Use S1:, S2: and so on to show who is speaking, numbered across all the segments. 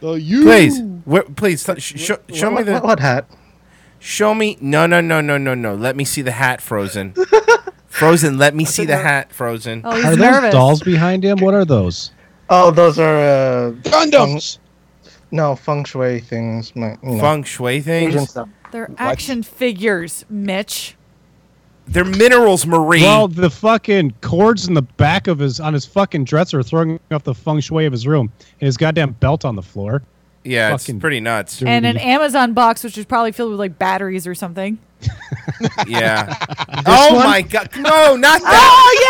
S1: The you.
S2: Please, where, please sh- sh- show me
S3: what,
S2: the
S3: what, what hat?
S2: show me. No, no, no, no, no, no. Let me see the hat, Frozen. Frozen, let me see the hat, Frozen.
S4: Oh, he's
S5: Are
S4: nervous.
S5: those dolls behind him? What are those?
S3: Oh, those are uh,
S1: Condoms.
S3: no feng shui things. My, you know,
S2: Feng Shui
S3: Asian
S2: things.
S3: stuff.
S4: They're action figures, Mitch.
S2: They're minerals, Marie.
S5: Well, Oh, the fucking cords in the back of his on his fucking dresser are throwing off the feng shui of his room, and his goddamn belt on the floor.
S2: yeah, it's
S5: fucking-
S2: pretty nuts.
S4: And an Amazon box, which is probably filled with like batteries or something.
S2: Yeah. oh
S5: one?
S2: my god. No, not that.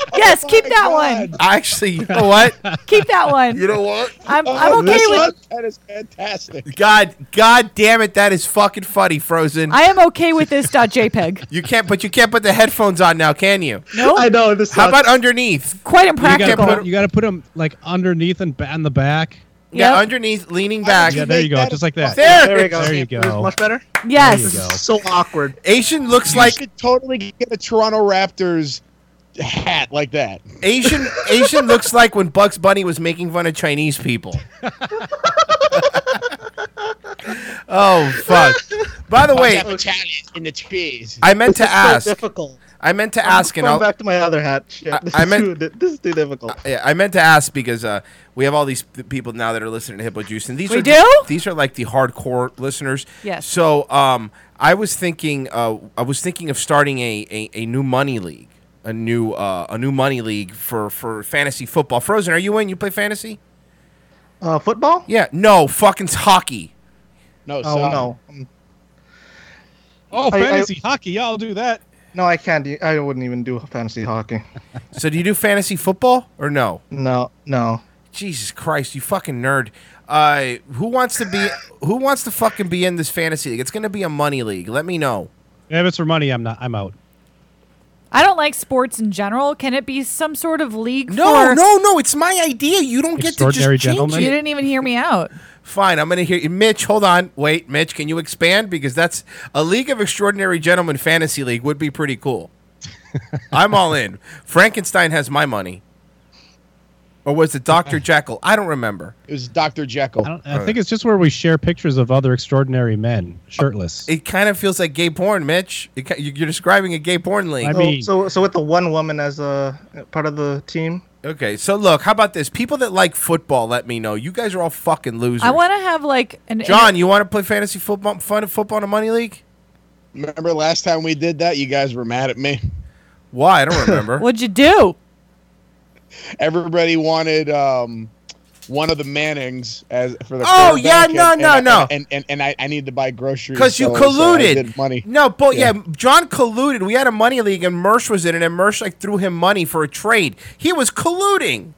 S4: Oh yes, yes. keep that one.
S2: Actually, you know what?
S4: Keep that one.
S1: know what?
S4: I'm, I'm okay
S1: Oh, this
S4: with.
S1: one? That is fantastic.
S2: God, God damn it, that is fucking funny, Frozen.
S4: I am okay with this dot JPEG.
S2: you can't, but you can't put the headphones on now, can you?
S4: No,
S3: I know this.
S2: How
S3: sounds-
S2: about underneath?
S4: quite
S5: You gotta,
S4: impractical.
S5: put, you gotta put him like underneath and ba- on the back.
S2: Yeah,
S4: Yep.
S2: underneath, leaning back.
S5: Yeah, there you go, just like that.
S2: There,
S3: There we go.
S5: There you
S3: It was
S5: go.
S3: Much better.
S4: yes.
S5: There you go.
S3: So awkward.
S2: Asian looks
S1: you
S2: like
S1: should totally get a Toronto Raptors hat like that.
S2: Asian. Asian looks like when Bugs Bunny was making fun of Chinese people. oh fuck! By the
S1: I
S2: way,
S1: have a challenge in the trees.
S2: I meant to
S3: So
S2: ask.
S3: difficult.
S2: I meant to ask, and
S3: Going
S2: I'll,
S3: back to my other hat. Shit,
S2: I-
S3: this,
S2: I
S3: is
S2: meant-
S3: too, di- this is too difficult.
S2: Yeah, I meant to ask because uh, we have all these p- people now that are listening to Hippo Juice, and these
S4: We
S2: are
S4: do?
S2: these are like the hardcore listeners.
S4: Yes.
S2: So um, I was thinking, uh, I was thinking of starting a, a, a new money league, a new uh, a new money league for for fantasy football. Frozen, are you in? You play fantasy?
S3: Uh, football?
S2: Yeah. No, fucking hockey.
S1: No,
S3: Oh
S1: son.
S3: no, Um,
S5: Oh,
S3: I- I-
S5: fantasy hockey! Y'all do that?
S3: no, I can't. Do, I wouldn't even do fantasy hockey.
S2: So do you do fantasy football or no?
S3: No, no.
S2: Jesus Christ, you fucking nerd. Uh, who wants to be? Who wants to fucking be in this fantasy league? It's gonna be a money league. Let me know.
S5: If it's for money, I'm not. I'm out.
S4: I don't like sports in general. Can it be some sort of league?
S2: No,
S4: for-
S2: no, no! It's my idea. You don't get to just
S5: Extraordinary
S2: change
S5: gentleman.
S4: You
S2: it.
S4: didn't even hear me out.
S2: Fine, I'm gonna hear you, Mitch. Hold on, wait, Mitch. Can you expand because that's a League of Extraordinary Gentlemen fantasy league would be pretty cool. I'm all in. Frankenstein has my money, or was it Doctor Jekyll? I don't remember.
S1: It was Dr. Jekyll.
S5: I, don't, I think it's just where we share pictures of other extraordinary men, shirtless.
S2: It kind of feels like gay porn, Mitch. It, ki- you- you're describing a gay porn league.
S5: I
S3: So,
S5: mean-
S3: so, so with the one woman as a part of the team.
S2: okay, so look, how about this? People that like football, let me know. You guys are all fucking losers.
S4: I want to have like an
S2: John, you want to play fantasy football, fun football in a money league?
S1: Remember last time we did that? You guys were mad at me.
S2: Why? I don't remember.
S4: What'd you do?
S1: Everybody wanted um, one of the Mannings as for the.
S2: Oh,
S1: quarterback,
S2: yeah, no,
S1: and-
S2: no,
S1: and-
S2: no.
S1: And and, and I, I needed to buy groceries
S2: Because you
S1: so- so Oh, I
S2: colluded.
S1: did money.
S2: No, but yeah.
S1: Yeah.
S2: John colluded. We had a money league, and Mersh was in it, and Mersh like threw him money for a trade. He was colluding,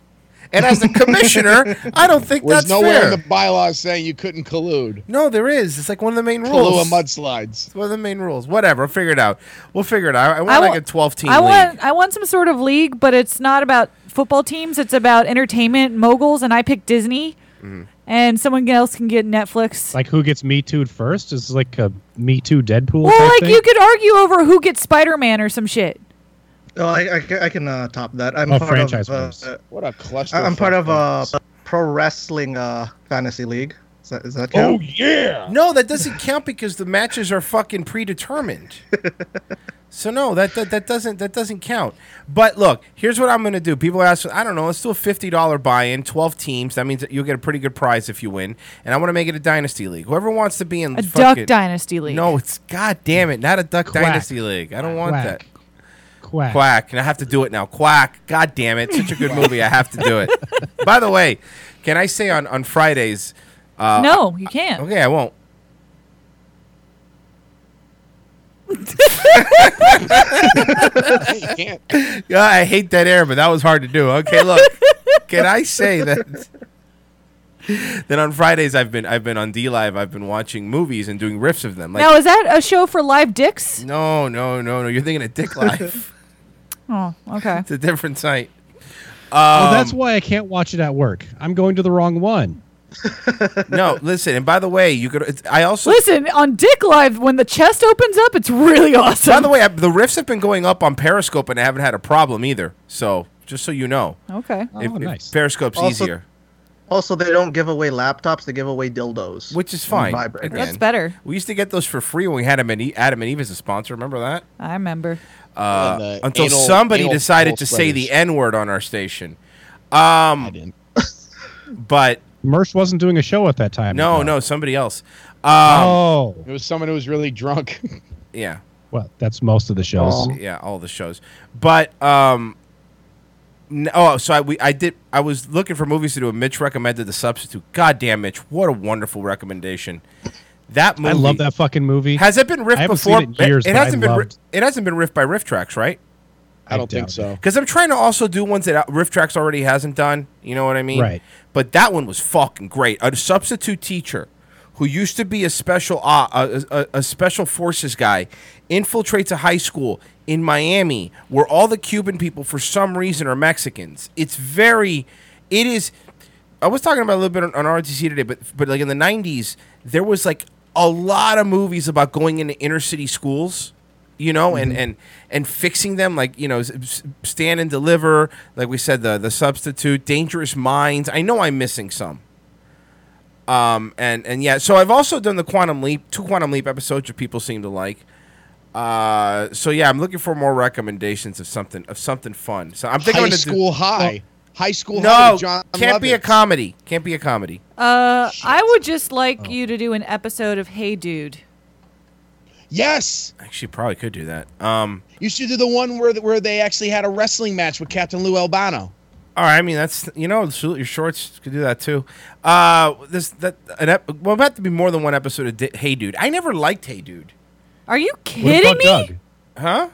S2: and as the commissioner, I don't think
S1: There's
S2: that's
S1: nowhere
S2: fair.
S1: in the bylaws saying you couldn't collude.
S2: no, there is. It's like one of the main
S1: Kalua
S2: rules.
S1: mudslides.
S2: It's one of the main rules. Whatever. We'll figure it out. We'll figure it out. I want
S4: I
S2: like
S4: wa-
S2: a twelve team
S4: I
S2: league.
S4: want I want some sort of league, but it's not about football teams. It's about entertainment moguls, and I picked Disney,
S2: Mm-hmm.
S4: and someone else can get Netflix.
S5: like who gets me too'd first? Is like a me too Deadpool.
S4: Well,
S5: type
S4: like
S5: thing?
S4: you could argue over who gets Spider Man or some shit.
S3: Oh, I, I, ca- I can uh, top that. I'm
S5: Oh,
S3: part
S5: franchise
S3: of.
S5: winners.
S3: Uh,
S1: What a cluster.
S3: I- I'm part of uh, a pro wrestling uh, fantasy league. Is that, is that
S1: Oh
S3: count?
S1: yeah.
S2: No, that doesn't count because the matches are fucking predetermined. so no, that, that that doesn't that doesn't count. But look, here's what I'm gonna do. People are asking, I don't know, let's do a fifty dollar buy-in, twelve teams. That means that you'll get a pretty good prize if you win. And I want to make it a dynasty league. Whoever wants to be in
S4: A
S2: fuck
S4: Duck
S2: it.
S4: Dynasty league.
S2: No, it's god damn it, not a duck
S5: Quack.
S2: dynasty league. I don't want
S5: Quack.
S2: that.
S5: Quack.
S2: Quack, and I have to do it now. Quack, god damn it, such a good movie. I have to do it. By the way, can I say on on Fridays? Uh,
S4: no, you can't.
S2: Okay, I won't.
S1: you can't.
S2: Yeah, I hate that air, but that was hard to do. Okay, look, can I say that? Then on Fridays, I've been I've been on D Live. I've been watching movies and doing riffs of them. Like,
S4: now is that a show for live dicks?
S2: no, no, no, no. You're thinking of Dick Live.
S4: Oh, okay.
S2: it's a different site.
S5: Oh, that's
S2: Um,
S5: why I can't watch it at work. I'm going to the wrong one.
S2: no. Listen, and by the way, you could. It's, I also.
S4: Listen, on Dick Live, when the chest opens up, it's really awesome.
S2: By the way, I, the riffs have been going up on Periscope, and I haven't had a problem either. So just so you know,
S4: okay.
S5: Oh,
S2: if, if
S5: nice.
S2: Periscope's
S3: Also-
S2: easier.
S3: Also, they don't give away laptops; they give away dildos,
S2: Which is
S3: and
S2: fine.
S3: vibrators.
S2: Again.
S4: That's better.
S2: We used to get those for free when we had Adam and, e- Adam and Eve as a sponsor. Remember that?
S4: I remember.
S1: And
S2: Uh,
S1: the
S2: until
S1: anal-
S2: somebody
S1: anal
S2: decided to
S1: spreaders.
S2: say the N word on our station.
S1: I didn't.
S2: But
S5: Mersh wasn't doing a show at that time.
S2: no,
S5: I
S2: no,
S5: thought.
S2: somebody else. Um,
S5: Oh,
S1: It was someone who was really drunk.
S2: Yeah.
S5: well, that's most of the shows.
S3: Oh.
S2: yeah, all the shows. But um, n- oh, so I we I did I was looking for movies to do, and Mitch recommended The Substitute. God damn, Mitch, what a wonderful recommendation! That movie,
S5: I love that fucking movie.
S2: Has it been riffed
S5: haven't
S2: before?
S5: seen it in years, but I
S2: hasn't been. ri-
S5: loved-
S2: It hasn't been riffed by riff tracks, right?
S1: I don't think
S5: doubt
S1: so.
S2: Because I'm trying to also do ones that out- Riff Tracks already hasn't done. You know what I mean?
S5: Right.
S2: But that one was fucking great. A substitute teacher who used to be a special uh, a, a, a special forces guy infiltrates a high school in Miami where all the Cuban people for some reason are Mexicans. It's very. It is. I was talking about a little bit on, on RTC today, but but like in the '90s, there was like a lot of movies about going into inner city schools you know, and and and fixing them like you know, s- s- stand and deliver. Like we said, the the substitute, dangerous minds. I know I'm missing some. Um and and yeah, so I've also done the quantum leap, two quantum leap episodes, which people seem to like. Uh, so yeah, I'm looking for more recommendations of something of something fun. So I'm thinking
S1: High
S2: I'm gonna do-
S1: school high. High school high.
S2: No,
S1: with John
S2: can't be a
S1: Lovitz.
S2: comedy. Can't be a comedy.
S4: Uh, I would just like
S2: Oh.
S4: you to do an episode of Hey Dude.
S1: Yes,
S2: Actually, probably could do that. Um,
S1: you should do the one where where they actually had a wrestling match with Captain Lou Albano.
S2: All right, I mean that's you know salute your shorts could do that too. Uh, this that an ep- well about to be more than one episode of Di- Hey Dude. I never liked Hey Dude,
S4: Are you
S5: What
S4: kidding
S5: about
S4: me?
S5: Doug?
S2: huh?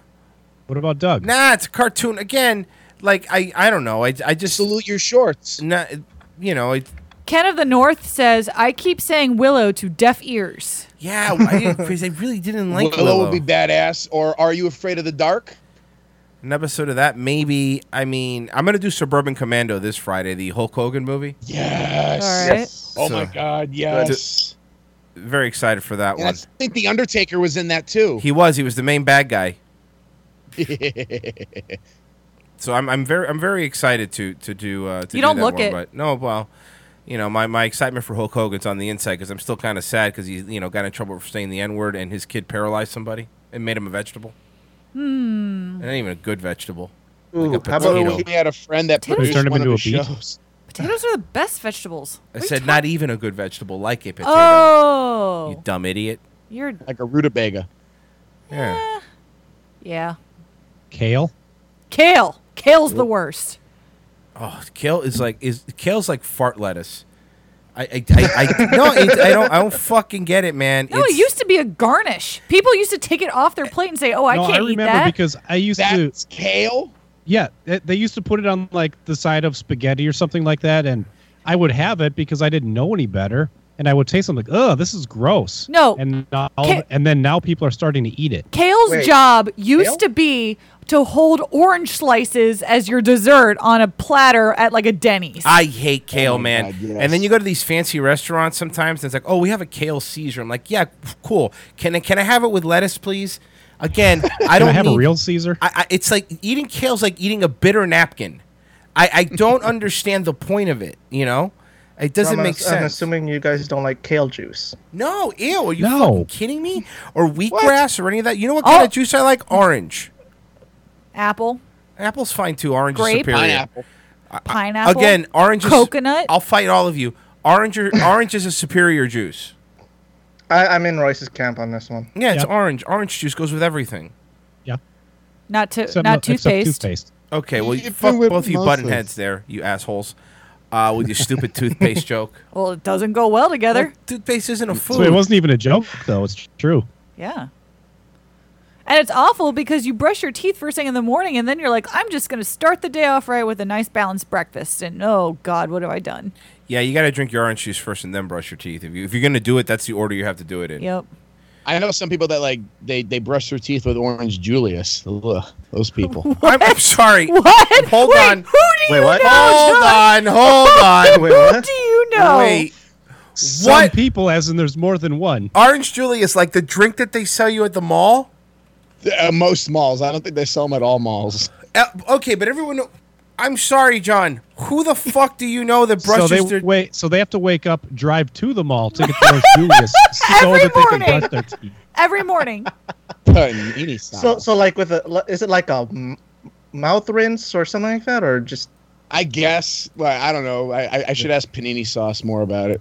S5: What about Doug?
S2: Nah, it's a cartoon again. Like I I don't know. I I just
S1: Salute your shorts.
S2: nah, you know it,
S4: Ken of the North says, I keep saying Willow to deaf ears.
S2: yeah. I, didn't, 'cause I really didn't like Willow.
S1: Willow would be badass. Or are you afraid of the dark?
S2: An episode of that maybe. I mean I'm gonna do Suburban Commando this Friday, the Hulk Hogan movie.
S1: Yes.
S4: All right.
S1: Oh
S2: So-
S1: my God! Yes.
S2: Very excited for that
S1: And I
S2: one.
S1: think the Undertaker was in that too.
S2: He was he was the main bad guy. So I'm, I'm very I'm very excited to to do uh, to
S4: You
S2: do
S4: don't
S2: that
S4: look
S2: one,
S4: it.
S2: But no, well, you know my, my excitement for Hulk Hogan's on the inside because I'm still kind of sad because he you know got in trouble for saying the N word and his kid paralyzed somebody and made him a vegetable. Hmm. And not even a good vegetable.
S3: Ooh,
S2: Like a
S1: Remember
S3: how about
S2: potato.
S1: when we had a friend that
S4: Potatoes.
S1: produced
S5: Turned him
S1: one of
S5: into
S1: his
S5: a bee?
S1: shows.
S4: Potatoes are the best vegetables.
S2: I
S4: What are
S2: said
S4: you
S2: not even a good vegetable, like a potato.
S4: Oh,
S2: You dumb idiot.
S4: you're
S1: like a rutabaga.
S2: Yeah.
S4: yeah.
S5: Kale.
S4: Kale. Kale's the worst.
S2: Oh, kale is like is kale's like fart lettuce. I I, I, I no, it, I don't I don't fucking get it, man.
S4: No, it
S2: It's-
S4: used to be a garnish. People used to take it off their plate and say, "Oh, I
S5: no, I
S4: can't eat
S5: remember
S4: that."
S5: because I used to.
S1: That's kale.
S5: Yeah, they, they used to put it on like the side of spaghetti or something like that, and I would have it because I didn't know any better, and I would taste something like, "Ugh, this is gross."
S4: No.
S5: and now,
S4: Ca-
S5: and then now people are starting to eat it.
S4: Kale's
S3: Wait.
S4: job used
S3: Kale?
S4: to be to hold orange slices as your dessert on a platter at like a Denny's.
S2: I hate kale,
S1: my
S2: man.
S1: God, yes.
S2: And then you go to these fancy restaurants sometimes, and it's like, oh, we have a kale Caesar. I'm like, yeah, cool. Can I can I have it with lettuce, please? Again, I
S5: Can
S2: don't
S5: I have
S2: need-
S5: a real Caesar?
S2: I, I, it's like eating kale's like eating a bitter napkin. I, I don't understand the point of it. You know, it doesn't
S3: I'm
S2: make
S3: ass- I'm
S2: sense.
S3: assuming you guys don't like kale juice.
S2: no, ew. Are you
S5: No.
S2: fucking kidding me? Or wheatgrass or any of that? You know what
S4: Oh.
S2: kind of juice I like? Orange.
S4: Apple,
S2: Apple's fine too. Orange is
S4: Grape.
S2: superior.
S1: Pineapple.
S4: pineapple.
S2: Again, orange. is-
S4: Coconut?
S2: I'll fight all of you. Orange. Or, orange is a superior juice.
S3: I, I'm in Royce's camp on this one.
S2: Yeah, it's
S5: Yep.
S2: orange. Orange juice goes with everything.
S5: yeah,
S4: not to
S5: except,
S4: not
S5: no- except
S4: toothpaste.
S5: toothpaste.
S2: Okay, well,
S1: You
S2: you
S1: did
S2: fuck
S1: it with
S2: both of you button
S1: mouses.
S2: heads there, you assholes, uh, with your stupid toothpaste joke.
S4: Well, it doesn't go well together.
S2: Well, toothpaste isn't a food.
S5: So it wasn't even a joke though. It's true.
S4: Yeah. And it's awful because you brush your teeth first thing in the morning and then you're like, I'm just going to start the day off right with a nice balanced breakfast. And oh, God, what have I done?
S2: yeah, you got to drink your orange juice first and then brush your teeth. If, you, if you're going to do it, that's the order you have to do it in.
S4: Yep.
S1: I know some people that like they they brush their teeth with orange Julius. Ugh, those people.
S2: I'm, I'm sorry.
S4: What?
S2: Hold
S4: Wait,
S2: on.
S4: Who do
S3: Wait,
S4: you
S3: what?
S4: know?
S2: Hold
S4: John?
S2: on. Hold on.
S3: Wait,
S4: Who
S3: what?
S4: do you know?
S2: Wait.
S5: Some
S2: What?
S5: people, as in there's more than one.
S2: Orange Julius, like the drink that they sell you at the mall?
S1: Uh, most malls. I don't think they sell them at all malls.
S2: Uh, okay, but everyone. I'm sorry, John. Who the fuck do you know that
S5: So
S2: brushes
S5: they
S2: their
S5: wait. So they have to wake up, drive to the mall to get those Julius, so
S4: Every
S5: that they can
S4: morning.
S5: brush their teeth.
S4: Every morning.
S1: Panini
S3: So
S1: style.
S3: so like with a is it like a m- mouth rinse or something like that or just
S1: I guess like, I don't know. I, I, I should ask Panini Sauce more about it.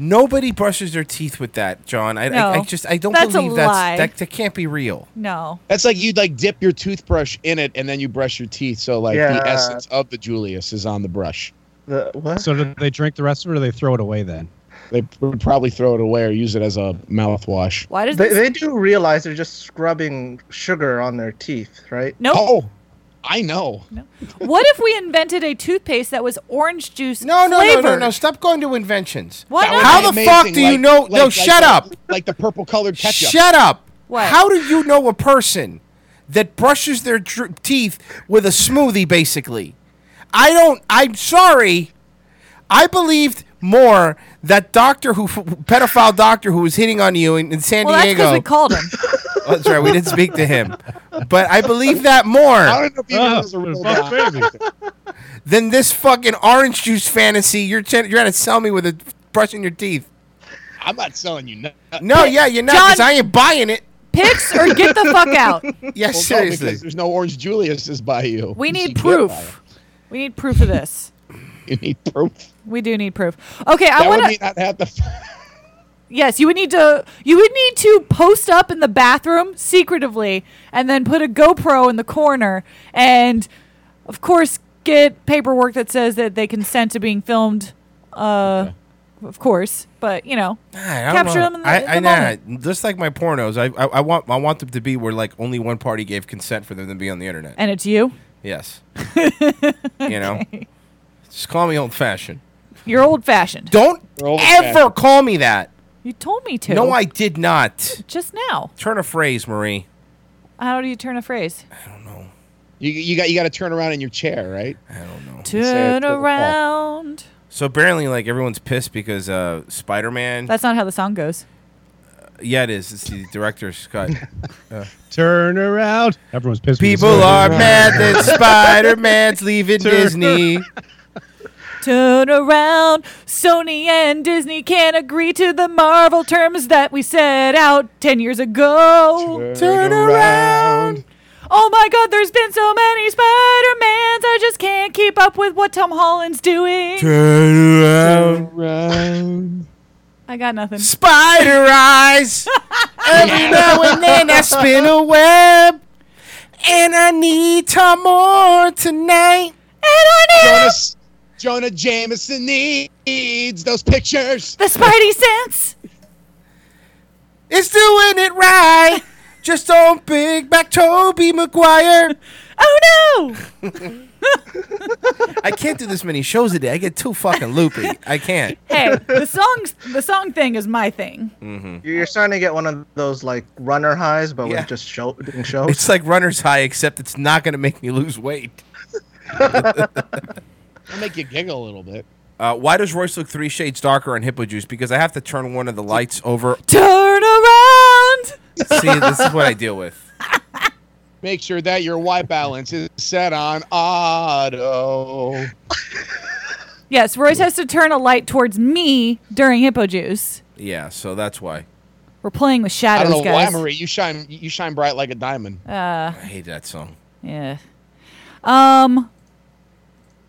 S2: Nobody brushes their teeth with that, John. I, I, I
S4: No.
S2: just I don't
S4: That's a
S2: believe that's
S4: lie.
S2: That, that can't be real.
S4: No.
S1: That's like you'd like dip your toothbrush in it and then you brush your teeth. So like
S3: Yeah.
S1: the essence of the Julius is on the brush.
S3: the what?
S5: So do they drink the rest of it, or they throw it away then?
S1: They would probably throw it away or use it as a mouthwash.
S4: Why does
S3: they,
S4: this?
S3: they do realize they're just scrubbing sugar on their teeth, right?
S4: Nope.
S1: Oh, I know.
S4: What if we invented a toothpaste that was orange juice
S2: No, no,
S4: flavored?
S2: no, no, no. Stop going to inventions.
S4: Why
S1: That would
S4: not?
S2: How
S1: be
S2: the
S1: amazing,
S2: fuck do you know- no, shut
S1: the-
S2: up.
S1: Like the purple colored ketchup.
S2: Shut up.
S4: What?
S2: How do you know a person that brushes their dr- teeth with a smoothie, basically? I don't. I'm sorry. I believed more that doctor who, pedophile doctor who was hitting on you in, in San
S4: well, that's
S2: Diego.
S4: because we called him.
S2: Oh, that's right. We didn't speak to him. But I believe that more
S1: I don't know if even
S5: Ah,
S1: those are real
S5: fuck
S1: dogs.
S5: baby.
S2: than this fucking orange juice fantasy you're, ch- you're trying to sell me with a, brushing your teeth.
S1: I'm not selling you nothing.
S2: No, yeah, you're not. Because
S4: John-
S2: I ain't buying it.
S4: Picks or get the fuck out.
S2: Yeah,
S1: Well, no,
S2: seriously.
S1: because there's no orange Julius's by you.
S4: We
S1: You
S4: need
S1: should get
S4: proof. We need proof of this.
S1: one. You need proof.
S4: We do need proof. Okay,
S1: That
S4: I want
S1: would
S4: to.
S1: mean I'd have to.
S4: Yes, you would need to. You would need to post up in the bathroom secretively, and then put a GoPro in the corner, and of course get paperwork that says that they consent to being filmed. Uh, of course, but you know,
S2: I don't
S4: capture
S2: know.
S4: them in the,
S2: I,
S4: in
S2: I
S4: the
S2: nah,
S4: moment.
S2: just like my pornos. I, I I want I want them to be where like only one party gave consent for them to be on the internet.
S4: and it's you.
S2: yes. You know, just call me old fashioned.
S4: You're old fashioned.
S2: Don't
S1: You're old
S2: ever
S1: fashioned.
S2: call me that.
S4: You told me to.
S2: No, I did not.
S4: just now.
S2: Turn a phrase, Marie.
S4: How do you turn a phrase?
S1: You, you got you got to turn around in your chair, right?
S2: I don't know.
S1: it
S4: Turn
S1: to
S2: "Oh."
S1: the wall.
S4: around.
S2: So apparently, like everyone's pissed because uh, Spider Man.
S4: That's not how the song goes.
S2: Yeah, it is. It's the director's cut.
S5: Turn around. Everyone's pissed. when you
S2: People
S5: say that.
S2: are mad that Spider Man's leaving
S5: Turn
S2: Disney.
S4: Turn around. Sony and Disney can't agree to the Marvel terms that we set out 10 years ago.
S2: Turn around.
S4: Oh my god, there's been so many Spider-Mans. I just can't keep up with what Tom Holland's doing.
S2: Turn around.
S1: Turn around.
S4: I got nothing.
S2: Spider eyes. Every now and then I spin a web. And I need Tom Moore tonight.
S1: Jonas, Jonah Jameson needs those pictures.
S4: The Spidey sense.
S2: It's doing it right. Just on big back Toby Maguire.
S4: Oh no.
S2: I can't do this many shows a day. I get too fucking loopy. I can't.
S4: Hey, the songs the song thing is my thing.
S3: You- You're starting to get one of those like runner highs, but
S2: Yeah.
S3: with just show doing shows.
S2: It's like runner's high, except it's not going to make me lose weight.
S1: I'll make you giggle a little bit.
S2: Uh, why does Royce look three shades darker on Hippo Juice? Because I have to turn one of the lights over.
S4: Turn around.
S2: See, this is what I deal with.
S1: Make sure that your white balance is set on auto.
S4: Yes, Royce has to turn a light towards me during Hippo Juice.
S2: Yeah, so that's why.
S4: We're playing with
S1: I
S4: shadows,
S1: don't know why,
S4: guys.
S1: Marie. You shine. You shine bright like a diamond.
S4: Uh,
S2: I hate that song.
S4: yeah. Um,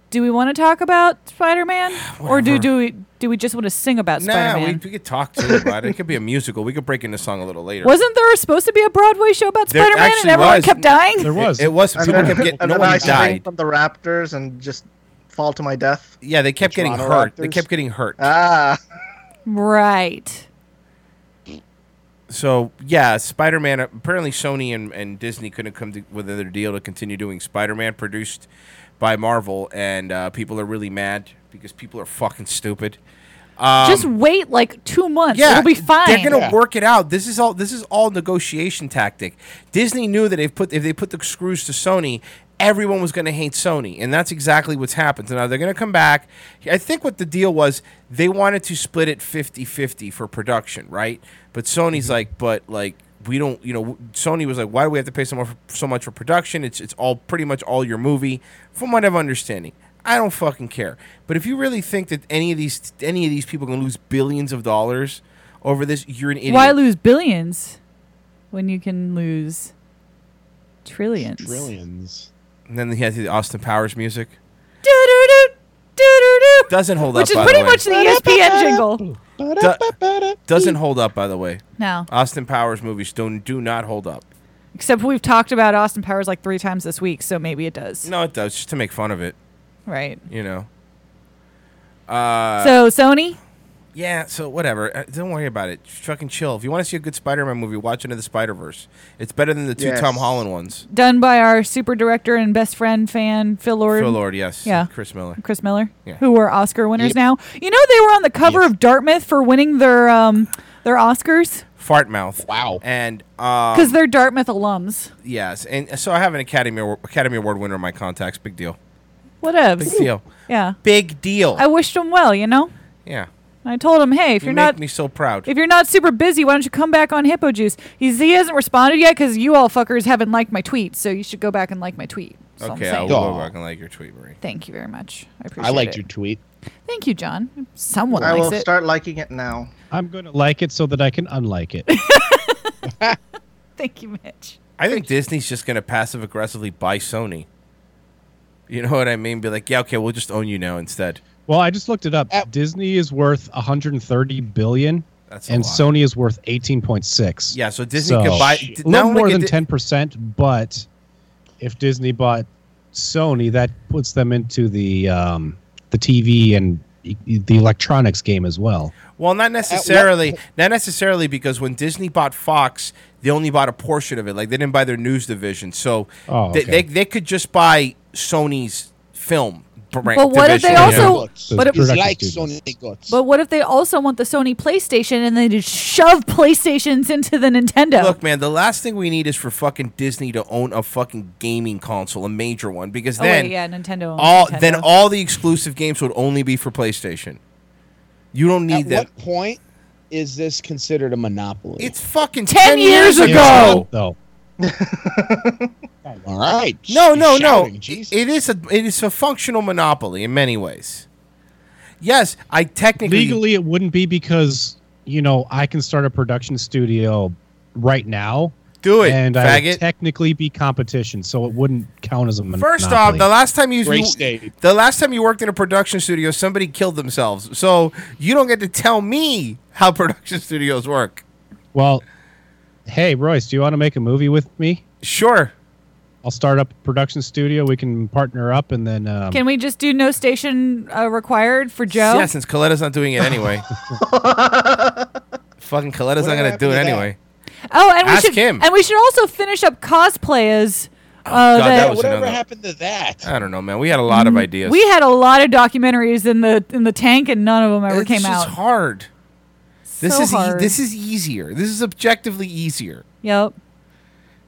S4: do we want to talk about Spider Man, or do
S2: Whatever.
S4: do we do we just want to sing about Spider
S2: Nah, we,
S4: Man?
S2: we could talk to it about it. It could be a musical. We could break into song a little later.
S4: Wasn't there supposed to be a Broadway show about
S2: There
S4: Spider Man, and
S2: actually
S4: everyone
S2: was.
S4: kept dying?
S5: There
S2: it was?
S5: was.
S2: It, was.
S3: and
S2: People
S3: then,
S2: kept getting.
S3: and
S2: No
S3: then
S2: one
S3: I
S2: died.
S3: died from the Raptors and just fall to my death.
S2: Yeah, they kept
S1: The
S2: getting
S1: Toronto
S2: hurt. They
S1: Raptors.
S2: kept getting hurt.
S3: Ah,
S4: Right.
S2: so yeah, Spider Man. Apparently, Sony and, and Disney couldn't come to, with another deal to continue doing Spider Man produced by Marvel, and uh, people are really mad because people are fucking stupid. Um,
S4: just wait like two months.
S2: Yeah,
S4: it'll be fine.
S2: They're gonna
S1: Yeah.
S2: work it out. This is all. This is all negotiation tactic. Disney knew that if put if they put the screws to Sony, everyone was gonna hate Sony, and that's exactly what's happened. So now they're gonna come back. I think what the deal was, they wanted to split it 50-50 for production, right? But Sony's like, but like we don't, you know, Sony was like, why do we have to pay so much for, so much for production? It's it's all pretty much all your movie, from what I'm understanding. I don't fucking care. But if you really think that any of these any of these people can lose billions of dollars over this, you're an idiot.
S4: Why lose billions when you can lose trillions?
S1: Trillions.
S2: and then he has the Austin Powers music.
S4: Doo-doo-doo, doo-doo-doo.
S2: Doesn't hold
S4: Which
S2: up.
S4: is
S2: by
S4: pretty
S2: the way.
S4: much the E ESPN jingle.
S2: doesn't hold up. By the way,
S4: No,
S2: Austin Powers movies don't do not hold up.
S4: except we've talked about Austin Powers like three times this week, so maybe it does.
S2: No, it does just to make fun of it.
S4: Right.
S2: You know. Uh,
S4: So Sony,
S2: Yeah, so whatever. Uh, Don't worry about it. Just Fucking chill. If you want to see a good Spider-Man movie, watch Into the Spider-Verse. It's better than the two
S3: Yes.
S2: Tom Holland ones.
S4: done by our super director and best friend fan Phil Lord,
S2: Phil Lord, yes.
S4: Yeah.
S2: Chris Miller.
S4: Chris Miller,
S2: Yeah.
S4: who were Oscar winners now. You know they were on the cover of Dartmouth for winning their um their Oscars
S2: Fart mouth.
S1: Wow.
S2: And
S4: because
S2: um,
S4: they're Dartmouth alums.
S2: yes, and so I have an Academy Award, Academy Award winner in my contacts. Big deal. Big
S4: Whatevs.
S2: deal.
S4: Yeah.
S2: Big deal.
S4: I wished them well. You know.
S2: yeah.
S4: I told him, hey, if
S2: You
S4: you are
S2: make
S4: not
S2: me so proud.
S4: If you're not super busy, why don't you come back on Hippo Juice? He's, he hasn't responded yet because you all fuckers haven't liked my tweet, so you should go back and like my tweet. That's all I'm
S2: okay, I
S4: saying.
S2: will go
S1: Aw.
S2: back and like your tweet, Marie.
S4: Thank you very much. I appreciate
S1: I liked
S4: it.
S1: your tweet.
S4: Thank you, John. Someone
S3: I will
S4: likes it.
S3: start liking it now.
S5: I'm going to like it so that I can unlike it.
S4: Thank you, Mitch.
S2: I think Disney's just going to passive aggressively buy Sony. You know what I mean? Be like, yeah, okay, we'll just own you now instead.
S5: well, I just looked it up.
S1: Uh,
S5: Disney is worth 130 billion,
S2: That's a
S5: and
S2: lot.
S5: Sony is worth 18.6.
S2: Yeah, so Disney could buy
S1: Shit.
S2: d-
S5: a
S2: not
S5: little
S2: only
S5: more
S2: could
S5: than
S2: Di-
S5: ten percent, but if Disney bought Sony, that puts them into the um, the TV and e- the electronics game as well.
S2: Well, not necessarily. Not necessarily because when Disney bought Fox, they only bought a portion of it. Like they didn't buy their news division, so
S5: Oh,
S2: they,
S5: okay.
S2: they they could just buy Sony's film. brand-
S4: But what if
S2: division.
S4: they also-
S1: It's
S4: but it-
S1: like
S5: Productive
S1: Sony Gods.
S4: But what if they also want the Sony PlayStation and they just shove PlayStations into the Nintendo?
S2: Look, man, the last thing we need is for fucking Disney to own a fucking gaming console, a major one, because
S4: oh,
S2: then
S4: wait, yeah, Nintendo. owns
S2: all
S4: Nintendo.
S2: then all the exclusive games would only be for PlayStation. You don't need
S1: At
S2: that.
S1: what point is this considered a monopoly?
S2: It's fucking
S4: 10
S2: ten, years
S4: years
S2: ago.
S4: ago.
S5: Though
S1: all right.
S2: No, no,
S1: Shouting,
S2: no.
S1: Jesus.
S2: It is a it is a functional monopoly in many ways. Yes, I technically
S5: legally it wouldn't be because you know I can start a production studio right now,
S2: do it,
S5: and I would
S2: faggot.
S5: technically be competition, so it wouldn't count as a monopoly.
S2: First off, the last time you,
S1: Great
S2: you-
S1: state.
S2: the last time you worked in a production studio, somebody killed themselves. So you don't get to tell me how production studios work.
S5: well, hey Royce, do you want to make a movie with me?
S2: Sure.
S5: I'll start up a production studio. We can partner up, and then um,
S4: Can we just do no station uh, required for Joe?
S2: Yeah, since Coletta's not doing it anyway. Fucking Coletta's
S1: What
S2: not gonna
S1: happened
S2: do it
S1: to that?
S2: anyway.
S4: Oh, and
S2: Ask
S4: we should
S2: him. Oh,
S4: and we should also finish up cosplay as uh,
S2: God, that
S4: that
S2: was
S1: Whatever
S2: another- Uh,
S1: happened to that?
S2: I don't know, man. We had a lot of ideas.
S4: We had a lot of documentaries in the in the tank, and none of them ever
S2: it's
S4: came
S2: just
S4: out.
S2: hard. This
S4: so
S2: is e-
S4: hard.
S2: this is easier. This is objectively easier.
S4: Yep.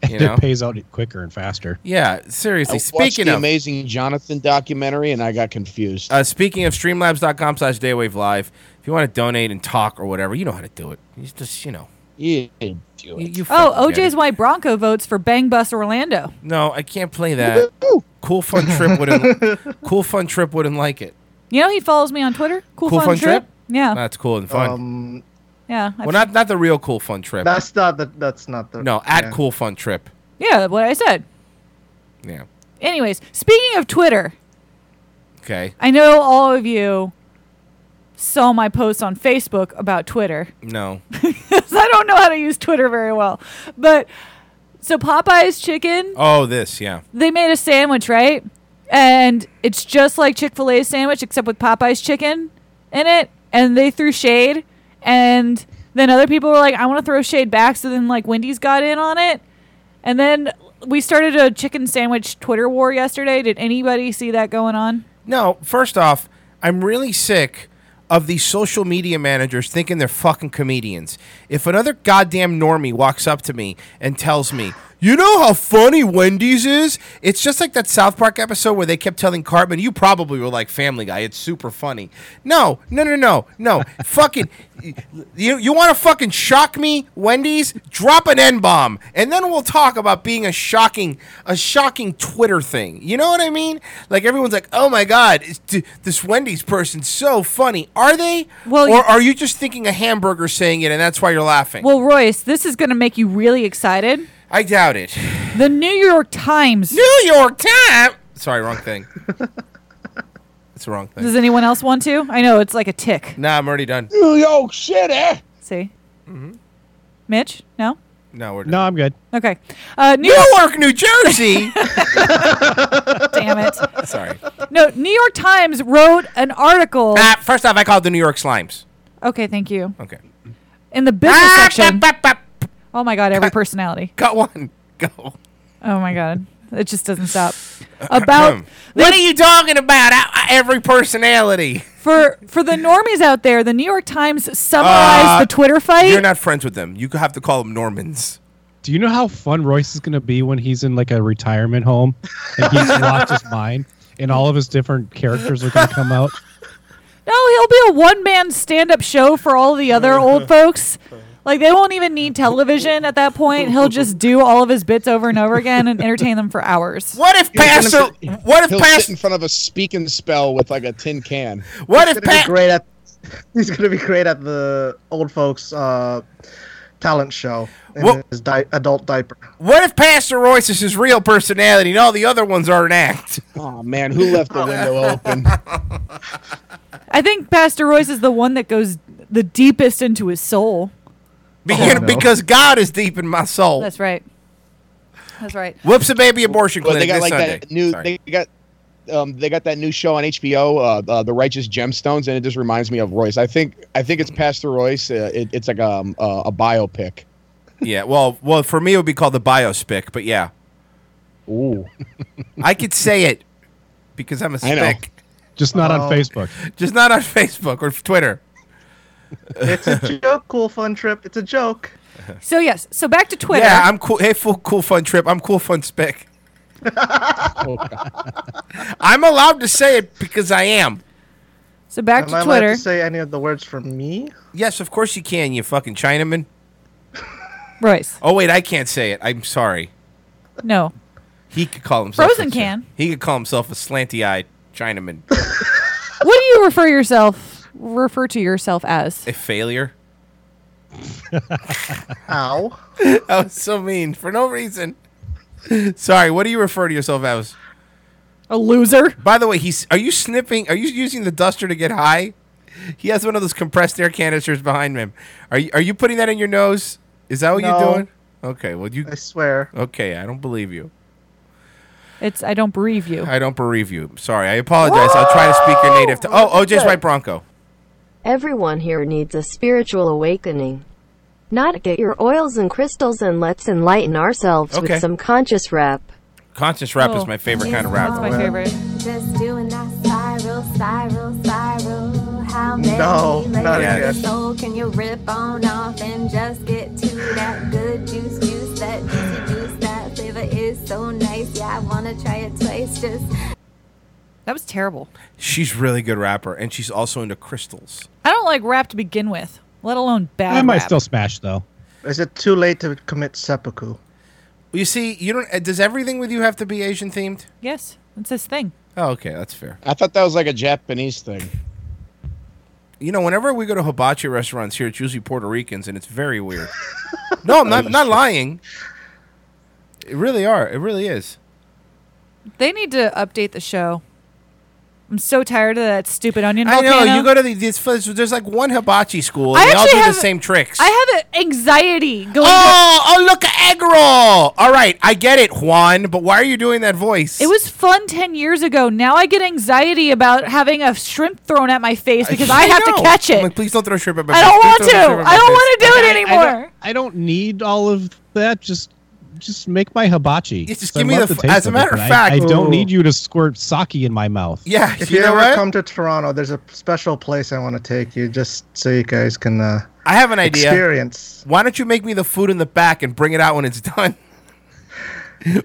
S2: you
S5: and
S2: know?
S5: it pays out quicker and faster.
S2: Yeah, seriously.
S1: I watched
S2: speaking
S1: the
S2: of
S1: amazing Jonathan documentary, and I got confused.
S2: uh, speaking of streamlabs.com slash daywave live, if you want to donate and talk or whatever, you know how to do it. You just you know.
S1: yeah, do
S2: You,
S1: it.
S2: you
S4: Oh,
S2: fucking get
S4: OJ's
S2: it.
S4: White Bronco votes for Bang Bus Orlando.
S2: No, I can't play that. cool fun trip wouldn't cool fun trip wouldn't like it.
S4: You know he follows me on Twitter. Cool,
S2: Cool Fun Trip?
S4: Yeah,
S2: That's cool and fun.
S3: Um,
S4: yeah. I-
S2: well not not the real cool fun trip.
S3: that's not the. That's not the.
S2: No, at
S3: yeah.
S2: cool fun trip.
S4: yeah, what I said.
S2: Yeah.
S4: Anyways, speaking of Twitter,
S2: Okay.
S4: I know all of you saw my post on Facebook about Twitter.
S2: No.
S4: So I don't know how to use Twitter very well, but so Popeye's chicken.
S2: Oh, this, yeah.
S4: they made a sandwich, right? And it's just like Chick fil A sandwich, except with Popeye's chicken in it. And they threw shade. And then other people were like, I want to throw shade back. So then, like, Wendy's got in on it. And then we started a chicken sandwich Twitter war yesterday. Did anybody see that going on?
S2: No, first off, I'm really sick of these social media managers thinking they're fucking comedians. If another goddamn normie walks up to me and tells me, You know how funny Wendy's is? It's just like that South Park episode where they kept telling Cartman, you probably were like Family Guy. It's super funny. No, no, no, no, no. fucking, you, you want to fucking shock me, Wendy's? Drop an N bomb. And then we'll talk about being a shocking, a shocking Twitter thing. You know what I mean? Like everyone's like, oh my God, it's- d- this Wendy's person's so funny. Are they?
S4: Well,
S2: or
S4: you-
S2: are you just thinking a hamburger saying it and that's why you're laughing?
S4: Well, Royce, this is going to make you really excited.
S2: I doubt it.
S4: The New York Times.
S2: New York Times. Sorry, wrong thing. it's the wrong thing.
S4: Does anyone else want to? I know it's like a tick.
S2: Nah, I'm already done.
S1: New York City.
S4: See.
S2: Mm-hmm.
S4: Mitch? No.
S2: No, we're done.
S5: No, I'm good.
S4: Okay. Uh, New York.
S2: Newark, New Jersey.
S4: damn it.
S2: Sorry.
S4: No. New York Times wrote an article.
S2: Ah, first off, I called the New York Slimes.
S4: Okay, thank you.
S2: Okay.
S4: In the business
S2: Ah,
S4: section.
S2: bap, bap, bap.
S4: Oh my god, every personality.
S2: Got one. Go.
S4: Oh my god. It just doesn't stop. About
S2: What are you talking about? I, I- every personality.
S4: for for the normies out there, the New York Times
S2: Uh,
S4: summarized the Twitter fight.
S2: You're not friends with them. You have to call them Normans.
S5: Do you know how fun Royce is going to be when he's in like a retirement home and he's lost his mind and all of his different characters are going to come out?
S4: No, he'll be a one man stand up show for all the other old folks. Like they won't even need television at that point. He'll just do all of his bits over and over again and entertain them for hours.
S2: What if Pastor? What
S1: He'll
S2: if
S1: sit in
S2: Pastor?
S1: front of a speak and spell with like a tin can.
S2: What if
S3: He's gonna be
S2: Pastor?
S3: great at. He's gonna be great at the old folks uh, talent show in
S2: Well-
S3: his di- adult diaper.
S2: What if Pastor Royce is his real personality and all the other ones are an act?
S1: Oh man, who left the window open?
S4: I think Pastor Royce is the one that goes the deepest into his soul.
S2: Because,
S3: Oh, no.
S2: because God is deep in my soul.
S4: That's right. That's right.
S2: Whoops, a baby abortion
S1: Well,
S2: clinic
S1: they got
S2: this
S1: like
S2: Sunday.
S1: that new.
S2: Sorry.
S1: They got. Um, they got that new show on HBO, uh, uh, The Righteous Gemstones, and it just reminds me of Royce. I think I think it's Pastor Royce. Uh, it, it's like um, uh, a biopic.
S2: yeah, well, well, for me it would be called the biospic, but yeah,
S1: Ooh,
S2: I could say it because I'm a
S1: I know.
S2: spic,
S5: Just not
S3: Oh.
S5: on Facebook.
S2: just not on Facebook or Twitter.
S3: It's a joke, cool fun trip. It's a joke.
S4: So yes. So back to Twitter.
S2: Yeah, I'm cool. Hey, full cool fun trip. I'm cool fun spic. I'm allowed to say it because I am.
S4: so back
S3: Am I
S4: to
S3: allowed
S4: Twitter.
S3: to say any of the words from me?
S2: Yes, of course you can. You fucking Chinaman.
S4: Royce.
S2: Oh wait, I can't say it. I'm sorry.
S4: No.
S2: He could call himself
S4: Frozen
S2: a-
S4: can.
S2: He could call himself a slanty-eyed Chinaman.
S4: What do you refer yourself refer to yourself as?
S2: a failure.
S3: Ow.
S2: That was so mean for no reason. Sorry, what do you refer to yourself as?
S4: A loser.
S2: By the way, he's are you sniffing? Are you using the duster to get high? He has one of those compressed air canisters behind him. Are you are you putting that in your nose? Is that what
S3: No.
S2: you're doing? Okay, well you
S3: I swear.
S2: Okay, I don't believe you.
S4: It's I don't breathe you.
S2: I don't believe you. Sorry, I apologize. I'll try to speak your native. To- oh, OJ's right, Bronco.
S6: Everyone here needs a spiritual awakening. Not get your oils and crystals and let's enlighten ourselves
S2: Okay.
S6: with some conscious rap.
S2: Conscious rap
S4: Oh.
S2: is my favorite kind of
S7: That's
S2: rap.
S4: my favorite.
S7: Just doing that spiral, spiral, spiral. How many
S3: No, not
S7: layers
S2: again.
S7: of soul can you rip on off and just get to that good juice, juice, that juicy juice, that flavor is so nice. Yeah, I wanna try it twice. Just
S4: That was terrible.
S2: She's really good rapper, and she's also into crystals.
S4: I don't like rap to begin with, let alone bad.
S5: I might
S4: rap.
S5: still smash though.
S3: Is it too late to commit seppuku?
S2: Well, you see, you don't. uh, Does everything with you have to be Asian themed?
S4: Yes, it's his thing.
S2: Oh, okay, that's fair.
S1: I thought that was like a Japanese thing.
S2: You know, whenever we go to hibachi restaurants here, it's usually Puerto Ricans, and it's very weird. no, I'm not not lying. It really are. It really is.
S4: They need to update the show. I'm so tired of that stupid onion volcano.
S2: I know. You go to the, these fl- there's like one hibachi school, and
S4: I
S2: they all do
S4: actually
S2: the
S4: have-
S2: same tricks.
S4: I have a- anxiety going.
S2: oh, oh, look, an egg roll. All right, I get it, Juan. But why are you doing that voice?
S4: It was fun ten years ago. Now I get anxiety about having a shrimp thrown at my face because I, have
S2: know.
S4: to catch
S2: I'm
S4: it.
S2: like, please don't throw shrimp at my
S4: I
S2: face.
S4: don't
S2: Please
S4: want
S2: throw shrimp
S4: to.
S2: at my
S4: I don't
S2: face."
S4: want to do it
S5: I don't,
S4: anymore.
S5: I don't need all of that. Just just make my hibachi.
S2: Yeah, just
S5: 'Cause I
S2: give me
S5: love
S2: the f-
S5: taste
S2: as a
S5: of
S2: matter
S5: it,
S2: of
S5: but I-
S2: fact-
S5: I, don't
S3: Ooh.
S5: need you to squirt sake in my mouth.
S2: Yeah,
S3: If
S2: you,
S3: you,
S2: know
S3: ever
S2: what?
S3: come to Toronto, there's a special place I want to take you just so you guys can uh,
S2: I have an idea.
S3: experience.
S2: Why don't you make me the food in the back and bring it out when it's done?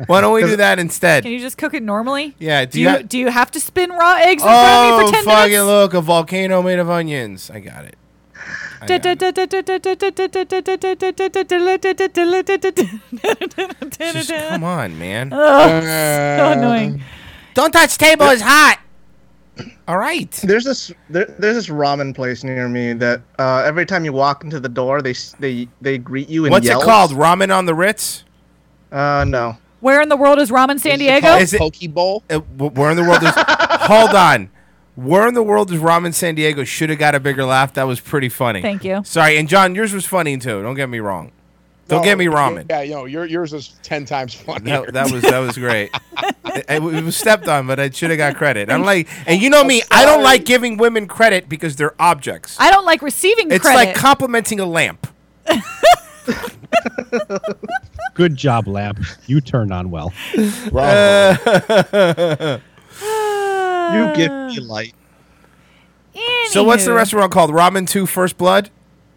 S2: Why don't we do that instead?
S4: Can you just cook it normally?
S2: Yeah, do
S4: Do
S2: you
S4: you,
S2: ha-
S4: do you have to spin raw eggs in front of
S2: Oh,
S4: me for ten
S2: fucking
S4: minutes?
S2: look, a volcano made of onions. I got it. I got it. Just come on, man.
S4: so annoying.
S2: Don't touch table is hot. All right.
S3: There's this there, there's this ramen place near me that uh, every time you walk into the door, they s- they they greet you and
S2: What's
S3: yell.
S2: it called? Ramen on the Ritz?
S3: Uh, no.
S4: Where in the world is ramen San Diego?
S2: Is it-
S1: Pokeball?
S2: Uh, wh- where in the world is Hold on. Where in the world is Ramen San Diego? Should have got a bigger laugh. That was pretty funny.
S4: Thank you.
S2: Sorry, and John, yours was funny too. Don't get me wrong. Don't
S1: No,
S2: get me ramen.
S1: Oh, Yeah, you know, your, yours is 10 times funnier.
S2: That, that was that was great. it, it was stepped on, but I should have got credit. I'm like, and you know me, I don't like giving women credit because they're objects.
S4: I don't like receiving
S2: It's
S4: credit.
S2: like complimenting a lamp.
S5: Good job, Lap. You turned on well.
S1: Bravo.
S3: You give me light.
S2: So what's the
S4: Anywho.
S2: restaurant called? Ramen Two First Blood.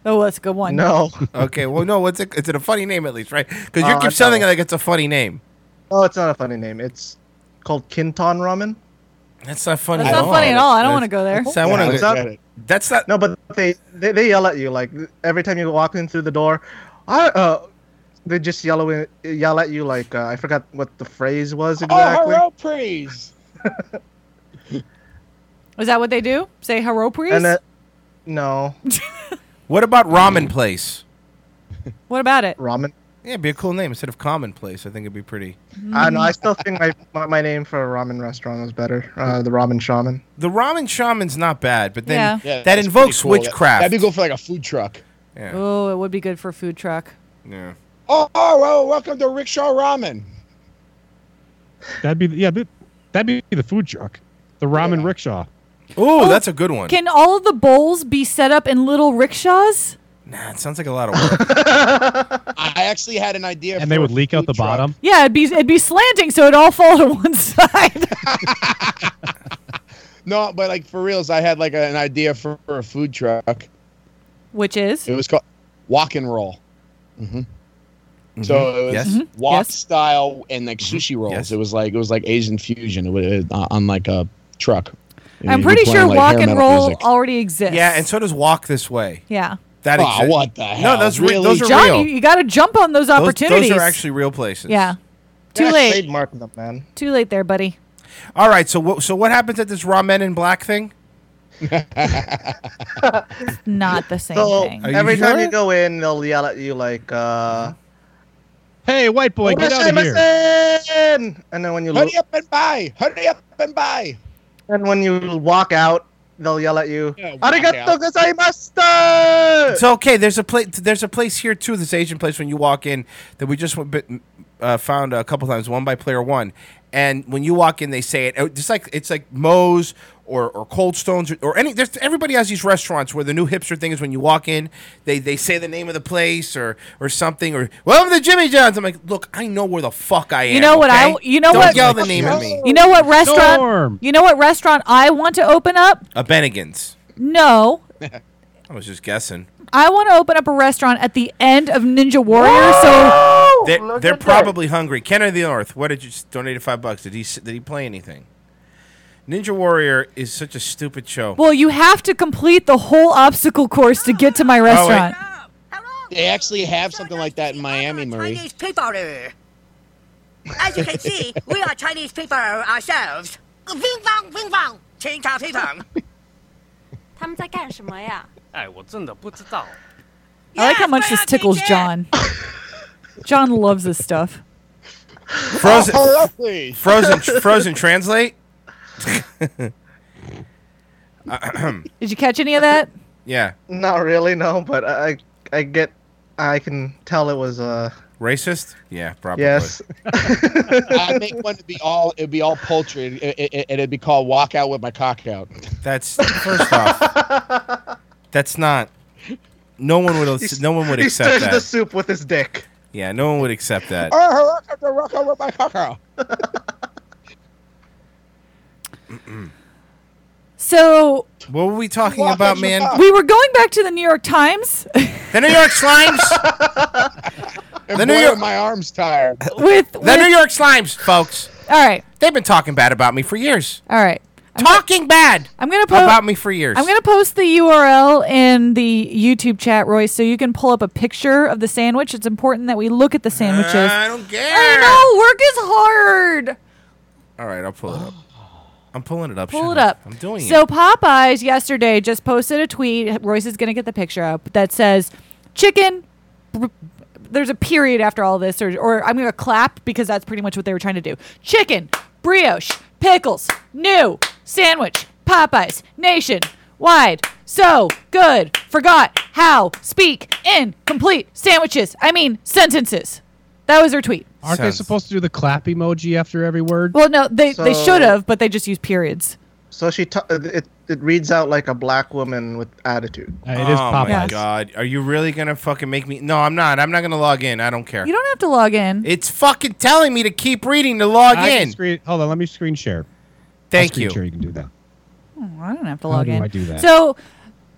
S4: Oh, that's a good one.
S3: No.
S2: Okay, well, no, what's it? Is it a funny name at least, right? Because you
S4: Oh,
S3: Uh,
S2: keep selling it
S3: no.
S2: like it's a funny name.
S3: Oh, it's not a funny name. It's called Kinton Ramen.
S2: That's not funny.
S4: That's
S2: at
S4: not funny at all. I don't want to go there.
S2: So I want
S1: Yeah,
S2: to.
S1: I
S3: go-
S1: get it.
S2: That's not.
S3: No, but they, they they yell at you like every time you walk in through the door. I uh, they just yell in, yell at you like uh, I forgot what the phrase was
S1: Oh,
S3: exactly.
S1: hello, praise.
S4: Is that what they do? Say hello, please.
S3: and it, no
S2: What about Ramen Place?
S4: what about it?
S3: ramen.
S2: Yeah, it'd be a cool name instead of commonplace. I think it'd be pretty.
S3: I know. I still think my, my my name for a ramen restaurant was better. Uh, the Ramen Shaman.
S2: The ramen shaman's not bad, but then
S4: Yeah.
S1: Yeah,
S2: that
S1: that's
S2: invokes
S1: pretty cool.
S2: witchcraft.
S1: That'd be good for like a food truck.
S2: yeah.
S4: Oh, it would be good for food truck.
S2: yeah.
S1: Oh, oh, oh, welcome to Rickshaw Ramen.
S5: That'd be yeah. but That'd be the food truck, the ramen
S1: Yeah.
S5: rickshaw.
S2: Ooh, that's a good one.
S4: Oh, Can all of the bowls be set up in little rickshaws?
S2: nah, it sounds like a lot of work.
S1: I actually had an idea.
S5: and
S1: for
S5: they
S1: a
S5: would leak out
S1: food
S5: the
S1: truck.
S5: bottom.
S4: Yeah, it'd be it'd be slanting, so it'd all fall to one side.
S1: No, but like for reals, I had like an idea for, for a food truck.
S4: Which is
S1: It was called Walk and Roll. hmm So it was
S2: Yes. Mhm.
S1: walk
S4: Mm-hmm. Yes.
S1: style and like sushi rolls.
S2: Yes.
S1: It was like it was like Asian fusion. It was uh, on like a truck. And
S4: I'm
S1: you'd be
S4: pretty
S1: playing,
S4: sure
S1: like,
S4: walk
S1: hair
S4: and
S1: metal
S4: roll
S1: music.
S4: already exists.
S2: yeah, and so does walk this way.
S4: yeah.
S2: That
S1: Aw,
S2: exists.
S1: Oh, what the hell?
S2: No, those re-
S1: really?
S2: those are
S4: John,
S2: real.
S4: you, you got to jump on those
S2: Those-
S4: opportunities.
S2: Those, are actually real places.
S4: yeah. Too
S3: Yeah,
S4: late.
S3: Trademark them, man.
S4: Too late there, buddy.
S2: All right. So what? So what happens at this ramen in black thing?
S4: Not the same
S3: So
S4: thing.
S2: Are you
S3: every time
S2: sure?
S3: you go in, they'll yell at you like, uh,
S5: Hey, white boy, get out of here!
S3: "Orashimasen!" And then when you
S1: Hurry up and buy! Hurry up and buy!
S3: and when you walk out, they'll yell at you.
S1: Yeah, walk
S3: Arigato
S1: out.
S3: gozaimashita!
S2: It's okay. There's a place. There's a place here too. This Asian place when you walk in that we just went, bit- uh, found a couple times. One by player one, and when you walk in, they say it. It's like it's like Moe's or or Cold Stones or, or any. There's everybody has these restaurants where the new hipster thing is when you walk in, they they say the name of the place or or something or welcome to Jimmy John's. I'm like, look, I know where the fuck I am.
S4: You know what I-
S2: okay?
S4: you know
S2: Don't
S4: what-
S2: yell the name at me.
S1: Yes.
S4: You know what restaurant?
S5: Storm.
S4: You know what restaurant I want to open up?
S2: A Bennigan's.
S4: No,
S2: I was just guessing.
S4: I want to open up a restaurant at the end of Ninja Warrior. So
S2: They're, they're probably hungry. Ken of the North, what did you just donated five bucks? Did he s- did he play anything? Ninja Warrior is such a stupid show.
S4: well, you have to complete the whole obstacle course to get to
S2: Oh,
S4: my restaurant.
S1: They actually have something like that in Miami, Marie.
S8: Chinese people. As you can see, we are Chinese people ourselves. Ping pong, ping pong, ping pong, ping pong.
S7: 他们在干什么呀？
S9: 哎，我真的不知道。
S4: I like how much this tickles John. John loves this stuff.
S2: Frozen,
S1: Hurry up, please.
S2: Frozen, Frozen. Translate.
S4: Did you catch any of that?
S2: Yeah,
S3: Not really, no, but I I I get I can tell it was uh
S2: racist. Yeah, probably.
S3: yes.
S1: I make one to be all. It'd be all poultry, and it, it, it'd be called "Walk Out with My Cock Out."
S2: That's first off. That's not. No one would. No one would
S3: He
S2: accept
S3: stirs the
S2: that.
S3: soup with his dick.
S2: Yeah, no one would accept that.
S1: Oh, walk out, walk out with my cock out.
S4: So
S2: What were we talking
S1: Walk
S2: about,
S1: out
S2: man?
S1: your
S4: we were going back to the New York Times.
S2: The New York Slimes.
S1: And
S2: The
S1: boy,
S2: New York-
S1: are my arms tired.
S4: With, with
S2: The New York Slimes, folks.
S4: all right,
S2: They've been talking bad about me for years.
S4: all right. I'm gonna-
S2: Talking bad
S4: I'm gonna po-
S2: about me for years.
S4: I'm gonna post the URL in the YouTube chat, Roy, so you can pull up a picture of the sandwich. It's important that we look at the sandwiches.
S2: I don't care.
S4: I know work is hard.
S2: All right, I'll pull it up. I'm pulling it up.
S4: Pull
S2: Shannon.
S4: it up.
S2: I'm doing
S4: so
S2: it.
S4: Popeyes yesterday just posted a tweet. Royce is going to get the picture up that says chicken. br- There's a period after all this, or, or I'm going to clap because that's pretty much what they were trying to do. Chicken, brioche, pickles, new sandwich, Popeyes, nation wide, so good. Forgot how speak incomplete sandwiches. I mean sentences. That was her tweet.
S5: Aren't
S2: Sounds-
S5: they supposed to do the clap emoji after every word?
S4: Well, no, they they
S3: So-
S4: should have, but they just used periods.
S3: So she ta- it it reads out like a black woman with attitude.
S5: Uh, it is
S2: oh
S5: Popeyes.
S2: my god, are you really gonna fucking make me? No, I'm not. I'm not gonna log in. I don't care.
S4: You don't have to log in.
S2: It's fucking telling me to keep reading to log
S5: I can
S2: in.
S5: screen- hold on, let me screen share. I'll
S2: Thank
S5: screen
S2: you.
S5: Share, you can do that.
S4: Well, I don't have to
S5: How
S4: log
S5: do
S4: in.
S5: I do that?
S4: So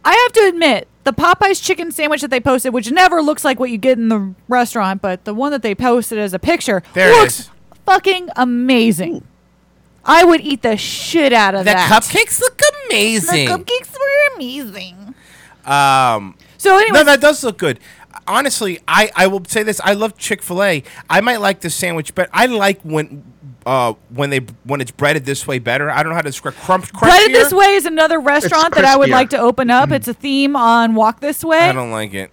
S4: I have to admit, the Popeyes chicken sandwich that they posted, which never looks like what you get in the restaurant, but the one that they posted as a picture
S2: There it
S4: looks
S2: is.
S4: fucking amazing. I would eat the shit out of
S2: The
S4: that.
S2: cupcakes look amazing.
S4: The cupcakes were amazing.
S2: um,
S4: So anyway,
S2: no, that does look good. Honestly, I, I will say this. I love Chick Fil A. I might like this sandwich, but I like when uh, when they when it's breaded this way better. I don't know how to describe crump crunchier.
S4: Breaded This Way is another restaurant that I would
S3: crispier.
S4: like to open up. It's a theme on Walk This Way.
S2: I don't like it.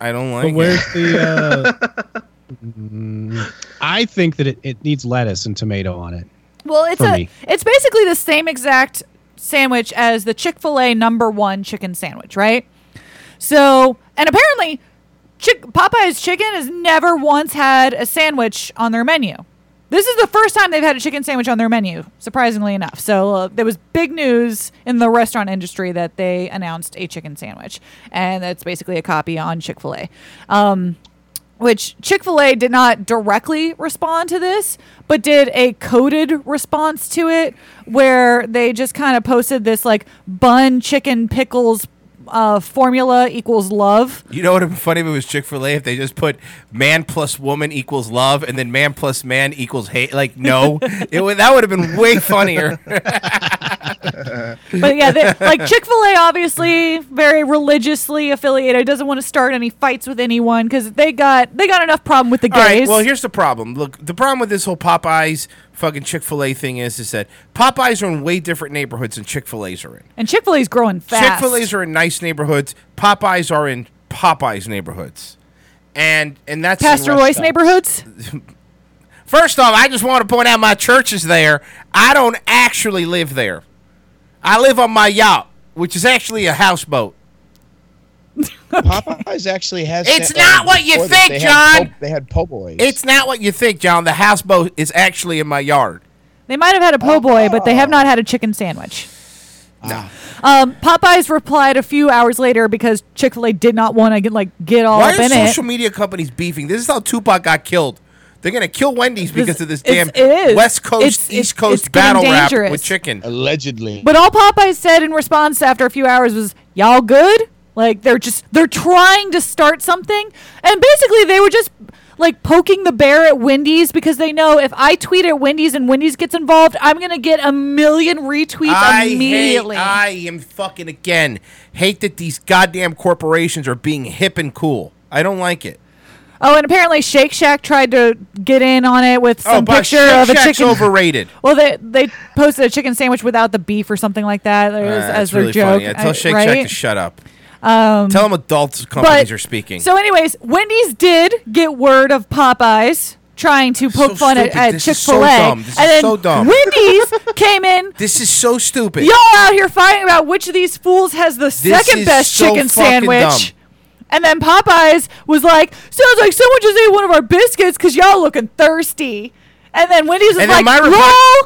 S2: I don't
S5: But
S2: like it.
S5: where's the? Uh, mm, I think that it, it needs lettuce and tomato on it.
S4: Well, it's
S5: for
S4: a
S5: me.
S4: it's basically the same exact sandwich as the Chick Fil A number one chicken sandwich, right? So, and apparently, Chick- Popeye's Chicken has never once had a sandwich on their menu. This is the first time they've had a chicken sandwich on their menu, surprisingly enough. So uh, there was big news in the restaurant industry that they announced a chicken sandwich, and that's basically a copy on Chick Fil A. Um, which Chick fil A did not directly respond to this, but did a coded response to it where they just kind of posted this like bun, chicken, pickles uh, formula equals love.
S2: You know what would have been funny if it was Chick Fil A if they just put man plus woman equals love and then man plus man equals hate. Like no, it would, that would have been way funnier.
S4: But yeah, they, like Chick fil A obviously very religiously affiliated, doesn't want to start any fights with anyone because they got, they got enough problem with the
S2: All right.
S4: gays.
S2: Well, here's the problem. Look, the problem with this whole Popeyes fucking Chick Fil A thing is, is that Popeyes are in way different neighborhoods than Chick Fil A's are in.
S4: and Chick fil A's growing fast.
S2: Chick Fil A's are in nice neighborhoods. Popeyes are in Popeyes neighborhoods, and and that's
S4: Pastor Royce neighborhoods.
S2: First off, I just want to point out my church is there. I don't actually live there. I live on my yacht, which is actually a houseboat.
S1: Popeyes actually has.
S2: It's
S1: sent-
S2: not
S1: uh,
S2: what you
S1: before this,
S2: think,
S1: they had
S2: John.
S1: po- they had po' boys.
S2: It's not what you think, John. The houseboat is actually in my yard.
S4: They might have had a po' boy, but they have not had a chicken sandwich. No. Um, Popeyes replied a few hours later because Chick Fil A did not want to get like get all
S2: Why
S4: up
S2: are
S4: Oh, in
S2: social
S4: it.
S2: media companies beefing? This is how Tupac got killed. They're gonna kill Wendy's because of this
S4: it's-
S2: damn
S4: it is.
S2: West Coast
S4: It's-
S2: East
S4: it's-
S2: Coast
S4: it's getting
S2: battle rap
S4: dangerous.
S2: with chicken.
S1: allegedly.
S4: But all Popeyes said in response after a few hours was, "Y'all good?" Like they're just they're trying to start something, and basically they were just like poking the bear at Wendy's because they know if I tweet at Wendy's and Wendy's gets involved, I'm gonna get a million retweets
S2: I
S4: immediately.
S2: hate, I am fucking again hate that these goddamn corporations are being hip and cool. I don't like it.
S4: oh, and apparently Shake Shack tried to get in on it with some
S2: oh, but
S4: picture
S2: Shake
S4: of a
S2: Shack's
S4: chicken.
S2: overrated.
S4: Well, they they posted a chicken sandwich without the beef or something like that as,
S2: Uh,
S4: as
S2: that's
S4: their
S2: really
S4: joke.
S2: funny. Yeah, tell
S4: uh,
S2: Shake Shack
S4: right? Um,
S2: to shut up. tell them adult companies are speaking.
S4: So, anyways, Wendy's did get word of Popeyes trying to poke
S2: so
S4: fun at,
S2: stupid.
S4: at
S2: This
S4: Chick
S2: is so
S4: Fil A,
S2: dumb. This is
S4: and then
S2: so dumb.
S4: Wendy's came in.
S2: this is so stupid.
S4: Y'all out here fighting about which of these fools has the second
S2: is
S4: best
S2: so
S4: chicken
S2: fucking
S4: sandwich.
S2: dumb.
S4: And then Popeyes was like, "Sounds like someone just ate one of our biscuits because y'all looking thirsty." And then Wendy's was
S2: And
S4: like,
S2: then my reply-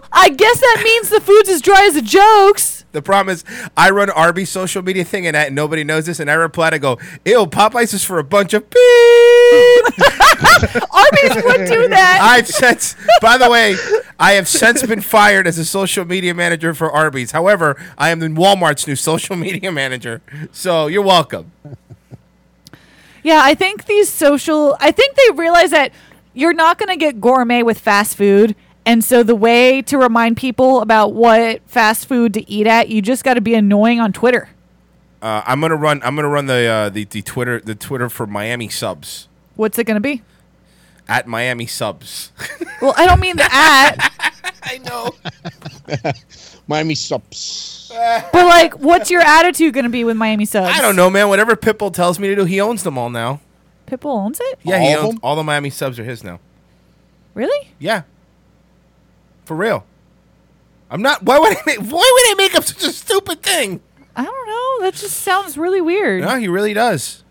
S4: "Well, I guess that means the food's as dry as the jokes."
S2: The problem is, I run Arby's social media thing, and I, nobody knows this. And I reply to go, "Ew, Popeyes is for a bunch of beep."
S4: Arby's would do that.
S2: I've since, by the way, I have since been fired as a social media manager for Arby's. However, I Uh, am in Walmart's new social media manager, so you're welcome.
S4: Yeah, I think these social. I think they realize that you're not going to get gourmet with fast food. And so the way to remind people about what fast food to eat at, you just got to be annoying on Twitter.
S2: Uh, I'm gonna run. I'm gonna run the, uh, the the Twitter the Twitter for Miami subs
S4: What's it going to be?
S2: at Miami subs.
S4: Well, I don't mean the at,
S2: I know.
S1: Miami Subs.
S4: but like, what's your attitude going to be with Miami subs?
S2: I don't know, man. Whatever Pitbull tells me to do, he owns them all now.
S4: Pitbull owns it.
S2: Yeah, he
S1: All of
S2: owns
S1: them?
S2: all the Miami subs are his now.
S4: Really?
S2: Yeah. For real. I'm not. Why would I make? Why would I make up such a stupid thing?
S4: I don't know. That just sounds really weird.
S2: No, he really does.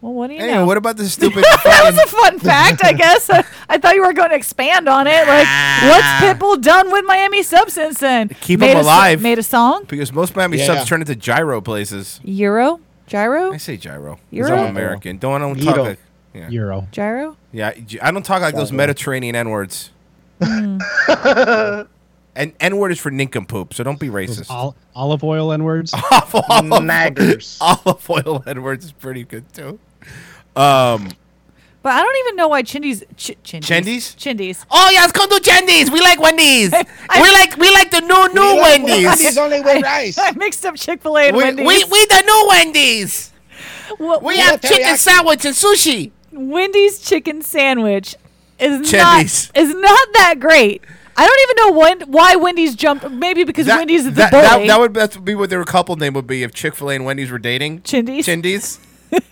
S4: Well, what do you
S2: Anyway,
S4: know?
S2: what about this stupid?
S4: that was
S2: fucking-
S4: a fun fact, I guess. I, I thought you were going to expand on it. Like, what's Pitbull done with Miami Substance then?
S2: Keep 'em
S4: made a so-
S2: alive.
S4: made a song?
S2: because most Miami
S1: Yeah.
S2: subs turn into gyro places.
S4: Euro? Gyro?
S2: I say gyro. 'cause
S4: Euro?
S2: I'm American. Don't I don't talk
S3: Gyro.
S2: like yeah.
S5: Euro.
S4: Gyro?
S2: yeah. I don't talk like those Mediterranean n words.
S1: Mm.
S2: and n word is for nincompoop, so don't be racist.
S5: Ol- olive oil N words.
S3: Naggers.
S2: Olive oil n words is pretty good too. Um.
S4: But I don't even know why Chindy's. Ch- Chindy's.
S2: Chindies?
S4: Chindies.
S2: Oh yes, come to Wendy's. We like Wendy's.
S4: I-
S2: we like we like the new new Wendy's.
S1: Wendy's only with rice.
S4: I mixed up Chick fil A and
S2: We,
S4: Wendy's.
S2: we we the new Wendy's.
S4: What-
S2: We have chicken
S1: teriyaki.
S2: sandwich and sushi.
S4: Wendy's chicken sandwich is
S2: Chindies.
S4: not is not that great. I don't even know when, why Wendy's jumped. Maybe because Wendy's is the
S2: that,
S4: bully.
S2: that, that would that's be what their couple name would be if Chick Fil A and Wendy's were dating.
S4: Chindies.
S2: Chindies.
S4: like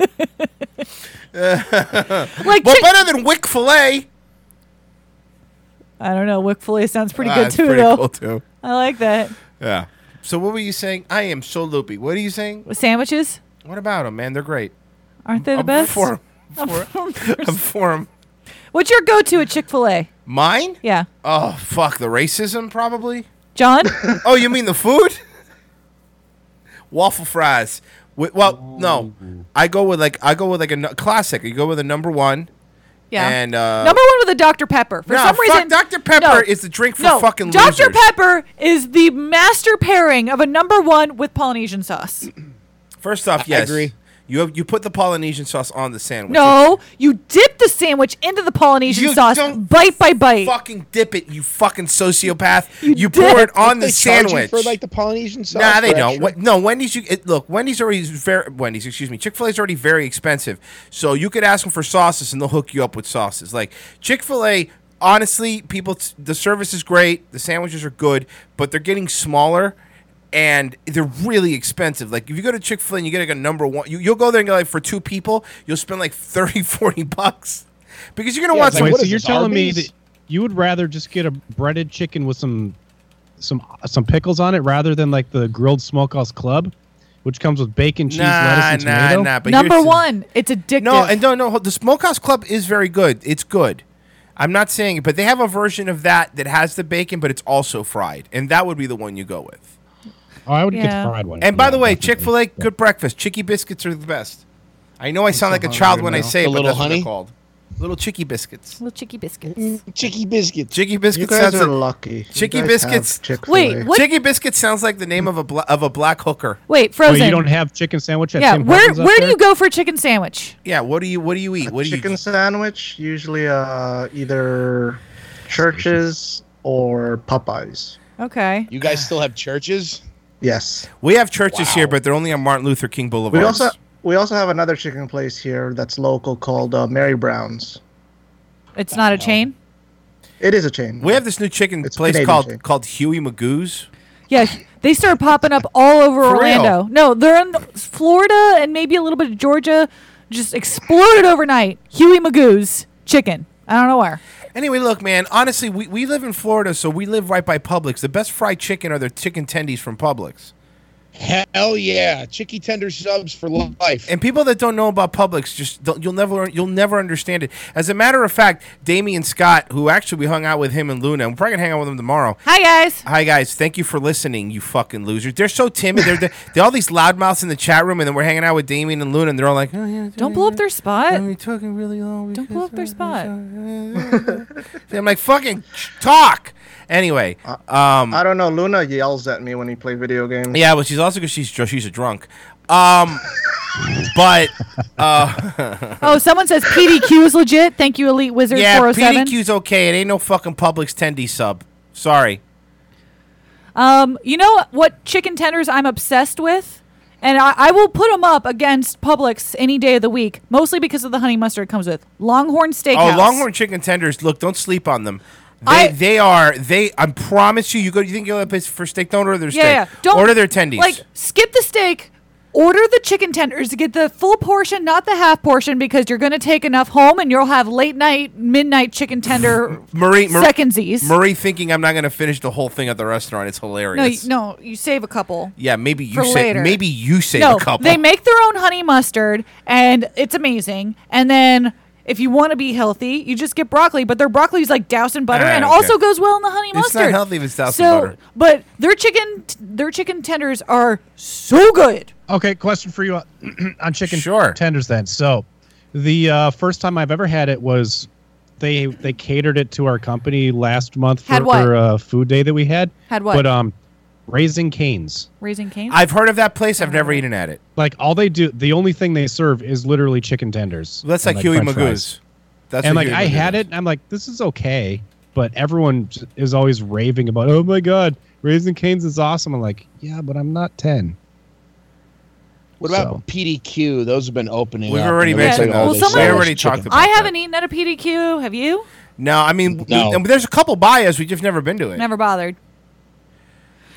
S2: Well,
S4: Chick-
S2: better than Wick Fil A.
S4: I don't know. Wick Filet sounds pretty good
S2: Ah, it's
S4: too,
S2: pretty
S4: though.
S2: cool too.
S4: I like that.
S2: Yeah. So what were you saying? I am so loopy. What are you saying?
S4: Sandwiches
S2: What about them, man? They're great.
S4: aren't they the
S2: I'm
S4: best?
S2: for 'em. I'm for 'em.
S4: What's your go-to at Chick Fil A?
S2: Mine?
S4: Yeah,
S2: Oh fuck, the racism probably.
S4: John.
S2: Oh, you mean the food? Waffle fries. With, well, no, I go with like I go with like a nu- classic. You go with a number one.
S4: Yeah.
S2: And, uh,
S4: number one with a Dr Pepper. For
S2: Nah,
S4: some
S2: fuck,
S4: reason,
S2: Dr. Pepper is the drink for
S4: no,
S2: fucking
S4: Dr
S2: losers.
S4: Pepper is the master pairing of a number one with Polynesian sauce.
S2: First off, yes,
S1: agree.
S2: You have you put the Polynesian sauce on the sandwich.
S4: No, you dip the sandwich into the Polynesian
S2: You
S4: sauce,
S2: don't
S4: bite by bite.
S2: fucking dip it, you fucking sociopath. You,
S4: You
S2: pour
S4: dip-
S2: it on
S1: They
S2: the
S1: charge you
S2: sandwich.
S1: for like the Polynesian sauce.
S2: Nah, they
S1: for
S2: don't.
S1: extra?
S2: What, no, Wendy's. You it, look, Wendy's already is very Wendy's. Excuse me, Chick Fil A's already very expensive. So you could ask them for sauces, and they'll hook you up with sauces. Like Chick Fil A, honestly, people, t- the service is great, the sandwiches are good, but they're getting smaller. And they're really expensive. Like if you go to Chick Fil A and you get like a number one, you, you'll go there and go like for two people, you'll spend like 30, 40 bucks because you're gonna
S1: Yeah,
S2: want
S1: it's
S2: some.
S1: like,
S5: Wait,
S1: what
S5: so
S1: is
S5: you're
S1: this,
S5: telling me
S1: Arby's?
S5: that you would rather just get a breaded chicken with some some some pickles on it rather than like the grilled smokehouse club, which comes with bacon, cheese, lettuce, and tomato?
S2: but
S4: number
S2: here's the-
S4: one, it's addictive.
S2: No, and no, no. hold- The Smokehouse Club is very good. It's good. I'm not saying it, but they have a version of that that has the bacon, but it's also fried, and that would be the one you go with.
S5: Oh, I would get
S4: Yeah.
S5: the fried one.
S2: And by
S5: Yeah,
S2: the way,
S5: definitely.
S2: Chick Fil A, good breakfast. Chicky biscuits are the best. I know I sound like a child when I say it,
S1: The
S2: but
S1: little
S2: that's what they're
S1: honey?
S2: called. Little chicky biscuits.
S4: little chicky biscuits.
S1: Chicky biscuits.
S2: Chicky
S3: You
S2: biscuits
S3: guys
S2: sounds
S3: are
S2: like,
S3: lucky. You
S2: Chicky
S3: guys
S2: biscuits.
S3: have Chick-fil-A.
S4: Wait, what?
S2: chicky biscuit sounds like the name of a bla- of a black hooker.
S4: Wait,
S5: Wait,
S4: frozen.
S5: you don't have chicken sandwich at
S4: yeah,
S5: Tim
S4: where
S5: Hortons up
S4: where do
S5: there?
S4: you go for a chicken sandwich?
S2: Yeah, what do you what do you eat? What do
S3: Chicken
S2: you?
S3: sandwich, usually uh, either churches or Popeyes.
S4: Okay.
S1: You guys still have churches?
S3: Yes.
S2: We have churches
S1: Wow.
S2: here, but they're only on Martin Luther King Boulevard.
S3: We also we also have another chicken place here that's local called uh, Mary Brown's.
S4: It's not a chain.
S3: It is a chain.
S2: We have this new chicken
S3: It's
S2: place
S3: Canadian
S2: called
S3: chicken.
S2: called Huey Magoo's.
S4: Yeah, they started popping up all over
S2: For real?
S4: Orlando. No, they're in Florida and maybe a little bit of Georgia. Just exploded overnight. Huey Magoo's chicken. I don't know where.
S2: Anyway, look, man. Honestly, we, we live in Florida, so we live right by Publix. The best fried chicken are the chicken tendies from Publix.
S1: Hell yeah, chicky tender subs for life.
S2: And people that don't know about Publix, just don't, you'll never you'll never understand it. As a matter of fact, Damian Scott, who actually we hung out with him and Luna, and we're probably gonna hang out with him tomorrow.
S4: Hi guys.
S2: Hi guys, thank you for listening. You fucking losers. They're so timid. They're, they're, all these loudmouths in the chat room, and then we're hanging out with Damien and Luna, and they're all like, "Oh yeah,
S4: Don't blow up their
S2: And
S4: spot.
S2: we took it really long.
S4: Don't blow up their spot.
S2: I'm like, fucking talk. Anyway, um,
S3: I don't know. Luna yells at me when he plays video games.
S2: yeah, but she's also because she's dr- she's a drunk. Um, But
S4: Oh, someone says PDQ is legit. Thank you, Elite Wizard
S2: yeah,
S4: 407.
S2: PDQ's okay. It ain't no fucking Publix Tendy sub. Sorry.
S4: Um, you know what chicken tenders I'm obsessed with? And I, I will put them up against Publix any day of the week, mostly because of the honey mustard it comes with. Longhorn Steakhouse.
S2: Oh, Longhorn chicken tenders. Look, don't sleep on them. They,
S4: I-
S2: they are they. I promise you. You go. You think you'll have a place for steak? Don't order their
S4: Yeah, yeah.
S2: steak.
S4: Don't
S2: order their tendies.
S4: Like skip the steak, order the chicken tenders to get the full portion, not the half portion, because you're going to take enough home and you'll have late night, midnight chicken tender
S2: Marie, Marie
S4: secondsies.
S2: Marie thinking I'm not going to finish the whole thing at the restaurant. It's
S4: no, you,
S2: hilarious.
S4: no, you save a couple.
S2: Yeah, maybe you
S4: For
S2: say
S4: later.
S2: maybe you say
S4: no,
S2: a couple.
S4: they make their own honey mustard, and it's amazing. And then. If you want to be healthy, you just get broccoli, but their broccoli's like doused in butter
S2: Ah,
S4: and
S2: okay.
S4: also goes well in the honey
S2: It's not
S4: mustard.
S2: healthy if it's doused in
S4: so,
S2: butter.
S4: But their chicken their chicken tenders are so good.
S5: Okay, question for you on- on chicken
S2: Sure.
S5: tenders then. So, the uh, first time I've ever had it was they they catered it to our company last month for,
S4: Had what?
S5: for uh, food day that we had.
S4: Had what?
S5: But um, raising canes.
S4: Raising canes.
S2: I've heard of that place. I've never eaten at it.
S5: Like all they do, the only thing they serve is literally chicken tenders.
S2: That's
S5: and,
S2: like, Huey
S5: french fries.
S2: Magoo's. That's
S5: and like
S2: what Huey
S5: I
S2: Magoo's
S5: had
S2: is.
S5: it, and I'm like, this is okay. But everyone j- is always raving about, oh my god, raising canes is awesome. I'm like, yeah, but I'm not ten.
S1: What about
S5: So-
S1: PDQ? Those have been opening.
S2: We've
S1: up,
S2: already
S1: and it looks
S4: mentioned
S1: all
S4: those.
S1: they sell
S4: Well, someone-
S1: is
S4: We
S2: already
S1: chicken.
S2: talked about-
S4: I haven't eaten at a PDQ. Have you?
S2: No, I mean,
S1: No.
S2: we- and there's a couple bios. We've just never been to it.
S4: Never bothered.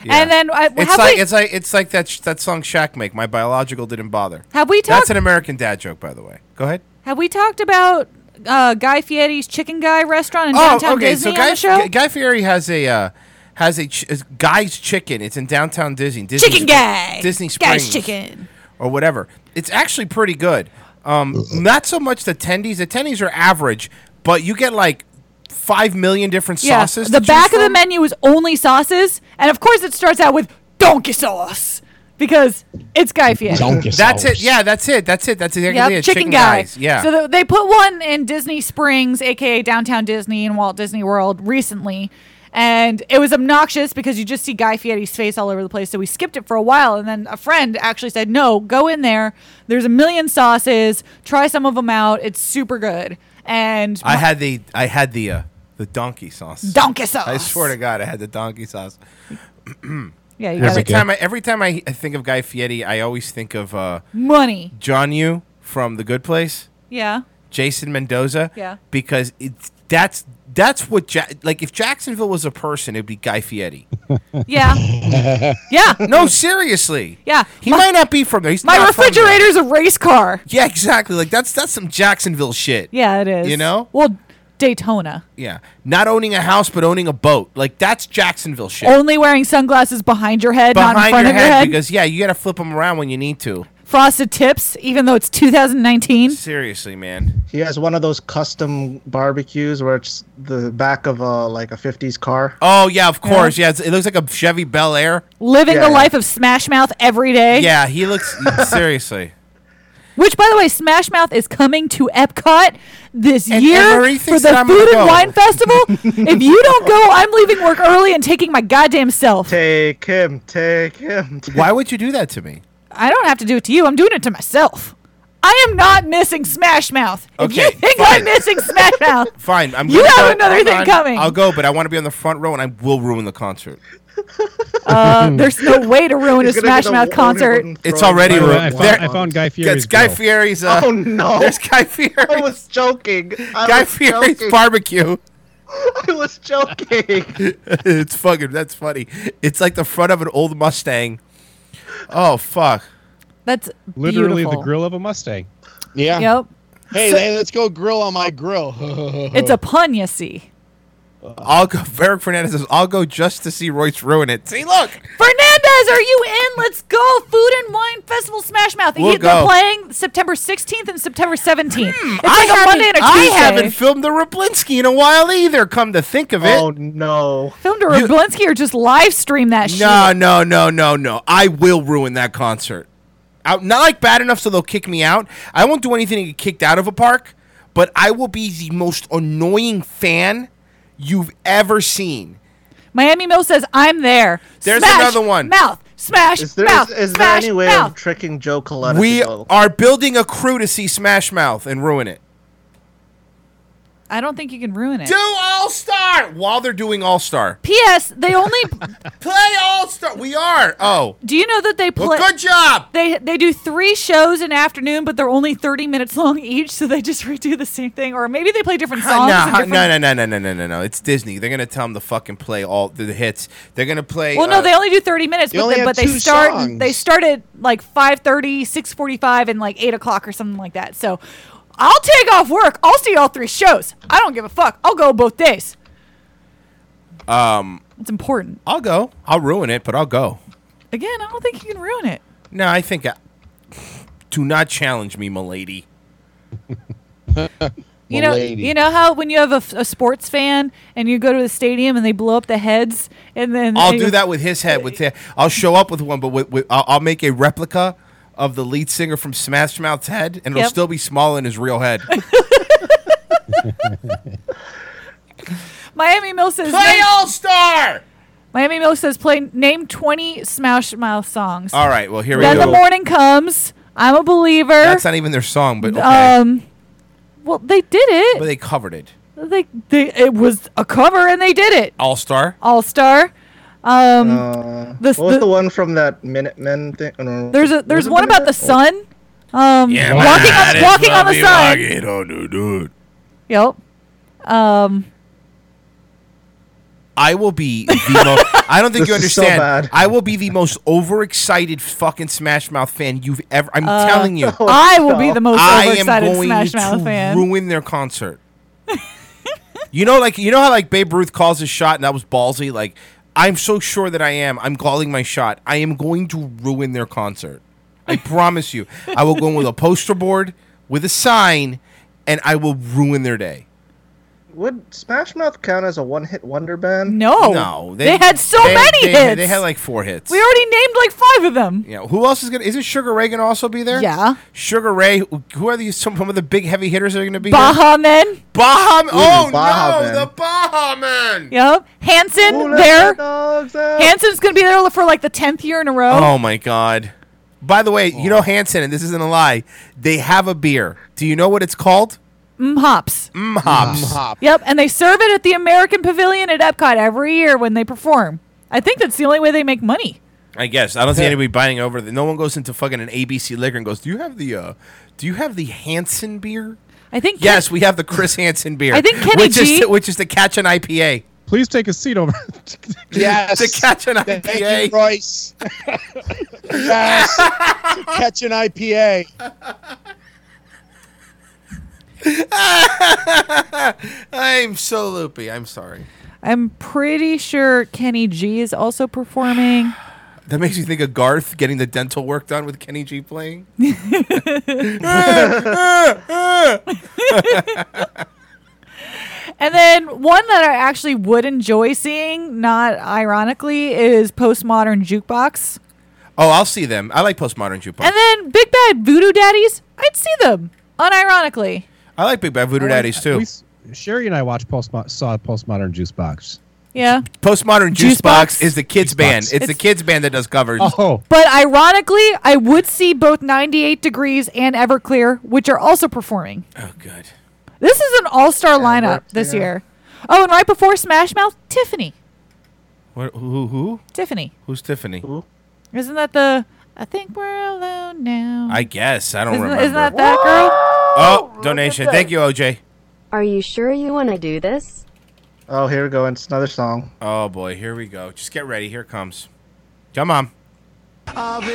S2: Yeah.
S4: And then I,
S2: it's
S4: have,
S2: like
S4: we,
S2: it's like it's like that sh- that song Shaq make. My biological didn't bother.
S4: have we
S2: That's
S4: talked?
S2: an American dad joke, by the way. Go ahead.
S4: have we talked about uh, Guy Fieri's Chicken Guy restaurant in downtown Disney
S2: Oh, Guy,
S4: on the show?
S2: G- Guy Fieri has a uh, has a ch- is Guy's Chicken. It's in downtown Disney. Disney
S4: chicken
S2: Spr-
S4: Guy.
S2: Disney
S4: Guy's
S2: Springs.
S4: Chicken.
S2: or whatever. It's actually pretty good. Um, not so much the tendies. The tendies are average, but you get like five million different
S4: Yeah.
S2: sauces.
S4: The
S2: to
S4: back
S2: choose
S4: of the
S2: from.
S4: menu is only sauces, and of course it starts out with donkey sauce because it's Guy Fieri.
S1: Donkey
S2: That's it.
S1: sauce.
S2: Yeah, that's it. That's it. That's exactly
S4: Yep,
S2: it.
S4: chicken, guy.
S2: guys. Yeah.
S4: So th- they put one in Disney Springs, aka downtown Disney and Walt Disney World, recently, and it was obnoxious because you just see Guy Fieri's face all over the place. So we skipped it for a while, and then a friend actually said, "No, go in there. There's a million sauces. Try some of them out. It's super good." And
S2: I had the I had the uh, the donkey sauce.
S4: donkey sauce.
S2: I swear to God, I had the donkey sauce.
S4: yeah, you got
S5: Was it
S2: Every
S4: it.
S5: good?
S2: time I every time I I think of Guy Fieri, I always think of uh,
S4: money.
S2: John Yu from The Good Place.
S4: Yeah,
S2: Jason Mendoza.
S4: Yeah.
S2: Because it's that's that's what ja- like if Jacksonville was a person, it'd be Guy Fieri.
S4: yeah, yeah.
S2: No, seriously.
S4: Yeah.
S2: He
S4: My-
S2: might not be from there. He's
S4: My
S2: not from there.
S4: refrigerator's a race car.
S2: Yeah, exactly. Like that's that's some Jacksonville shit.
S4: Yeah, it is.
S2: You know?
S4: Well, Daytona.
S2: Yeah. Not owning a house but owning a boat. Like that's Jacksonville shit.
S4: only wearing sunglasses behind your head,
S2: Behind
S4: not in front
S2: your,
S4: of
S2: head,
S4: your head.
S2: because yeah, you gotta flip them around when you need to.
S4: Frosted tips, even though it's 2019.
S2: Seriously, man.
S3: He has one of those custom barbecues where it's the back of a like a 50s car.
S2: Oh yeah, of course. Yeah, it's, it looks like a Chevy Bel Air.
S4: Living
S3: Yeah,
S4: the
S3: yeah.
S4: life of Smash Mouth every day.
S2: Yeah, he looks seriously.
S4: Which, by the way, Smash Mouth is coming to Epcot this
S2: And-
S4: year
S2: and Marie
S4: for
S2: thinks
S4: the
S2: that I'm
S4: Food
S2: gonna
S4: and
S2: go.
S4: Wine Festival. if you don't go, I'm leaving work early and taking my goddamn self.
S3: Take him, take him. Take
S2: Why would you do that to me?
S4: I don't have to do it to you. I'm doing it to myself. I am not missing Smash Mouth. if
S2: Okay,
S4: you think
S2: fine.
S4: I'm missing Smash Mouth,
S2: Fine, I'm.
S4: You
S2: gonna
S4: have
S2: go-
S4: another
S2: hold
S4: thing
S2: on.
S4: coming.
S2: I'll go, but I want to be on the front row, and I will ruin the concert.
S4: uh, there's no way to ruin a
S3: He's gonna be
S4: Smash
S3: the
S4: Mouth
S3: only
S4: concert.
S3: one
S2: It's
S3: throwing
S2: already
S5: By the way, I
S3: violence.
S2: ruined.
S5: found,
S2: There-
S5: I found Guy Fieri's.
S2: That's Guy
S5: grill.
S2: Fieri's. Uh,
S3: Oh no!
S2: There's Guy Fieri.
S3: I was joking. I
S2: Guy
S3: was
S2: Fieri's
S3: joking.
S2: barbecue.
S3: I was joking.
S2: it's fucking. That's funny. It's like the front of an old Mustang. Oh fuck.
S4: That's
S5: Literally
S4: beautiful.
S5: the grill of a Mustang.
S1: Yeah.
S4: Yep.
S1: Hey, hey, let's go grill on my grill.
S4: It's
S2: Oh.
S4: a pun, you see.
S2: I'll go. Eric Fernandez says I'll go just to see Royce ruin it. See, look.
S4: Fernandez, are you in? Let's go. Food and Wine Festival Smash Mouth.
S2: We'll
S4: He- They're
S2: go. Hmm,
S4: playing September 16th and September 17th. it's
S2: I
S4: like a
S2: haven't-
S4: Monday and a
S2: I
S4: Tuesday.
S2: haven't filmed the Raplinsky in a while either. Come to think of it.
S3: oh no!
S4: filmed a Rablinsky or just live stream that
S2: No,
S4: shit.
S2: no, no, no, no. I will ruin that concert. I, not like bad enough so they'll kick me out. I won't do anything to get kicked out of a park, but I will be the most annoying fan you've ever seen.
S4: Miami Mill says, I'm there.
S2: There's
S4: Smash
S2: another one.
S4: Mouth smash
S3: Is there
S4: mouth.
S3: is, is there
S4: smash
S3: any way
S4: mouth.
S3: of tricking Joe Coletta?
S2: we
S3: to go?
S2: are building a crew to see Smash Mouth and ruin it.
S4: I don't think you can ruin it.
S2: Do All Star while they're doing All Star.
S4: P.S. They only.
S2: Play All Star. We are. Oh,
S4: do you know that they
S2: well,
S4: play?
S2: good job.
S4: They they do three shows in afternoon, but they're only thirty minutes long each, so they just redo the same thing, or maybe they play different songs.
S2: no,
S4: and
S2: no,
S4: different...
S2: no, no, no, no, no, no, no. It's Disney. They're gonna tell them to fucking play all the hits. They're gonna play.
S4: Well,
S2: uh,
S4: no, they only do thirty minutes,
S1: They
S4: but,
S1: only
S4: they,
S1: have
S4: but they
S1: two
S4: start
S1: songs.
S4: they start at like 5.30, 6.45, and like eight o'clock or something like that. So, I'll take off work. I'll see all three shows. I don't give a fuck. I'll go both days. Um, it's important.
S2: I'll go. I'll ruin it, but I'll go.
S4: Again, I don't think you can ruin it.
S2: No, I think. I, do not challenge me, milady.
S4: You know,
S1: Milady.
S4: you know how when you have a, f- a sports fan and you go to the stadium and they blow up the heads, and then
S2: I'll
S4: and
S2: do
S4: you-
S2: that with his head. With the, I'll show up with one, but with, with, I'll, I'll make a replica of the lead singer from Smash Mouth's head, and it'll
S4: Yep.
S2: still be smaller than his real head.
S4: Miami Mill says
S2: Play
S4: name-
S2: All Star.
S4: Miami Mill says play name twenty Smash Mouth songs.
S2: All right. Well, here we
S4: then the
S2: go.
S4: morning comes. I'm a believer.
S2: That's not even their song, but okay.
S4: Um, well, they did
S2: but
S4: it.
S2: they covered it.
S4: They, they, it was a cover, and they did it.
S2: All Star.
S4: All Star. Um,
S3: Uh,
S4: this-
S3: what was
S4: the-
S3: the, one from that Minutemen thing? Oh, no.
S4: there's a there's one about the sun. Um, walking on the, walking on the sun. Yep. Um,
S2: I will be the most. I don't think
S3: This
S2: you
S3: is so bad.
S2: understand. I will be the most overexcited fucking Smash Mouth fan you've ever. I'm telling you,
S3: Oh,
S4: I will be
S3: no.
S4: the most
S2: I am
S4: Uh, overexcited
S2: going
S4: Smash
S2: to
S4: Mouth fan.
S2: ruin their concert. you know, like you know how like Babe Ruth calls his shot, and that was ballsy. Like I'm so sure that I am. I'm calling my shot. I am going to ruin their concert. I promise you. I will go in with a poster board with a sign, and I will ruin their day.
S3: Would Smash Mouth count as a one-hit wonder band?
S4: no,
S2: no,
S4: Oh, they, had so
S2: they-
S4: many
S2: they-
S4: hits.
S2: They had like four hits.
S4: we already named like five of them.
S2: Yeah, who else is gonna? Isn't Sugar Ray gonna also be there?
S4: Yeah.
S2: Sugar Ray. Who are these? Some, some of the big heavy hitters that are gonna be. here?
S4: Baha Men.
S2: Baha. Oh
S3: Baha
S2: no,
S3: Man.
S2: the Baha Man.
S4: Yep. Hanson
S3: Who let
S4: there.
S3: the dogs out?
S4: Hanson's gonna be there for like the tenth year in a row.
S2: Oh my God. By the way, you know Hanson, and this isn't a lie. They have a beer. Do you know what it's called?
S4: Mm, hops.
S2: Mm hops.
S1: Hop.
S4: Yep, and they serve it at the American Pavilion at Epcot every year when they perform. I think that's the only way they make money.
S2: I guess I don't see anybody buying over. The, no one goes into fucking an ABC liquor and goes, "Do you have the uh, Do you have the Hanson beer?"
S4: I think
S2: Yes, we have the Chris Hansen beer.
S4: I think Kenny
S2: which
S4: G-
S2: is which is the catch an IPA.
S5: Please take a seat over.
S1: Yes.
S2: To catch an
S1: Thank
S2: IPA.
S1: you, Royce. yes. To catch an IPA.
S2: I'm so loopy. I'm sorry.
S4: I'm pretty sure Kenny G is also performing.
S2: That makes me think of Garth getting the dental work done with Kenny G playing.
S4: And then one that I actually would enjoy seeing, not ironically, is Postmodern Jukebox.
S2: Oh, I'll see them. I like postmodern jukebox.
S4: And then Big Bad Voodoo Daddies, I'd see them, unironically.
S2: I like Big Bad Voodoo Daddies too.
S5: We s- Sherry and I watched post saw postmodern juice box.
S4: Yeah.
S2: Postmodern Juice,
S4: Juice
S2: Box,
S4: Box?
S2: is the kids
S5: Juice
S2: band.
S5: Box.
S2: It's, the kids band that does covers.
S5: Oh,
S4: But ironically, I would see both 98 Degrees and Everclear, which are also performing.
S2: Oh, good.
S4: This is an all-star lineup this year. Oh, and right before Smash Mouth, Tiffany.
S2: What, who, who? Who?
S4: Tiffany.
S2: Who's Tiffany?
S4: Isn't that the I think we're alone now?
S2: I guess I don't
S4: isn't,
S2: remember.
S4: isn't that that girl?
S2: oh, donation. Thank you, OJ.
S6: Are you sure you want to do this?
S3: Oh, here we go. It's another song.
S2: Oh boy, here we go. Just get ready. Here it comes. Come on.
S9: Well, the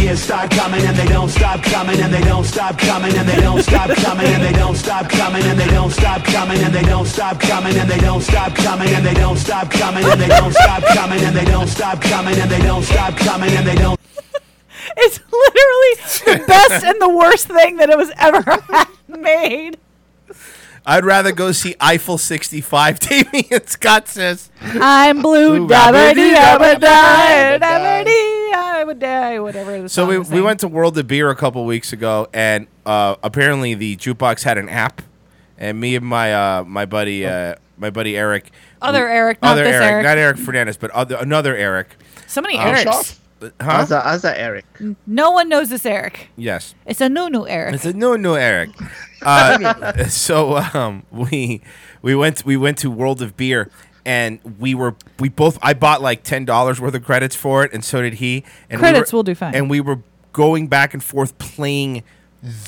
S9: years start coming and they don't stop coming and they don't stop coming and they don't stop coming and they don't stop coming and they don't stop coming and they don't stop coming and they don't stop coming and they don't stop coming and they don't stop coming and they don't stop coming and they don't stop coming and they don't
S4: It's literally the best and the worst thing that it was ever made.
S2: I'd rather go see Eiffel 65. Damien Scott says.
S4: I'm blue,
S2: Ooh, dabba
S4: dabba dee,
S2: dee,
S4: dabba
S2: dabba
S4: die, dabba dee, I would die, whatever. The
S2: So
S4: song
S2: we,
S4: was
S2: we
S4: saying.
S2: went to World of Beer a couple weeks ago, and uh, apparently the jukebox had an app, and me and my uh, my buddy uh, my buddy Eric
S4: Oh. Other Eric, not
S2: Other
S4: this
S2: Eric,
S4: Eric.
S2: not Eric Fernandez, but other another Eric.
S4: so many
S2: Um,
S4: Erics.
S2: Huh?
S3: Aza, Aza Eric.
S4: No one knows this Eric.
S2: Yes.
S4: It's a new new Eric.
S2: It's a no, no, Eric. Uh, so um, we we went we went to World of Beer, and we were we both I bought like ten dollars worth of credits for it, and so did he. And we
S4: Credits
S2: were-
S4: will do fine.
S2: And we were going back and forth playing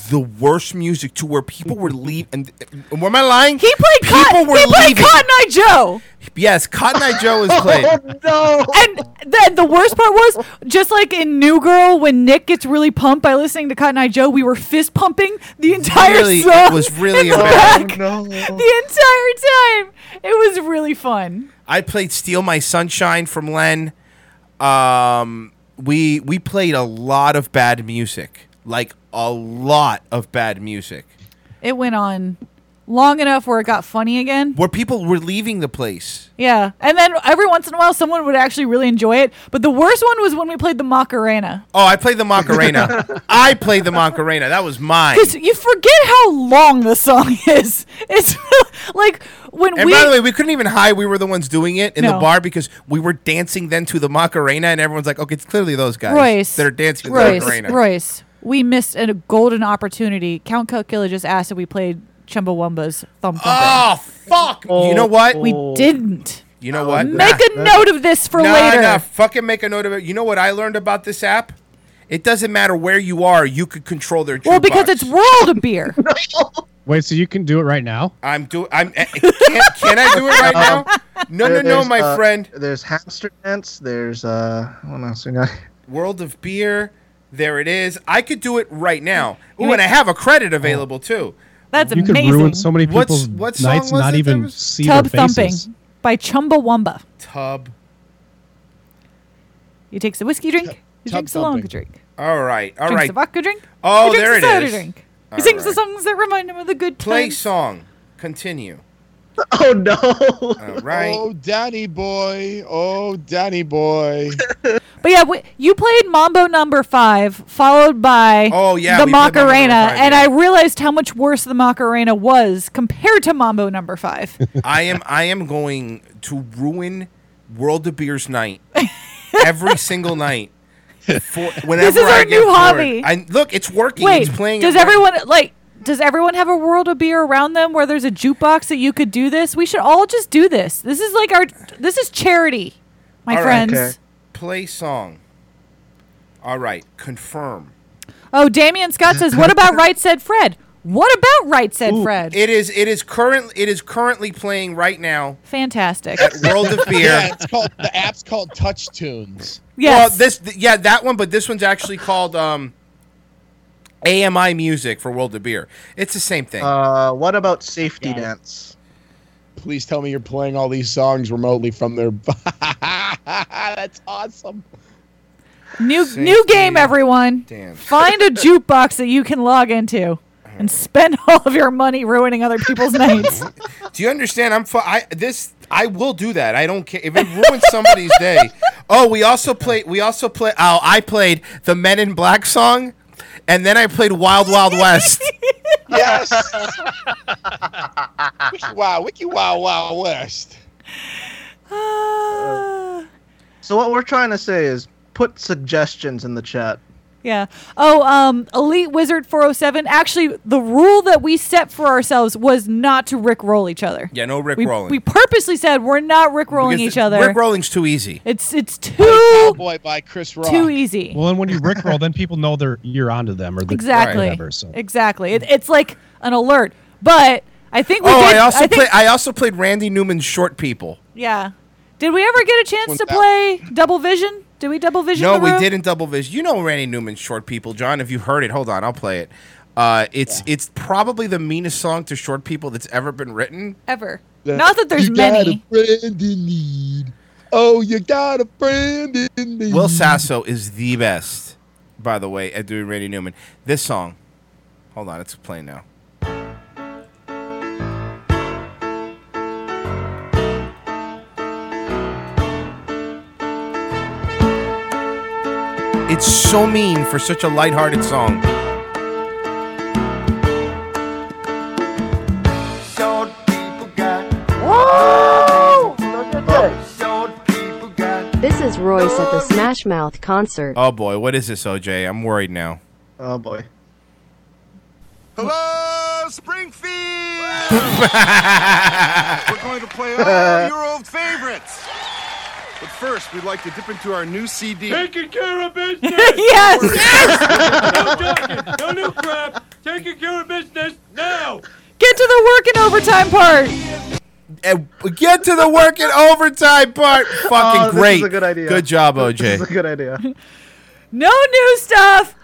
S2: the worst music to where people were leaving. And, and am I lying?
S4: he played
S2: people
S4: Cotton.
S2: were
S4: He played
S2: leaving.
S4: Cotton Eye Joe.
S2: Yes, Cotton Eye Joe was played.
S3: No.
S4: And then the worst part was just like in New Girl when Nick gets really pumped by listening to Cotton Eye Joe, we were fist pumping the entire
S2: Really, it
S4: song.
S2: was really
S4: in the
S2: embarrassing.
S4: back.
S3: No.
S4: The entire time. It was really fun.
S2: I played "Steal My Sunshine" from Len. Um, we we played a lot of bad music, like a lot of bad music,
S4: It went on long enough where it got funny again.
S2: where people were leaving the place.
S4: Yeah. And then every once in a while someone would actually really enjoy it. But the worst one was when we played the Macarena.
S2: Oh, I played the Macarena. I played the Macarena. That was mine.
S4: Because you forget how long the song is. It's like when
S2: And
S4: we
S2: by the way, we couldn't even hide. We were the ones doing it in the
S4: No.
S2: bar because we were dancing then to the Macarena, and everyone's like, "Okay, it's clearly those guys
S4: Royce.
S2: that are dancing to the
S4: Royce,
S2: Macarena."
S4: Royce, we missed a golden opportunity. Count Calcula just asked if we played Chumbawamba's Thumb Thump.
S2: Oh fuck! you know what?
S4: we didn't.
S2: you know what?
S4: Make a note of this for
S2: No,
S4: later.
S2: no, fucking make a note of it. You know what I learned about this app? It doesn't matter where you are, you could control their.
S4: Well, because
S2: jukebox.
S4: it's World of Beer.
S5: Wait, so you can do it right now?
S2: I'm doing. I'm. eh, Can, can I do it right now? No, no,
S3: Um, There-
S2: no,
S3: there's,
S2: my
S3: uh,
S2: friend.
S3: There's hamster dance. There's uh, what else we got?
S2: World of Beer. There it is. I could do it right now. Ooh, and I have a credit
S3: Oh.
S2: available too.
S4: That's
S5: you
S4: amazing.
S5: could ruin so many
S2: What's-
S5: people's
S2: what song
S5: nights
S2: was it
S5: not
S2: that
S5: even
S2: was-
S5: see
S4: Tub
S5: their
S4: Thumping
S5: faces.
S4: by Chumbawamba.
S2: Tub.
S4: He takes a whiskey drink. He
S1: Tub
S4: drinks a long
S1: Thumping.
S4: drink.
S2: All right. All
S4: drinks
S2: right.
S4: a vodka drink.
S2: Oh,
S4: he drinks
S2: there
S4: a
S2: it
S4: soda
S2: is.
S4: drink.
S2: All
S4: He sings the
S2: right.
S4: songs that remind him of the good
S2: Play
S4: times.
S2: song. Continue.
S3: Oh no.
S2: All right.
S1: Oh, Danny boy. Oh, Danny boy.
S4: But yeah, w- you played Mambo Number Five, followed by
S2: Oh, yeah,
S4: the
S2: we played Mambo Number
S4: Macarena,
S2: Five,
S4: and
S2: yeah.
S4: I realized how much worse the Macarena was compared to Mambo Number Five.
S2: I am I am going to ruin World of Beers night every single night. For, whenever
S4: This is
S2: I
S4: our
S2: get
S4: new
S2: bored.
S4: hobby.
S2: I, look, it's working.
S4: Wait,
S2: it's playing.
S4: does
S2: it right-
S4: everyone like? Does everyone have a world of beer around them where there's a jukebox that you could do this? We should all just do this. This is like our. This is charity, my
S2: All right,
S4: friends.
S3: okay.
S2: play song? All right, confirm.
S4: Oh, Damian Scott says, "What about Right Said Fred? What about Right Said Fred?
S2: It is it is current it is currently playing right now.
S4: Fantastic.
S2: World of
S1: Yeah,
S2: Beer.
S1: it's called the app's called Touch Tunes.
S4: yes.
S2: Well, this th- yeah, that one, but this one's actually called um AMI Music for World of Beer. It's the same thing.
S3: Uh, what about safety dance?
S1: Please tell me you're playing all these songs remotely from their. That's awesome.
S4: New
S2: Safety
S4: new game, everyone.
S2: Damn.
S4: Find a jukebox that you can log into and spend all of your money ruining other people's nights.
S2: Do you understand? I'm fu- I this I will do that. I don't care if it ruins somebody's day. Oh, we also played. We also play. Oh, I played the Men in Black song, and then I played Wild Wild West.
S1: Yes. Wiki wow, wiki wow, wow west.
S4: Ah,
S3: So what we're trying to say is put suggestions in the chat.
S4: yeah. Oh, um, Elite Wizard 407. Actually, the rule that we set for ourselves was not to rickroll each other.
S2: yeah, no Rick
S4: We,
S2: Rolling.
S4: we purposely said we're not rickrolling each other.
S2: Rick Rolling's too easy.
S4: it's it's too
S1: Cowboy Oh by Chris Rock.
S4: too easy.
S5: Well, and when you rickroll, then people know they're you're onto them or the,
S4: exactly.
S5: whatever. So
S4: Exactly. It, it's like an alert. But I think we
S2: Oh,
S4: did.
S2: I also
S4: think-
S2: played. I also played Randy Newman's Short People.
S4: Yeah. Did we ever get a chance
S1: One's
S4: to
S1: out.
S4: play Double Vision? Did we Double Vision?
S2: No,
S4: the
S2: we
S4: room?
S2: didn't double vision. You know Randy Newman's Short People, John. If you heard it, hold on, I'll play it. Uh, it's it's probably the meanest song to short people that's ever been written.
S4: Ever. Not that there's
S1: you
S4: many.
S1: Got a friend in need. Oh, you got a friend in need.
S2: Will Sasso is the best, by the way, at doing Randy Newman. This song, hold on, it's playing now. It's so mean for such a lighthearted song.
S9: Short people got
S4: Woo!
S6: Royce at the Smash Mouth concert.
S2: Oh boy, what is this, OJ? I'm worried now.
S3: Oh boy.
S10: Hello, Springfield! We're going to play all your old favorites. But first, we'd like to dip into our new CD.
S11: Taking care of business.
S10: Yes.
S11: yes. no talking. No new crap. Taking care of business now.
S4: Get to the work and overtime part.
S2: And get to the work and overtime part. Fucking
S3: Oh, this is
S2: great.
S3: a good idea.
S2: Good job,
S3: This is
S2: OJ.
S3: a good idea.
S4: No new stuff.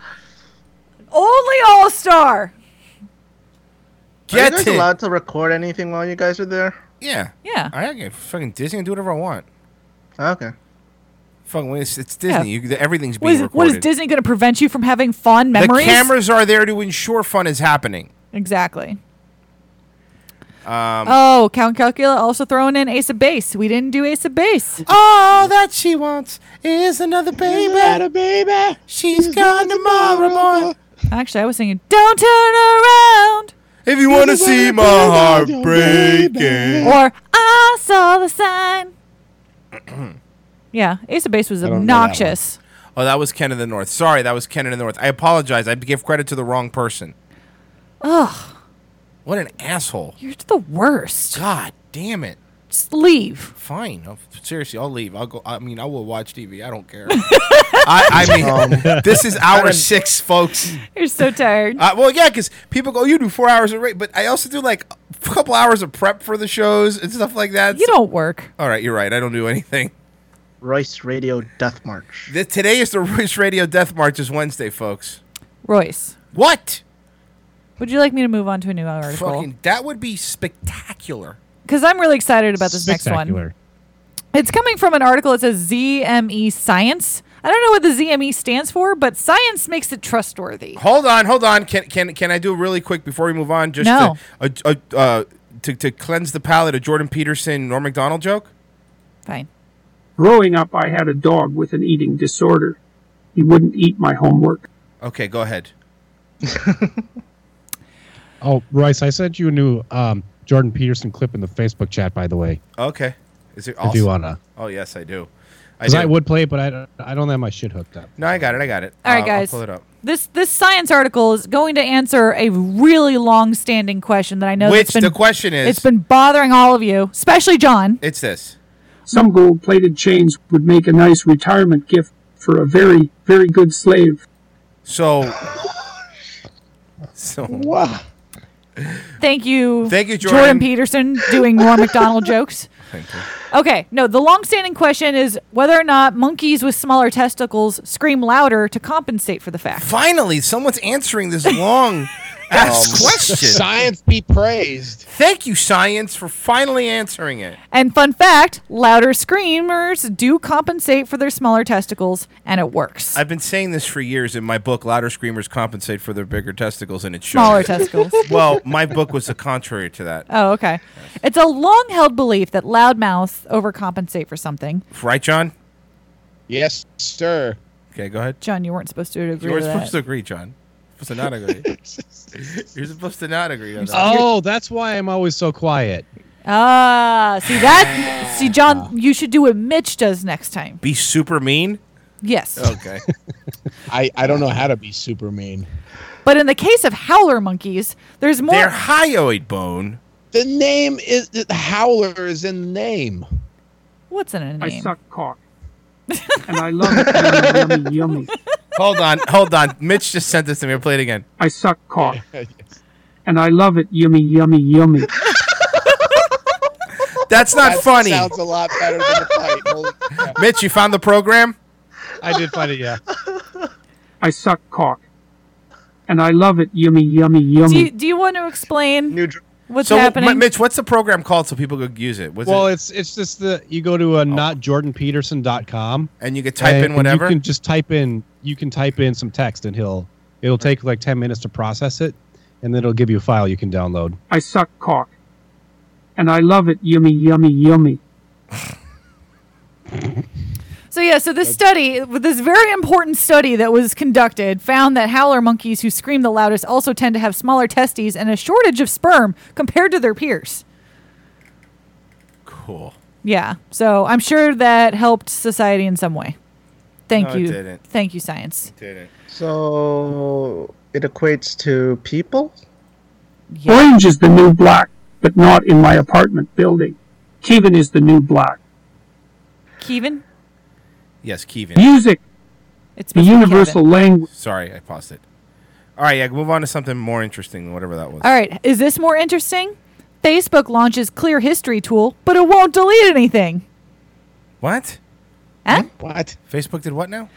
S4: Only All Star.
S3: Are
S2: Get
S3: you guys
S2: it.
S3: allowed to record anything while you guys are there?
S2: Yeah.
S4: Yeah.
S2: I get fucking Disney and do whatever I want.
S3: Okay.
S2: Fucking it's, it's Disney. You, everything's
S4: What
S2: being
S4: is,
S2: recorded.
S4: what is Disney going to prevent you from having fond memories?
S2: The cameras are there to ensure fun is happening.
S4: Exactly.
S2: Um,
S4: oh, Count Calcula also throwing in Ace of Base. We didn't do Ace of Base.
S2: All that she wants is another baby.
S1: baby.
S2: She's gone tomorrow morning.
S4: Actually, I was singing Don't Turn Around
S2: If you want to see my heart breaking.
S4: or I Saw the Sign. yeah, Ace of Base was
S1: don't know that one.
S4: obnoxious.
S2: Oh, that was Ken of the North. Sorry, that was Ken of the North. I apologize. I gave credit to the wrong person.
S4: Ugh,
S2: What an asshole.
S4: you're the worst.
S2: God damn it.
S4: Just leave.
S2: Fine. I'll- seriously, I'll leave. I'll go. I mean, I will watch TV. I don't care. I, I mean, this is hour six, folks.
S4: You're so tired.
S2: Uh, well, yeah, because people go, you do four hours of rate, but I also do like a couple hours of prep for the shows and stuff like that.
S4: you
S2: So-
S4: don't work.
S2: All right, you're right. I don't do anything.
S3: Royce Radio Death March.
S2: Th- today is the Royce Radio Death March. Is Wednesday, folks.
S4: Royce,
S2: What?
S4: would you like me to move on to a new article?
S2: Fucking, that would be spectacular.
S4: Because I'm really excited about this next one.
S5: Spectacular.
S4: It's coming from an article that says ZME Science. I don't know what the ZME stands for, but science makes it trustworthy.
S2: Hold on, hold on. Can can can I do really quick before we move on? Just
S4: No.
S2: to, uh, uh, uh, to to cleanse the palate of Jordan Peterson, Norm Macdonald joke.
S4: Fine.
S11: Growing up, I had a dog with an eating disorder. He wouldn't eat my homework.
S2: Okay, go ahead.
S5: Oh, Royce, I sent you a new um, Jordan Peterson clip in the Facebook chat, by the way.
S2: Okay, is it
S5: If you
S2: awesome?
S5: wanna,
S2: Oh yes, I do. I
S5: because
S2: do.
S5: I, would play it, but I don't, I don't have my shit hooked up.
S2: No, I got it. I got it.
S4: All right,
S2: Uh,
S4: guys.
S2: I'll pull it up.
S4: This this science article is going to answer a really long-standing question that I know
S2: Which
S4: that's been
S2: the question is,
S4: it's been bothering all of you, especially John.
S2: it's this.
S11: Some gold plated chains would make a nice retirement gift for a very, very good slave.
S2: So, so
S1: Wow.
S4: Thank you.
S2: Thank you, Jordan.
S4: Peterson, doing Norm Macdonald jokes. Okay, no, the long-standing question is whether or not monkeys with smaller testicles scream louder to compensate for the fact.
S2: finally, someone's answering this long ass question.
S1: Science be praised.
S2: Thank you, science, for finally answering it.
S4: And fun fact, louder screamers do compensate for their smaller testicles, and it works.
S2: I've been saying this for years in my book, Louder Screamers Compensate for Their Bigger Testicles, and it shows.
S4: Smaller testicles.
S2: well, my book was the contrary to that.
S4: Oh, okay. It's a long held belief that loud mouths overcompensate for something.
S2: Right, John?
S1: Yes, sir.
S2: Okay, go ahead.
S4: John, you weren't supposed to agree
S2: You were
S4: to
S2: supposed to
S4: that.
S2: agree, John. You're supposed to not agree. You're supposed to not agree on that.
S5: Oh, that's why I'm always so quiet.
S4: Ah, see that? see, John, you should do what Mitch does next time.
S2: Be super mean?
S4: Yes.
S2: Okay.
S1: I, I don't know how to be super mean.
S4: But in the case of howler monkeys, there's more.
S2: Their hyoid bone.
S1: The name is the Howler is in the name.
S4: What's in a
S11: I
S4: name?
S11: suck cock. and I love it. Yummy, yummy, yummy.
S2: Hold on, hold on. Mitch just sent this to me. Play it again.
S11: I suck cock. And I love it. Yummy, yummy, yummy.
S2: That's not funny.
S1: Sounds a lot better than the fight. Holy crap.
S2: Mitch, you found the program?
S5: I did find it, yeah.
S11: I suck cock. And I love it. Yummy, yummy,
S4: Do you,
S11: yummy.
S4: do you want to explain
S3: New dr-
S4: what's
S2: so,
S4: happening?
S2: M- Mitch, what's the program called so people could use it? What's
S5: Well,
S2: it?
S5: it's it's just the you go to uh, notjordanpeterson.com.
S2: And you could type
S5: and
S2: in whatever.
S5: You can just type in. You can type in some text, and he'll it'll take like ten minutes to process it, and then it'll give you a file you can download.
S11: I suck cock. And I love it. Yummy, yummy, yummy.
S4: So yeah, so this study, with this very important study that was conducted, found that howler monkeys who scream the loudest also tend to have smaller testes and a shortage of sperm compared to their peers.
S2: cool.
S4: Yeah. So I'm sure that helped society in some way. Thank
S3: No, it
S4: you.
S3: didn't.
S4: Thank you, science.
S3: So it equates to people.
S11: Orange is the new black, but not in my apartment building. Kevin is the new black.
S4: Kevin?
S2: Yes, Kevin.
S11: Music,
S4: It's
S11: the
S2: Mr.
S11: universal
S2: Kevin.
S11: language.
S2: Sorry, I paused it. All right, yeah, move on to something more interesting than whatever that was.
S4: All right. Is this more interesting? Facebook launches clear history tool, but it won't delete anything.
S2: What?
S4: Huh?
S1: What?
S2: Facebook did what now?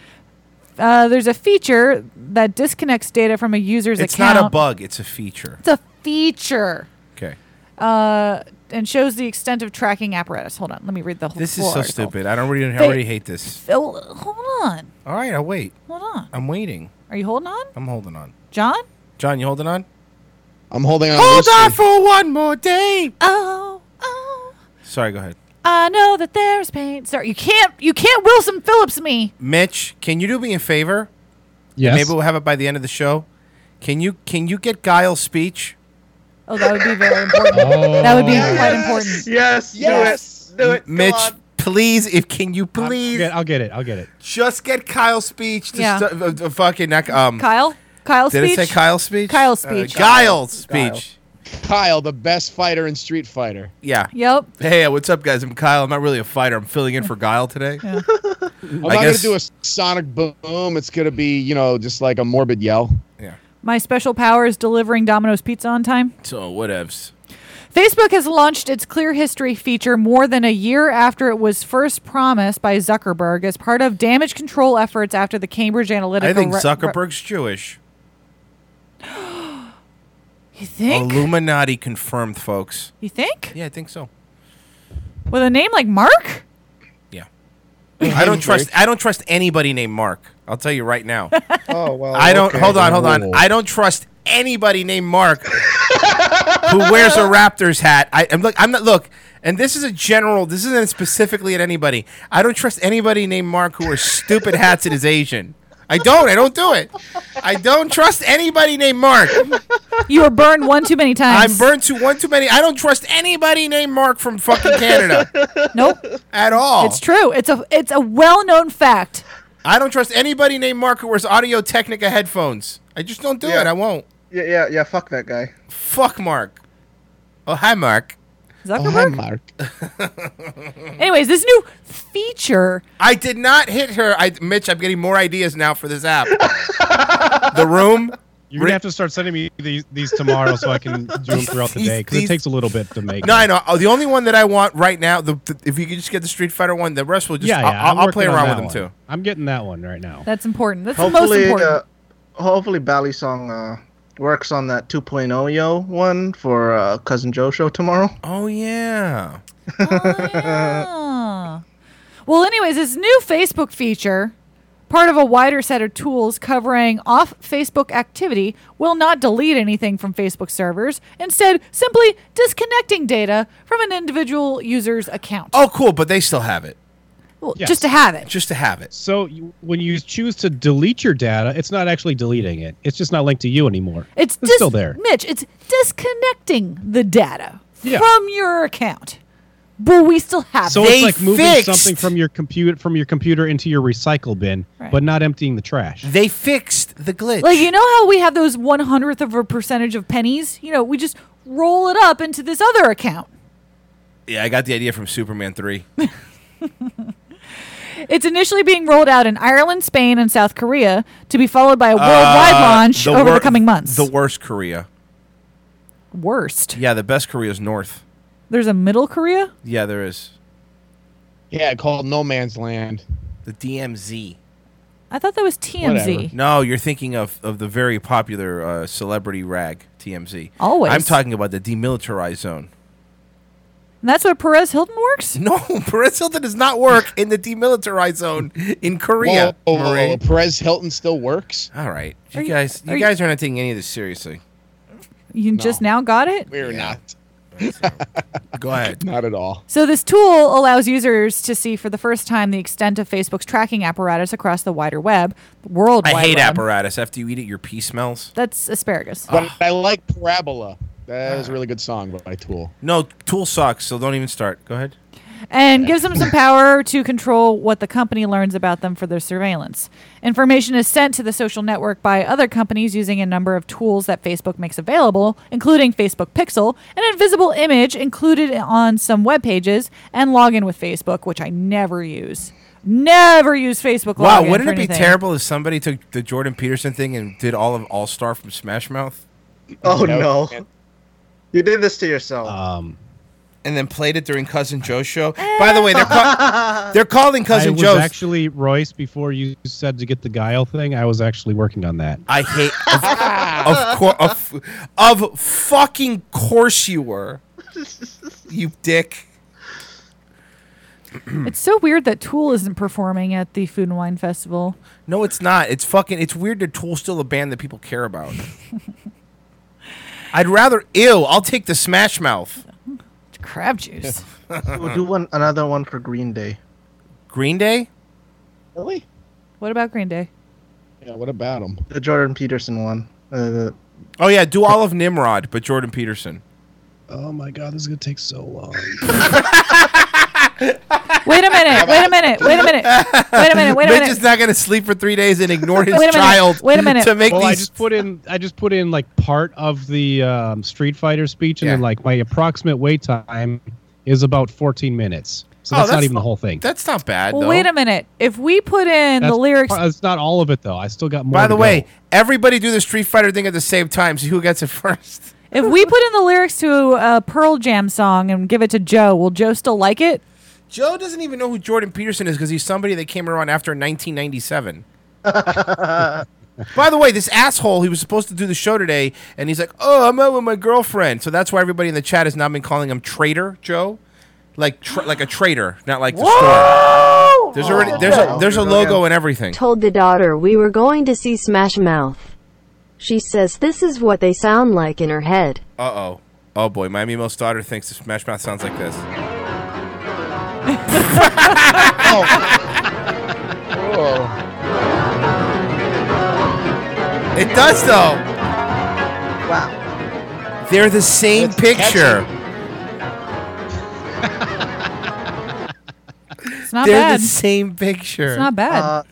S4: Uh, there's a feature that disconnects data from a user's
S2: it's
S4: account.
S2: not a bug, it's a feature.
S4: It's a feature.
S2: Okay.
S4: Uh, and shows the extent of tracking apparatus. Hold on, let me read the whole.
S2: This is
S4: full
S2: so
S4: article.
S2: stupid. I don't really, I
S4: They-
S2: already hate this.
S4: Oh, hold on,
S2: All right, I'll wait.
S4: hold on.
S2: I'm waiting.
S4: Are you holding on,
S2: I'm holding on.
S4: John?
S2: John, you holding on?
S1: I'm holding on.
S2: Hold on
S4: for one more day. Oh,
S2: Sorry, go ahead.
S4: I know that there's pain. Sorry, you can't. You can't Wilson Phillips me.
S2: Mitch, can you do me a favor?
S5: Yes.
S2: Maybe we'll have it by the end of the show. Can you can you get Guile's speech?
S4: Oh, that would be very important.
S5: Oh.
S2: Um,
S4: That would be quite important.
S3: Yes.
S2: Do it. Mitch, please, if can you please
S5: I'll get it. I'll get it.
S2: Just get Kyle's speech to
S4: Yeah.
S2: stu- uh, uh, fucking neck- um
S4: Kyle. Kyle
S2: Did
S4: speech.
S2: it say Kyle's speech?
S4: Kyle's speech.
S2: Uh, Guile's speech.
S1: Kyle, the best fighter in Street Fighter.
S2: Yeah.
S4: Yep.
S2: Hey, uh, what's up, guys? I'm Kyle. I'm not really a fighter. I'm filling in for Guile today.
S1: I'm
S2: I
S1: not
S2: guess-
S1: gonna do a sonic boom. It's gonna be you know just like a morbid yell.
S2: Yeah.
S4: My special power is delivering Domino's pizza on time.
S2: So whatevs.
S4: Facebook has launched its Clear History feature more than a year after it was first promised by Zuckerberg as part of damage control efforts after the Cambridge Analytica.
S2: I think
S4: re-
S2: Zuckerberg's Jewish.
S4: you think?
S2: Illuminati confirmed, folks.
S4: you think?
S2: Yeah, I think so.
S4: With a name like Mark?
S2: Yeah. I don't trust. I don't trust anybody named Mark. I'll tell you right now.
S3: Oh well.
S2: I don't.
S3: okay.
S2: Hold on. Hold on. I don't trust anybody named Mark who wears a Raptors hat. I am look. I'm not look. And this is a general. This isn't specifically at anybody. I don't trust anybody named Mark who wears stupid hats and is Asian. I don't. I don't do it. I don't trust anybody named Mark.
S4: You were burned one too many times.
S2: I'm burned to one too many. I don't trust anybody named Mark from fucking Canada
S4: Nope.
S2: at all.
S4: It's true. It's a it's a well known fact.
S2: I don't trust anybody named Mark who wears Audio Technica headphones. I just don't do
S3: Yeah.
S2: it. I won't.
S3: Yeah, yeah, yeah. Fuck that guy.
S2: Fuck Mark. Oh, hi, Mark. Oh,
S4: Zuckerberg.
S1: Mark.
S4: Anyways, this new feature.
S2: I did not hit her. I, Mitch, I'm getting more ideas now for this app. the room.
S5: You're gonna have to start sending me these, these tomorrow so I can do them throughout the
S2: These-
S5: day because
S2: these-
S5: it takes a little bit to make.
S2: No,
S5: them.
S2: I know. Oh, the only one that I want right now, the, the- if you could just get the Street Fighter one, the rest will just.
S5: yeah, yeah.
S2: I'll,
S5: I'm
S2: I'll play
S5: working on
S2: around
S5: that
S2: with them
S5: one.
S2: too.
S5: I'm getting that one right now.
S4: That's important. That's the most
S3: Hopefully,
S4: important.
S3: uh, hopefully, Bally song uh, works on that 2.0 yo one for uh, cousin Joe show tomorrow.
S2: Oh yeah.
S4: Ah. Well, anyways, this new Facebook feature, part of a wider set of tools covering off Facebook activity, will not delete anything from Facebook servers, instead, simply disconnecting data from an individual user's account.
S2: Oh, cool. But they still have it,
S4: Well,
S5: yes.
S4: Just to have it.
S2: just to have it.
S5: So you, when you choose to delete your data, it's not actually deleting it. It's just not linked to you anymore.
S4: It's,
S5: It's
S4: dis-
S5: still there.
S4: Mitch, it's disconnecting the data
S5: Yeah.
S4: from your account. But we still have
S5: So
S4: it.
S5: it's like moving
S2: fixed-
S5: something from your computer from your computer into your recycle bin,
S4: Right.
S5: but not emptying the trash.
S2: They fixed the glitch.
S4: Like you know how we have those one hundredth of a percentage of pennies? You know, we just roll it up into this other account.
S2: yeah, I got the idea from Superman three.
S4: It's initially being rolled out in Ireland, Spain, and South Korea to be followed by a worldwide launch over
S2: Uh, wor-
S4: the coming months.
S2: The worst Korea.
S4: Worst.
S2: Yeah, the best Korea is North.
S4: There's a middle Korea?
S2: Yeah, there is
S1: Yeah, called No Man's Land.
S2: the DMZ.
S4: I thought that was TMZ.
S1: Whatever.
S2: No, you're thinking of, of the very popular uh, celebrity rag TMZ.
S4: Always.
S2: I'm talking about the demilitarized zone.
S4: And that's where Perez Hilton works?
S2: No, Perez Hilton does not work in the demilitarized zone in Korea.
S1: Whoa, whoa,
S2: Marie.
S1: whoa, oh, Perez Hilton still works.
S2: All right,
S4: Are
S2: you
S4: you-
S2: guys,
S4: are
S2: you
S4: you-
S2: guys are not taking any of this seriously.
S4: You just now got it?
S1: We're not.
S2: Go ahead.
S1: Not at all.
S4: So, this tool allows users to see for the first time the extent of Facebook's tracking apparatus across the wider web, world
S2: I
S4: wide
S2: hate
S4: web.
S2: apparatus. After you eat it, your pee smells.
S4: That's asparagus.
S1: But I like
S2: Ah.
S1: Parabola. That was a really good song by Tool.
S2: No, Tool sucks. So don't even start. Go ahead.
S4: and gives them some power to control what the company learns about them for their surveillance. Information is sent to the social network by other companies using a number of tools that Facebook makes available, including Facebook Pixel, an invisible image included on some web pages, and login with Facebook, which I never use. Never use Facebook.
S2: Wow,
S4: login
S2: wouldn't
S4: for
S2: it be
S4: anything.
S2: terrible if somebody took the Jordan Peterson thing and did all of All Star from Smash Mouth?
S3: Oh no, you did this to yourself.
S2: Uh,
S3: Um,
S2: And then played it during Cousin Joe's show. By the way, they're, call- they're calling
S5: I
S2: Cousin
S5: was
S2: Joe's.
S5: actually Royce before you said to get the guile thing. I was actually working on that.
S2: I hate of, cour- of, of fucking course you were. You dick.
S4: it's so weird that Tool isn't performing at the Food and Wine Festival.
S2: No, it's not. It's fucking. It's weird that Tool's still a band that people care about. I'd rather ill. I'll take the Smash Mouth.
S4: Crab juice.
S3: we'll do one another one for Green Day.
S2: Green Day?
S1: Really?
S4: What about Green Day?
S1: Yeah. What about them?
S3: The Jordan Peterson one. Uh,
S2: Oh yeah, do all of Nimrod, but Jordan Peterson.
S5: Oh my god, this is gonna take so long.
S4: Wait a minute. Wait a minute. Wait a minute. Wait a minute. Wait a
S2: Mitch
S4: minute.
S2: is not gonna sleep for three days and ignore his
S4: Wait a minute,
S2: child.
S4: wait a minute.
S2: To make
S5: well, I
S2: these.
S5: just put in I just put in like part of the um, Street Fighter speech, and then like my approximate wait time is about 14 minutes. So
S4: Oh,
S5: that's, not
S4: that's
S5: even the
S4: not-
S5: whole thing.
S2: That's not bad.
S4: Well, wait a minute. If we put in the
S5: That's
S4: lyrics,
S5: part- It's not all of it though. I still got more.
S2: By
S5: to
S2: the
S5: go.
S2: way, everybody do the Street Fighter thing at the same time. See who gets it first.
S4: if we put in the lyrics to a Pearl Jam song and give it to Joe, will Joe still like it?
S2: Joe doesn't even know who Jordan Peterson is because he's somebody that came around after 1997. By the way, this asshole, he was supposed to do the show today, and he's like, "Oh, I'm out with my girlfriend," so that's why everybody in the chat has now been calling him traitor Joe, like tra- like a traitor, not like the store. There's already there's a there's a logo and everything.
S6: Told the daughter we were going to see Smash Mouth. She says this is what they sound like in her head.
S2: Uh oh, oh boy, Miami Mill's daughter thinks the Smash Mouth sounds like this. It does though. Wow. They're the same picture.
S4: It's not
S2: They're
S4: bad.
S2: the same picture.
S4: It's not bad.
S3: Uh,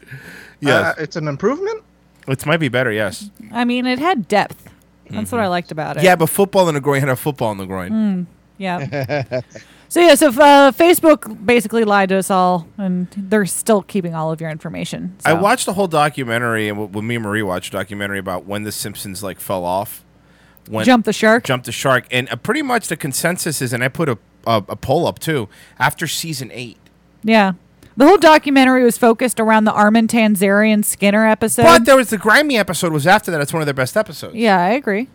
S2: Yes.
S3: uh, it's an improvement.
S2: It might be better, yes.
S4: I mean, it had depth. That's
S2: Mm-hmm.
S4: what I liked about it.
S2: Yeah, but football in the groin had a football in the groin.
S4: Mm, yeah. so yeah, so uh, Facebook basically lied to us all, and they're still keeping all of your information.
S2: I
S4: so.
S2: watched a whole documentary, and w- when me and Marie watched a documentary about when the Simpsons like fell off, when
S4: Jump the shark,
S2: jumped the shark, and uh, pretty much the consensus is, and I put a, a a poll up too after season eight.
S4: Yeah. The whole documentary was focused around the Armin Tanzarian Skinner episode.
S2: but there was the Grimy episode was after that. It's one of their best episodes.
S4: yeah, I agree.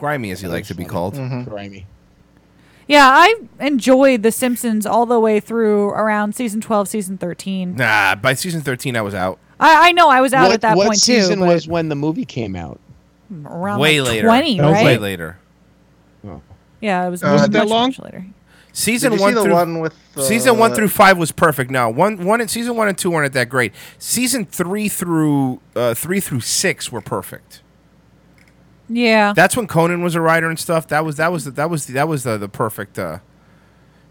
S2: Grimy, as he likes to be called.
S3: Mm-hmm.
S1: Grimy.
S4: Yeah, I enjoyed The Simpsons all the way through around season 12, season 13.
S2: Nah, by season thirteen, I was out.
S4: I, I know I was out
S1: what,
S4: at that
S1: what
S4: point
S1: season
S4: too.
S1: was when the movie came out?
S4: but around
S2: way
S4: Oh, like
S2: later.
S4: 20,
S2: That was
S4: right?
S2: way later.
S4: Yeah, it was.
S3: Uh,
S4: much,
S3: was it that
S4: much,
S3: long?
S4: much later.
S2: Season
S3: Did you
S2: one
S3: see the
S2: through
S3: one with,
S2: season one
S3: uh,
S2: through five was perfect. Now one one and season one and two weren't that great. Season three through uh, three through six were perfect.
S4: Yeah.
S2: That's when Conan was a writer and stuff. That was that was the, that was the, that was the, the perfect. Uh,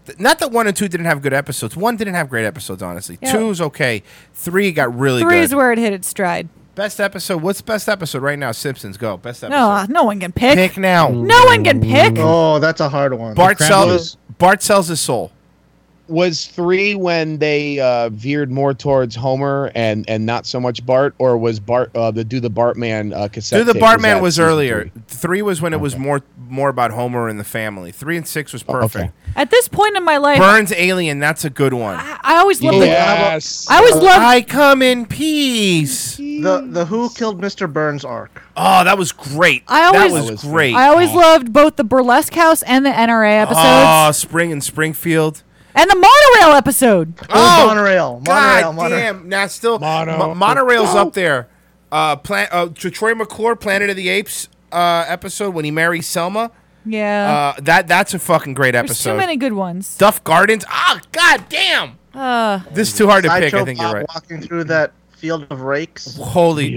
S2: th- not that one and two didn't have good episodes. One didn't have great episodes, honestly.
S4: Yeah.
S2: Two's okay. Three got really
S4: Three
S2: good.
S4: is where it hit its stride.
S2: best episode. What's best episode right now? Simpsons. Go best episode.
S4: No, no one can pick.
S2: Pick now.
S4: No one can pick.
S3: Oh, that's a hard one.
S2: Bart sells. Bart sells his soul.
S1: Was three when they uh, veered more towards Homer and and not so much Bart, or was Bart uh, the Do the Bartman uh, cassette?
S2: Dude, the
S1: tape,
S2: Bartman
S1: that
S2: was
S1: season
S2: earlier.
S1: three?
S2: Three, was when it was more more about Homer and the family. Three and six was perfect.
S4: At this point in my life,
S2: Burns Alien, that's a good one.
S4: I always loved
S2: Yes.
S4: the. I always loved.
S2: I come in peace.
S3: The the Who Killed Mr. Burns arc.
S2: Oh, that was great.
S4: I always
S2: that was great.
S4: I always loved both the burlesque house and the NRA episodes
S2: Oh, spring in Springfield.
S4: and the monorail episode.
S2: Oh,
S3: monorail, monorail,
S2: God
S3: monorail.
S2: damn! Now still, Mo- monorail's up there. Uh, plan- uh, Tr- Troy McClure, Planet of the Apes uh, episode when he marries Selma.
S4: Yeah,
S2: Uh, that that's a fucking great
S4: there's
S2: episode.
S4: too many good ones.
S2: Duff Gardens. Ah, god damn!
S4: Uh,
S2: This is too hard to pick.
S3: Sideshow
S2: I think you're
S3: Bob
S2: right.
S3: Walking through that field of rakes.
S2: Holy.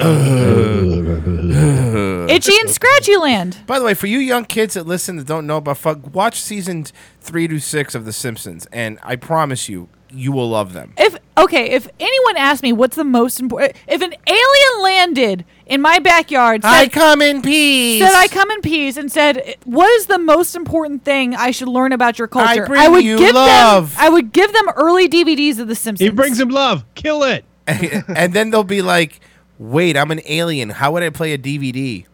S4: Itchy and Scratchy Land.
S2: By the way, for you young kids that listen that don't know about fuck, watch seasons three to six of The Simpsons, and I promise you, you will love them.
S4: If okay, if anyone asked me what's the most important, if an alien landed in my backyard, said,
S2: I come in peace.
S4: said I come in peace, and said, "What is the most important thing I should learn about your culture?"
S2: bring
S4: would
S2: you
S4: give
S2: love.
S4: them. I would give them early DVDs of The Simpsons.
S2: He brings
S5: him love. Kill it.
S2: and then they'll be like, "Wait, I'm an alien. How would I play a DVD?"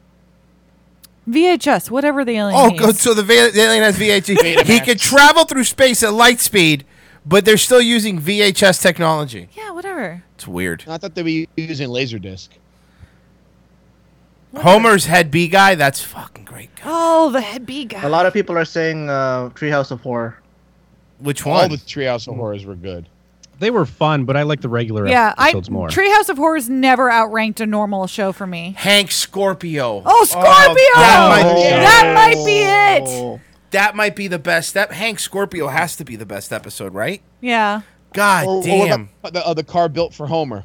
S4: VHS, whatever the alien.
S2: Oh,
S4: needs.
S2: good. So the va- the alien has VHS. he could travel through space at light speed, but they're still using VHS technology.
S4: Yeah, whatever.
S2: It's weird.
S1: I thought they were using Laserdisc.
S2: Homer's head B guy. That's fucking great.
S4: Oh, the head B guy.
S3: A lot of people are saying uh, Treehouse of Horror.
S2: Which
S1: one? All the Treehouse
S2: Mm-hmm.
S1: of Horrors were good.
S5: They were fun, but I like the regular
S4: Yeah, I
S5: episodes more.
S4: Treehouse of Horrors never outranked a normal show for me.
S2: Hank Scorpio.
S4: Oh, Scorpio!
S2: that,
S4: That
S2: might, be-
S4: might be
S3: Oh.
S4: it.
S2: that might be the best. That Hank Scorpio has to be the best episode, right?
S4: Yeah.
S2: God
S4: Oh,
S2: damn.
S1: the, uh, the car built for Homer.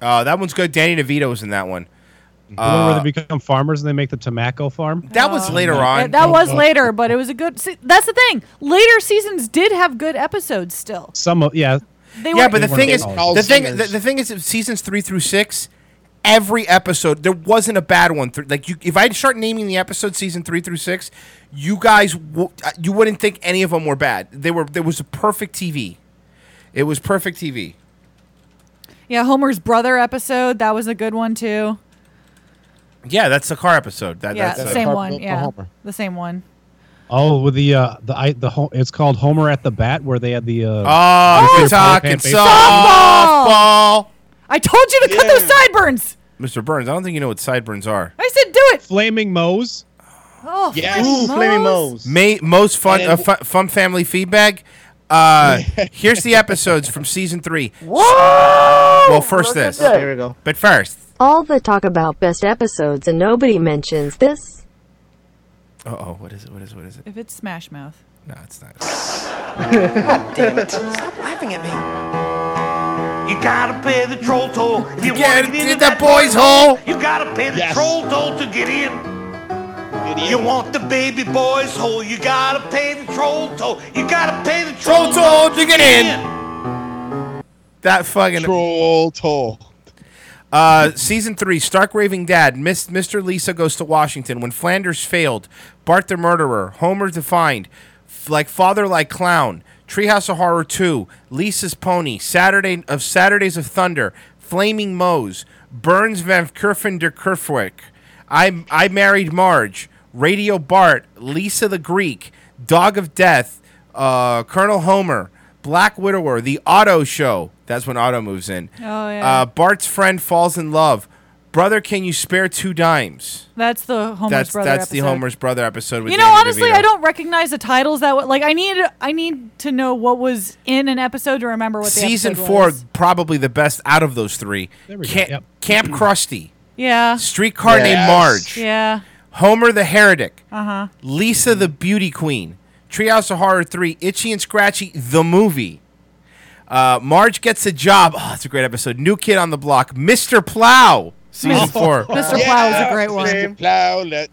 S2: Uh, that one's good. Danny DeVito's in that one.
S5: the one
S2: Uh,
S5: where they become farmers and they make the tobacco farm.
S2: that was later on.
S4: Oh, Yeah, that was later, but it was a good. See, that's the thing. Later seasons did have good episodes still.
S5: Some of yeah.
S4: They
S2: yeah,
S4: were-
S2: but the
S4: They
S2: thing
S4: weren't
S2: is,
S4: called
S2: the thing, the,
S4: singers.
S2: the thing is, if seasons three through six, every episode there wasn't a bad one. Through like you, if I start naming the episodes season three through six, you guys, w- uh, you wouldn't think any of them were bad. They were. There was a perfect TV. It was perfect TV.
S4: Yeah, Homer's brother episode. That was a good one too.
S2: Yeah, that's the car episode. That,
S4: yeah,
S2: that's
S4: the
S2: uh,
S4: same one. Yeah, the same one.
S5: Oh, with the uh, the I, the ho- it's called Homer at the Bat, where they had the uh,
S2: Oh,
S5: the
S2: we're
S5: Peter Pan
S2: talking
S5: baseball.
S2: softball.
S4: I told you to cut those sideburns.
S2: Mr. Burns, I don't think you know what sideburns are.
S4: I said do it.
S5: Flaming Moe's.
S4: Oh,
S1: Ooh, Flaming
S3: Moe's.
S2: May, most fun,
S1: And
S2: uh, fu- fun family feedback. Uh, here's the episodes from season three. Well, first this.
S3: Here we go.
S2: But first,
S6: All the talk about best episodes and nobody mentions this.
S2: uh oh, what is it? What is it? What is it?
S4: If it's Smash Mouth.
S2: No, it's not.
S8: Damn it. Stop laughing at me.
S9: You gotta pay the troll toll. You
S8: get
S9: want to
S8: into
S9: get in
S8: that boy's hole.
S9: You gotta pay the
S8: Yes.
S9: troll toll to get in. You want the baby boy's hole. You gotta pay the troll toll. You gotta pay the
S2: Troll toll to get in. That fucking
S1: troll toll.
S2: Uh, season three, Stark Raving Dad, Miss, Mr. Lisa Goes to Washington, When Flanders Failed, Bart the Murderer, Homer Defined, F- Like Father Like Clown, Treehouse of Horror 2, Lisa's Pony, Saturday of Saturdays of Thunder, Flaming Moe's, Burns Van Kerfen der Kerfwick, I, I Married Marge, Radio Bart, Lisa the Greek, Dog of Death, uh, Colonel Homer, Black Widower, The Auto Show. That's when Auto moves in.
S4: Oh yeah.
S2: Uh, Bart's friend falls in love. Brother, can you spare two dimes?
S4: that's the Homer's
S2: that's
S4: brother.
S2: that's the
S4: episode.
S2: Homer's brother episode. With
S4: You know,
S2: Danny
S4: honestly,
S2: DeVito.
S4: I don't recognize the titles that w- like I need I need to know what was in an episode to remember what the
S2: Season
S4: episode
S2: four,
S4: was.
S2: probably the best out of those three.
S4: There we go,
S2: Camp, Camp Krusty,
S4: Yeah.
S2: Streetcar Named
S4: Yes.
S2: Marge,
S4: Yeah.
S2: Homer the Heretic,
S4: Uh huh.
S2: Lisa the Beauty Queen, Treehouse of Horror three, Itchy and Scratchy the movie. Uh, Marge gets a job. Oh, that's a great episode. New Kid on the Block, Mr. Plow, season four.
S1: Mr. Plow, let.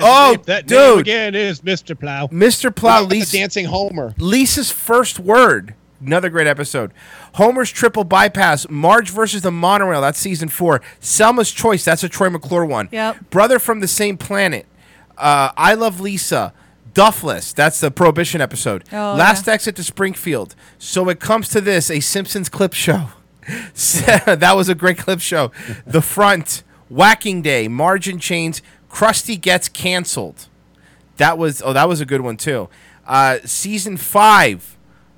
S2: Oh,
S1: that
S2: dude. name
S5: again is Mr. Plow.
S2: Mr. Plow,
S1: Like the
S2: Lisa-
S1: dancing Homer.
S2: Lisa's first word. Another great episode. Homer's triple bypass. Marge versus the monorail. That's season four. Selma's choice. That's a Troy McClure one.
S4: Yep.
S2: Brother from the same planet. Uh, I love Lisa. Duffless. That's the prohibition episode.
S4: Oh,
S2: Last exit to Springfield. So it comes to this: a Simpsons clip show. that was a great clip show. The front. Whacking day. Margin chains. Krusty gets canceled. That was oh, that was a good one too. Uh, season five.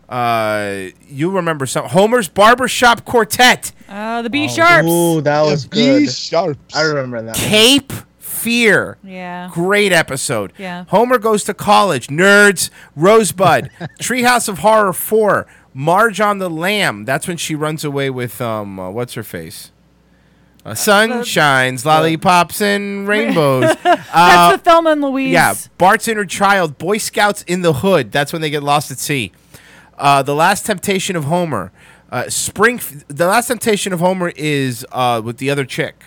S2: Uh, you remember some Homer's Barbershop Quartet,
S4: Uh, the B sharps.
S3: Ooh, that was
S2: B
S3: good. I remember that. one.
S2: Cape Fear.
S4: Yeah.
S2: Great episode.
S4: Yeah.
S2: Homer goes to college. Nerds. Rosebud. Treehouse of Horror Four. Marge on the Lamb. That's when she runs away with um, uh, what's her face? Uh, sunshines, lollipops, and rainbows.
S4: That's
S2: Uh,
S4: the Thelma and Louise.
S2: yeah, Bart's inner child, Boy Scouts in the hood. That's when they get lost at sea. Uh, the Last Temptation of Homer, Uh, Spring. The Last Temptation of Homer is uh, with the other chick.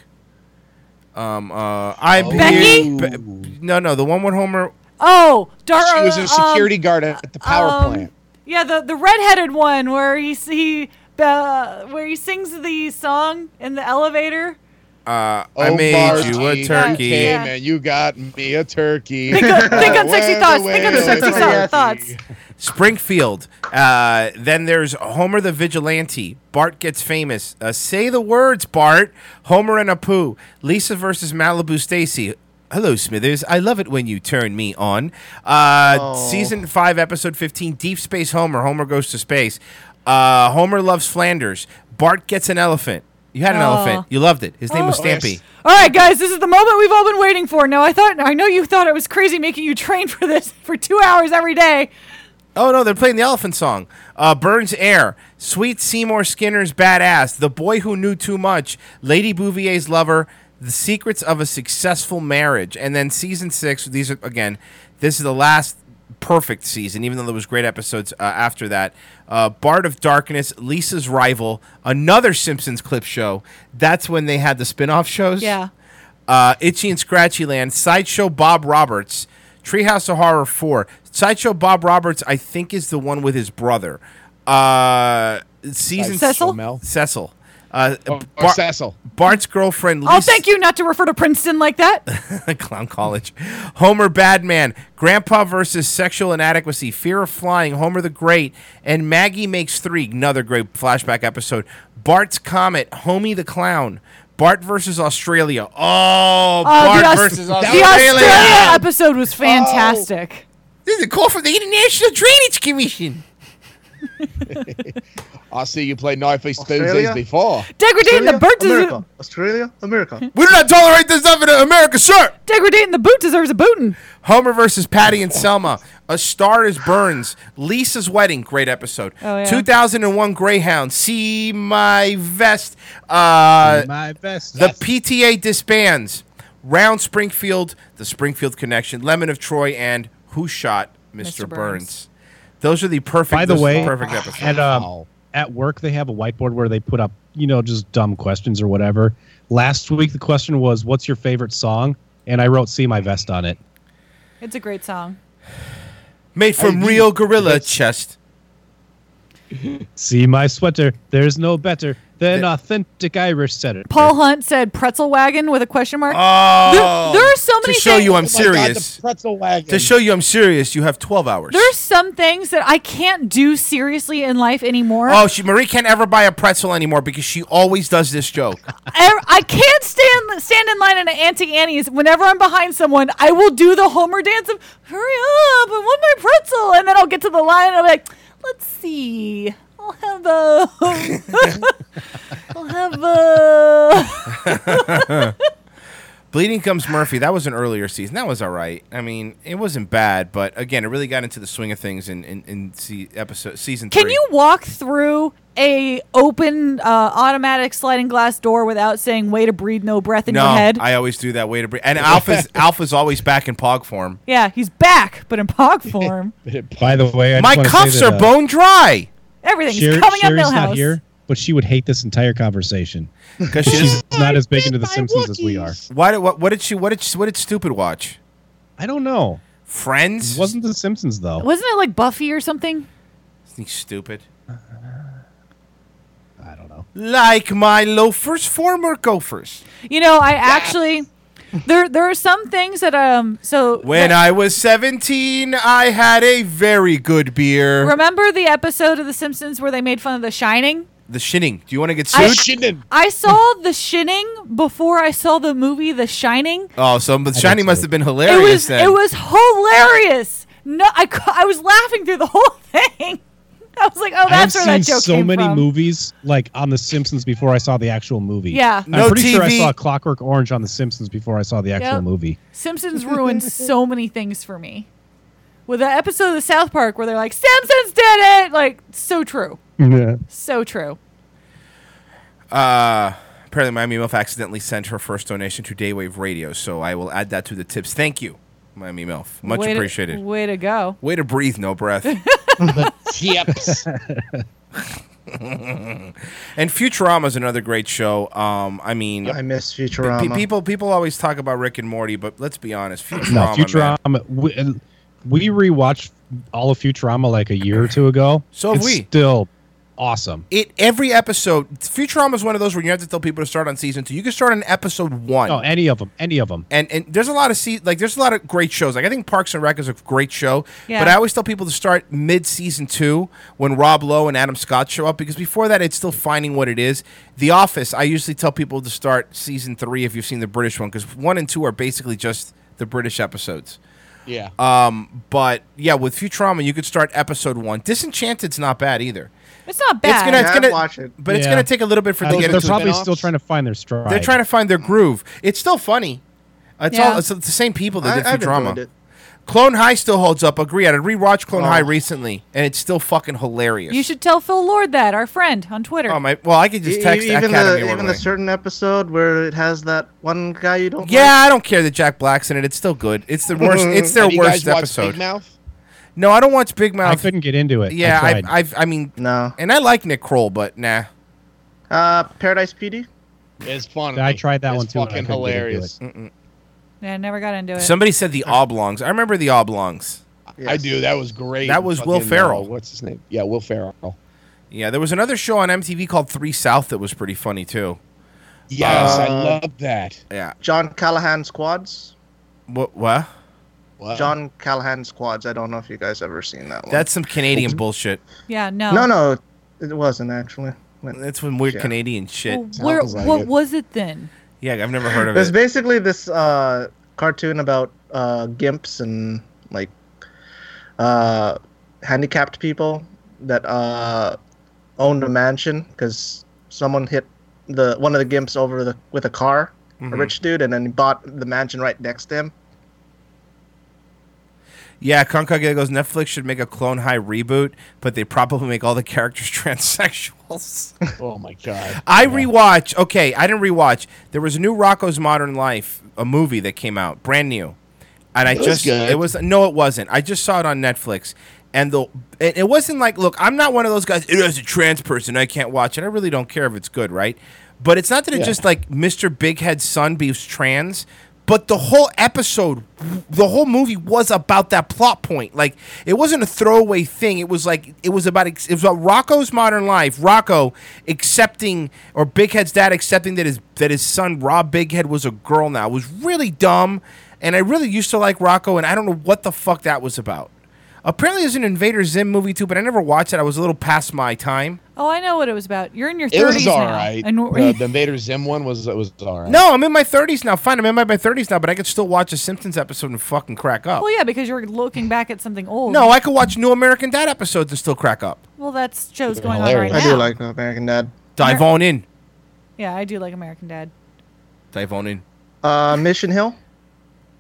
S2: Um. Uh. I'm
S4: Oh. Becky?
S2: Be- no, no, the one with Homer.
S4: Oh, Dar-
S2: She was a
S4: uh,
S2: security
S4: um,
S1: guard at the power
S4: um,
S1: plant.
S4: Yeah, the the redheaded one where he s- he uh, where he sings the song in the elevator.
S2: Uh, I
S1: Oh,
S2: made
S1: Margie,
S2: you a turkey.
S1: You came and you got me a turkey.
S4: Think on- think on sexy
S1: Well,
S4: thoughts. Think on
S1: well,
S4: sexy
S1: well.
S4: thoughts.
S2: Springfield. Uh, then there's Homer the Vigilante. Bart gets famous. Uh, say the words, Bart. Homer and Apu. Lisa versus Malibu Stacy. Hello, Smithers. I love it when you turn me on. Uh,
S12: Oh.
S2: Season 5, Episode 15 Deep Space Homer. Homer goes to space. Uh, Homer loves Flanders. Bart gets an elephant. You had an
S4: Oh.
S2: elephant. You loved it. His name was
S4: Oh. Yes.
S2: Stampy.
S4: All right, guys, this is the moment we've all been waiting for. Now, I thought I know you thought it was crazy making you train for this for two hours every day.
S2: Oh no, they're playing the elephant song. Uh, Burns Air, Sweet Seymour Skinner's Badass, The Boy Who Knew Too Much, Lady Bouvier's Lover, The Secrets of a Successful Marriage, and then season six. These are again, this is the last perfect season, even though there was great episodes uh, after that. Uh, Bart of Darkness, Lisa's Rival, another Simpsons clip show. That's when they had the spin-off shows
S4: Yeah.
S2: uh, Itchy and Scratchy Land, Sideshow Bob Roberts, Treehouse of Horror 4. Sideshow Bob Roberts, I think, is the one with his brother. Uh, season
S4: Cecil?
S2: Cecil. Uh,
S1: Oh, Cecil.
S2: Bart's girlfriend,
S4: I'll
S2: Lisa.
S4: Oh, thank you not to refer to Princeton like that.
S2: Clown College. Homer Badman, Grandpa versus Sexual Inadequacy, Fear of Flying, Homer the Great, and Maggie Makes Three, another great flashback episode. Bart's Comet, Homie the Clown, Bart versus Australia.
S4: Uh,
S2: Oh, Bart
S4: the Aus-
S2: versus
S4: the
S2: Australia. Oh.
S4: Australia episode was fantastic.
S2: This is a call from the International Drainage Commission.
S1: I see you played Knife Face Thursdays
S3: Australia?
S1: before. Oh
S4: Degrading the bird deserves
S3: America. Australia, America.
S2: We do not tolerate this stuff in America, sir.
S4: Degrading the boot deserves a booting.
S2: Homer versus Patty and Selma. A Star is Burns. Lisa's Wedding. Great episode.
S4: Oh, yeah.
S2: 2001 Greyhound. See my vest. Uh,
S5: my vest.
S2: The PTA disbands. Round Springfield. The Springfield Connection. Lemon of Troy. And Who Shot Mr.
S5: Mr.
S2: Burns.
S5: Burns.
S2: Those are the perfect.
S5: By the
S2: those are
S5: way,
S2: perfect episodes.
S5: at um, at work they have a whiteboard where they put up, you know, just dumb questions or whatever. Last week the question was, "What's your favorite song?" And I wrote "See My Vest" on it.
S4: It's a great song.
S2: Made from real gorilla chest.
S5: See my sweater. There's no better than authentic Irish setter.
S4: Paul Hunt said pretzel wagon with a question mark.
S2: Oh.
S4: there, there are so
S2: To
S4: many
S2: show
S4: things.
S2: you I'm serious. to show you I'm serious, you have 12 hours.
S4: There's some things that I can't do seriously in life anymore.
S2: Oh, she Marie can't ever buy a pretzel anymore because she always does this joke.
S4: Ev- I can't stand stand in line at an Auntie Annie's. Whenever I'm behind someone, I will do the Homer dance of "Hurry up! I want my pretzel," and then I'll get to the line and I'm like, "Let's see, I'll have a, I'll have a."
S2: Bleeding Comes Murphy, that was an earlier season. That was all right. I mean, it wasn't bad, but again, it really got into the swing of things in in, in se- episode season
S4: Can
S2: three.
S4: you walk through a open uh, automatic sliding glass door without saying "Way to breathe, no breath in
S2: no,
S4: your head"?
S2: I always do that way to breathe. And Alpha's Alpha's always back in pog form.
S4: yeah, he's back, but in pog form.
S5: By the way, I
S2: My
S5: just wanna say
S2: cuffs
S5: that,
S2: are
S5: uh,
S2: bone dry.
S4: Everything's
S5: Sher-
S4: coming up
S5: Sherry's not
S4: Millhouse.
S5: here, but she would hate this entire conversation
S2: because she's
S5: not as big into the Simpsons as we are.
S2: Why did what, what did she what did she, what did stupid watch?
S5: I don't know.
S2: Friends
S5: It wasn't the Simpsons though.
S4: Wasn't it like Buffy or something?
S2: Isn't he stupid? I don't know. Like my loafers, former gophers.
S4: You know, I actually there there are some things that um so
S2: When I was 17, I had a very good beer.
S4: remember the episode of The Simpsons where they made fun of The Shining.
S2: the shinning. Do you want to get
S4: I-
S2: sued? Shinning.
S4: I saw The Shining before I saw the movie The Shining.
S2: Oh, so but Shiny must have
S4: It
S2: been hilarious
S4: was
S2: then.
S4: it was hilarious. No, I cou- I was laughing through the whole thing. I was like, oh,
S5: I've
S4: that's where
S5: seen
S4: that joke
S5: so
S4: came
S5: many
S4: from.
S5: movies like on The Simpsons before I saw the actual movie.
S4: Yeah.
S5: I'm
S4: No
S5: pretty sure I
S4: TV.
S5: saw Clockwork Orange on The Simpsons before I saw the actual
S4: Yep.
S5: movie.
S4: Simpsons ruined so many things for me. With the episode of the South Park where they're like, Simpsons did it! Like, so true.
S5: Yeah.
S4: So true.
S2: Uh, apparently, Miami MILF accidentally sent her first donation to Daywave Radio, so I will add that to the tips. Thank you, Miami MILF. Much
S4: Way to-
S2: appreciated.
S4: way to go.
S2: Way to breathe, no breath.
S4: Yep.
S2: and Futurama is another great show. Um, I mean,
S3: I miss
S2: Pe-
S3: Futurama.
S2: people people always talk about Rick and Morty, but let's be honest, Futurama.
S5: No,
S2: man.
S5: Futurama. We, uh, we rewatched all of Futurama like a year or two ago.
S2: So have
S5: It's
S2: we.
S5: Still awesome.
S2: It every episode. Futurama is one of those where you have to tell people to start on season two. You can start on episode one.
S5: No, any of them. Any of them.
S2: and and there's a lot of see like there's a lot of great shows. Like I think Parks and Rec is a great show,
S5: Yeah.
S2: but I always tell people to start mid season two when Rob Lowe and Adam Scott show up because before that it's still finding what it is. The Office, I usually tell people to start season three if you've seen the British one because one and two are basically just the British episodes.
S1: Yeah.
S2: Um, but yeah, with Futurama, you could start episode one. Disenchanted's not bad either.
S4: It's not bad.
S2: It's gonna, it's gonna, but it's
S5: Yeah.
S2: gonna take a little bit for it to
S5: They're
S2: get into
S5: probably still trying to find their stride.
S2: they're trying to find their groove. It's still funny. It's
S5: Yeah.
S2: all it's, it's the same people that
S5: I-
S2: did
S5: I've
S2: Futurama.
S5: enjoyed it.
S2: Clone High still holds up. Agree. I did rewatch Clone
S3: Oh.
S2: High recently, and it's still fucking hilarious.
S4: You should tell Phil Lord that, our friend on Twitter.
S2: Oh my! Well, I could just
S3: E-
S2: text
S3: even
S2: Academy
S3: the
S2: Award
S3: even the
S2: winning.
S3: certain episode where it has that one guy you don't.
S2: Yeah, I don't care that Jack Black's in it. It's still good. It's the worst. It's their
S3: Have you guys
S2: worst
S3: watched
S2: episode.
S3: Big Mouth?
S2: No, I don't watch Big Mouth.
S5: I couldn't get into it.
S2: Yeah,
S5: I
S2: I,
S5: tried.
S2: I, I mean,
S3: no.
S2: And I like Nick Kroll, but nah.
S3: Like. Uh, Paradise PD.
S1: It's fun.
S5: I tried that
S1: It's
S5: one too. and
S1: fucking
S5: I couldn't get into
S1: hilarious.
S5: it.
S4: Yeah, I never got into it.
S2: Somebody said the Oblongs. I remember the Oblongs.
S1: I do. That was great.
S2: That was Will
S1: Fucking, uh,
S2: Ferrell.
S1: what's his name? Yeah, Will Ferrell.
S2: Yeah, there was another show on MTV called Three South that was pretty funny too.
S1: Yes, I
S2: Uh,
S1: love that.
S2: Yeah.
S3: John Callahan squads.
S2: What? What?
S1: Uh-huh.
S3: John Callahan squads. I don't know if you guys ever seen that one.
S2: That's some Canadian bullshit.
S4: Yeah, no.
S3: No, no, it wasn't actually.
S2: That's some weird
S3: Yeah.
S2: Canadian shit.
S4: Well, where, what was it then?
S2: Yeah, I've never heard of
S3: It's
S2: it.
S3: basically this uh, cartoon about uh, gimps and like uh, handicapped people that uh, owned a mansion because someone hit the one of the gimps over the with a car, a
S13: Mm-hmm.
S2: Mhm.
S3: rich dude, and then he bought the mansion right next to him.
S2: Yeah, Kunkage goes Netflix should make a Clone High reboot, but they probably make all the characters transsexuals.
S1: oh my god.
S2: I rewatch. Okay, I didn't rewatch. There was a new Rocco's Modern Life, a movie that came out, brand new, and I
S1: It was
S2: just
S1: good.
S2: it was no, it wasn't. I just saw it on Netflix, and the it, it wasn't like look, I'm not one of those guys. It is a trans person. I can't watch it. I really don't care if it's good, right? But it's not that it
S1: Yeah.
S2: just like Mr. Big Head's son beefs trans. But the whole episode, the whole movie was about that plot point. Like it wasn't a throwaway thing. It was like it was about it was about Rocco's modern life. Rocco accepting or Big Head's dad accepting that his that his son Rob Big Head was a girl now. It was really dumb, and I really used to like Rocco, and I don't know what the fuck that was about. Apparently, there's an Invader Zim movie too, but I never watched it. I was a little past my time.
S4: Oh, I know what it was about. You're in your 30s
S1: It was all
S4: now.
S1: right.
S4: And
S1: the, the Invader Zim one was was all right.
S2: No, I'm in my 30s now. Fine, I'm in my, my 30s now, but I could still watch a Simpsons episode and fucking crack up.
S4: well, yeah, because you're looking back at something old.
S2: No, I could watch New American Dad episodes and still crack up.
S4: Well, that's shows going on right
S3: I do
S4: now.
S3: like American Dad.
S2: Dive on in.
S4: yeah, I do like American Dad.
S2: Dive on in.
S3: Uh, Mission Hill.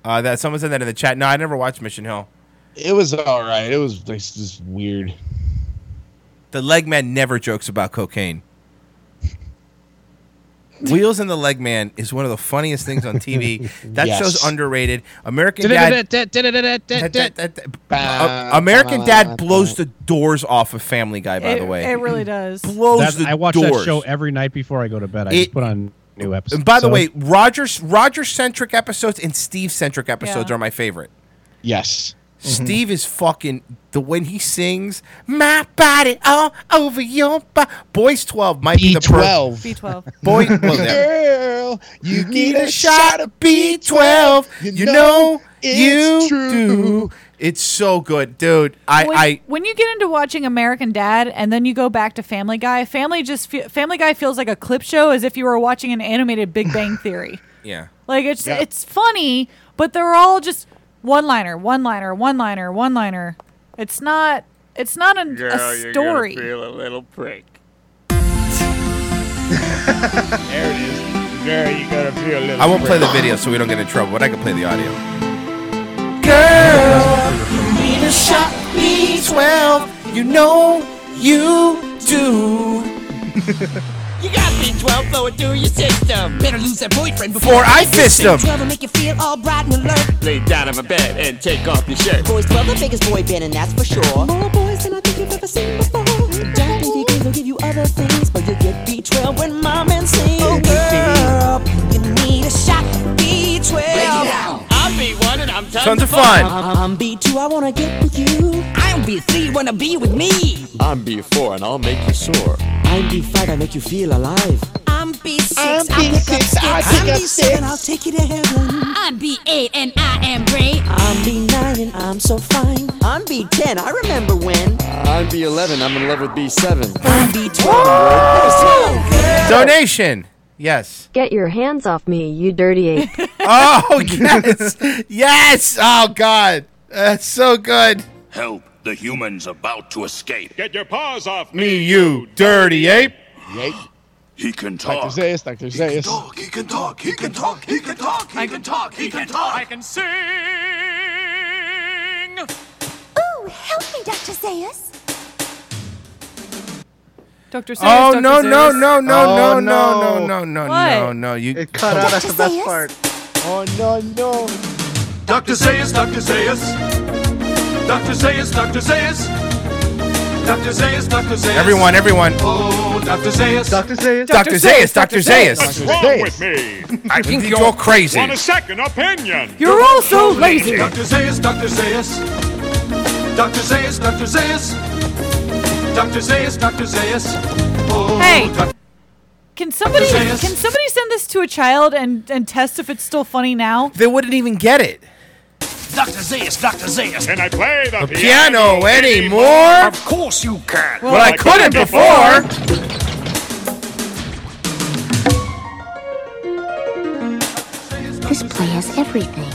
S2: Uh, that someone said that in the chat. No, I never watched Mission Hill.
S1: It was all right. It was just, just weird.
S2: The leg man never jokes about cocaine. Wheels and the Leg Man is one of the funniest things on TV. That
S5: Yes.
S2: show's underrated. American Dad Uh,
S5: Uh,
S2: American Dad blows the doors off of Family Guy, by
S4: it,
S2: the way.
S4: it really does.
S2: Blows
S5: That's-
S2: the
S5: I watch
S2: doors.
S5: that show every night before I go to bed. I just
S2: It-
S5: put on new episodes.
S2: And by the
S5: So-
S2: way, Roger Roger centric episodes and Steve centric episodes
S5: Yeah.
S2: are my favorite.
S1: Yes.
S2: Steve is fucking the when he sings "My body all over your body." Boys twelve might be the per-
S1: B12.
S4: B12.
S2: Boy, well, there-
S1: Girl, you
S2: need a shot of B12. You know you do. It's so good, dude. I
S4: when,
S2: I
S4: when you get into watching American Dad and then you go back to Family Guy, Family just fe- Family Guy feels like a clip show as if you were watching an animated Big Bang Theory.
S2: yeah.
S4: Like it's
S2: Yeah.
S4: it's funny, but they're all just one liner, one liner, one liner, one liner. It's not it's not an, a story.
S12: feel a little prick.
S1: there it is. Girl, you're gonna feel a little.
S2: I won't play the video so we don't get in trouble, but I can play the audio.
S8: Girl, need a shot B12. You know you do. you got B12 flowing through your system. Better lose that boyfriend
S2: before I fist him.
S8: B12 will make you feel all bright and alert.
S12: Lay down on my bed and take off your shirt.
S8: Boys 12, the biggest boy band, and that's for sure. More boys than I think you've ever seen before. Don't think you can It'll give you other things, but you'll get B12 when mom and sings. Oh, girl, you need a shot of B12.
S12: I'm B1 and I'm tons,
S8: Tons
S12: of
S8: of
S12: fun.
S8: I'm, I'm B2, I wanna get with you. I'm B3, wanna be with me.
S12: I'm B4 and I'll make you sore.
S8: I'm B5, I make you feel alive. I'm B6, I'm B6, I pick up sticks. I'm B7, I'll take you to heaven. I'm B8 and I am great. I'm B9 and I'm so fine. I'm B10, I remember when.
S12: I'm B11. I'm in love with B7.
S8: I'm B12.
S2: Donation. Yes.
S6: Get your hands off me, you dirty ape.
S2: Oh yes, yes. Oh God, that's so good.
S13: Help, the human's about to escape. Get your paws off
S2: Me, you dirty ape.
S13: He can talk.
S1: Dr. Zeus, Dr. Zeus.
S13: He can talk, he can talk, he can talk, he can talk, he can talk. I can sing.
S7: Ooh, help me, Dr. Zeus.
S4: Dr. Seuss,
S2: Oh
S4: Dr.
S2: no no
S4: Seuss.
S2: no no
S3: Oh,
S2: no no no
S3: no.
S2: no no
S4: What?
S2: no no you
S3: It cut out at the best part.
S1: Oh no no.
S13: Dr. Zeus, Dr. Zeus. Dr. Zeus, Dr. Zeus. Dr. Zeus, Dr. Zeus.
S2: Everyone, everyone.
S13: Oh, Dr. Zeus. Dr.
S3: Zeus.
S2: Dr. Zeus, Dr. Zeus.
S13: What's
S2: Dr.
S13: wrong
S2: Zeus.
S13: with me?
S2: I think you're all crazy.
S13: Want a second opinion?
S4: You're all so lazy.
S13: Dr. Zeus, Dr. Zeus. Dr. Zeus, Dr. Zeus. Dr. Zeus, Dr. Zeus. Oh,
S4: Hey.
S13: Dr.
S4: Can somebody
S13: Dr.
S4: can
S13: Seuss.
S4: somebody send this to a child and and test if it's still funny now?
S2: They wouldn't even get it.
S13: Dr. Zeus, Dr. Zeus. Can I play the,
S2: Piano anymore?
S13: Of course you can.
S2: Well, I couldn't before.
S14: This play has everything.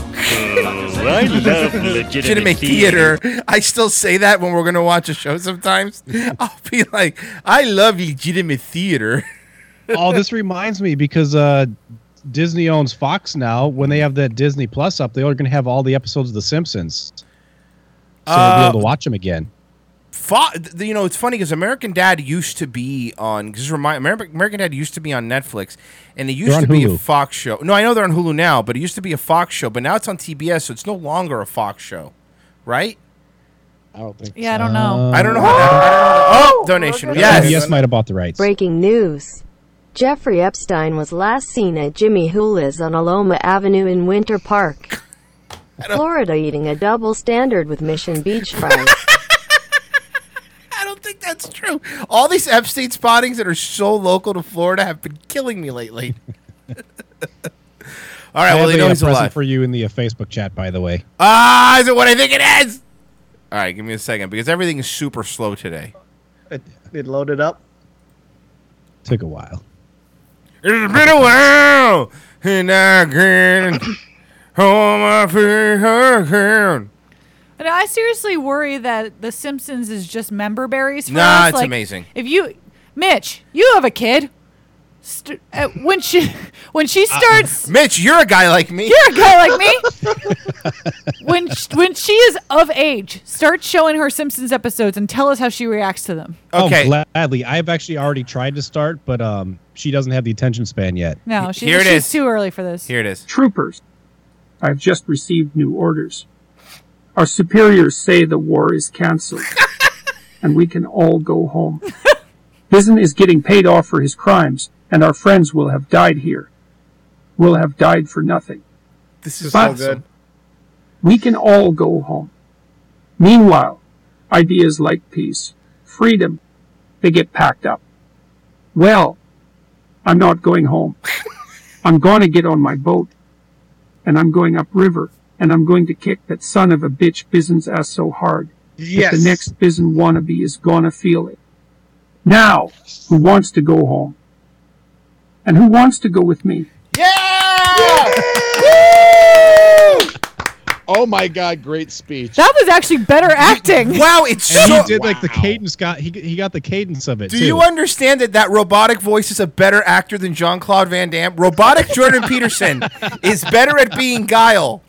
S12: I love legitimate,
S2: legitimate theater. I still say that when we're gonna watch a show sometimes. I'll be like, I love legitimate theater.
S5: oh, this reminds me because uh, Disney owns Fox now. When they have that Disney Plus up, they are going to have all the episodes of The Simpsons, so we'll be
S2: Uh,
S5: able to watch them again.
S2: Fo- th- you know, it's funny because American Dad used to be on. Just remind American, American Dad used to be on Netflix, and it used
S5: on
S2: to be a
S5: Hulu.
S2: Fox show. No, I know they're on Hulu now, but it used to be a Fox show. But now it's on TBS, so it's no longer a Fox show, right?
S1: I don't think.
S4: Yeah, I don't
S5: Uh,
S4: know.
S2: I don't know. How that, I don't know. Oh, donation. Yes.
S5: CBS might have bought the rights.
S6: Breaking news. Jeffrey Epstein was last seen at Jimmy Hula's on Aloma Avenue in Winter Park, Florida, eating a double standard with Mission Beach fries.
S2: I don't think that's true. All these Epstein spottings that are so local to Florida have been killing me lately. All right.
S5: I
S2: Well,
S5: have
S2: they know
S5: a
S2: he's
S5: present
S2: alive.
S5: for you in the uh, Facebook chat, by the way.
S2: Ah, is it what I think it is? All right, give me a second because everything is super slow today.
S3: It, it loaded up.
S5: Took a while.
S2: It's been a while, and I can't hold my feet again.
S4: And I seriously worry that The Simpsons is just member berries for
S2: Nah,
S4: us.
S2: it's
S4: Like,
S2: amazing.
S4: If you, Mitch, you have a kid. St- uh, when she when she starts,
S2: Mitch, you're a guy like me.
S4: you're a guy like me. when sh- when she is of age, start showing her Simpsons episodes and tell us how she reacts to them.
S2: Okay.
S5: Oh, gladly. I've actually already tried to start, but um, she doesn't have the attention span yet.
S4: No, she,
S2: Here it
S4: she's
S2: is.
S4: too early for this.
S2: Here it is.
S11: Troopers, I've just received new orders. Our superiors say the war is canceled, and we can all go home. Bizen is getting paid off for his crimes, and our friends will have died here. Will have died for nothing.
S2: This is
S11: But We can all go home. Meanwhile, ideas like peace, freedom, they get packed up. Well, I'm not going home. I'm going to get on my boat, and I'm going upriver, and I'm going to kick that son of a bitch Bizen's ass so hard that
S3: Yes.
S11: the next Bizen wannabe is gonna feel it. Now, who wants to go home? And who wants to go with me?
S1: Oh my God! Great speech.
S4: That was actually better acting.
S2: Wow, it's
S5: And he
S2: so.
S5: did like the cadence. Got he, he got the cadence of it.
S2: Oh, Do
S5: too.
S2: you understand that that robotic voice is a better actor than Jean Claude Van Damme? Robotic Jordan Peterson is better at being Guile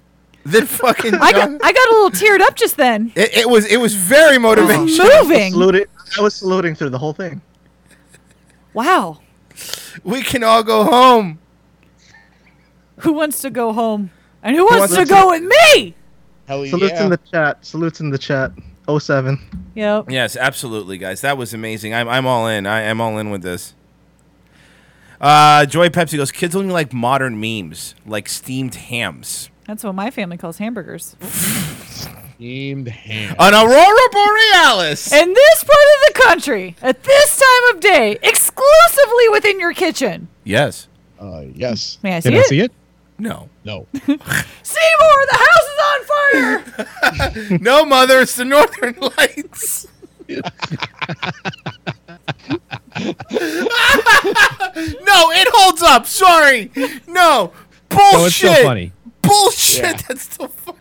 S2: than fucking.
S4: I got
S2: John-
S4: I got a little teared up just then.
S2: It, it was it was very
S5: Oh.
S2: motivational.
S4: Moving.
S3: Saluted. I was saluting through the whole thing.
S4: Wow.
S2: We can all go home.
S4: Who wants to go home? And who wants to go with me?
S1: Hell yeah.
S3: Salutes in the chat. Oh Salutes in the chat. 07.
S4: Yep.
S2: Yes, absolutely, guys. That was amazing. I'm, I'm all in. I am all in with this. Uh, Joy Pepsi goes, kids only like modern memes, like steamed hams.
S4: That's what my family calls hamburgers.
S1: Steamed ham.
S2: An Aurora Borealis!
S4: In this part of the country, at this time of day, exclusively within your kitchen.
S2: Yes.
S1: Uh, yes.
S4: May I see Can I it? see it?
S2: No.
S1: No.
S4: Seymour, the house is on fire!
S2: no, mother, it's the Northern Lights. no, it holds up. Sorry. No. Bullshit.
S5: No, it's still funny.
S2: Bullshit.
S4: Yeah.
S2: That's still funny.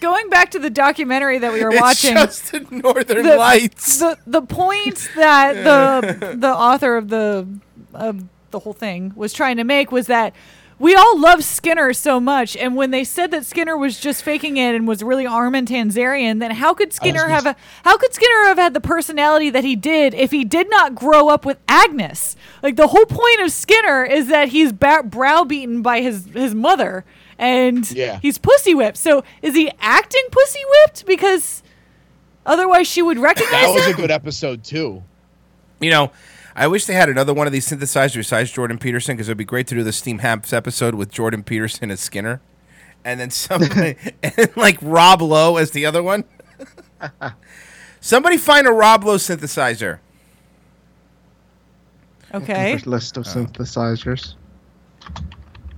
S4: Going back to the documentary that we were
S2: It's
S4: watching,
S2: just the Northern
S4: the,
S2: Lights.
S4: The, the point that the the author of the of the whole thing was trying to make was that we all love Skinner so much, and when they said that Skinner was just faking it and was really Armin Tanzarian, then how could Skinner have a, how could Skinner have had the personality that he did if he did not grow up with Agnes? Like the whole point of Skinner is that he's ba- browbeaten by his his mother, and
S1: Yeah.
S4: he's pussy whipped. So is he acting pussy whipped because otherwise she would recognize
S1: That was a
S4: him?
S1: good episode too.
S2: You know, I wish they had another one of these synthesizers size Jordan Peterson because it would be great to do the Steam Haps episode with Jordan Peterson as Skinner, and then somebody and like Rob Lowe as the other one. somebody find a Rob Lowe synthesizer.
S4: Okay.
S3: First list
S2: Oh.
S3: of synthesizers.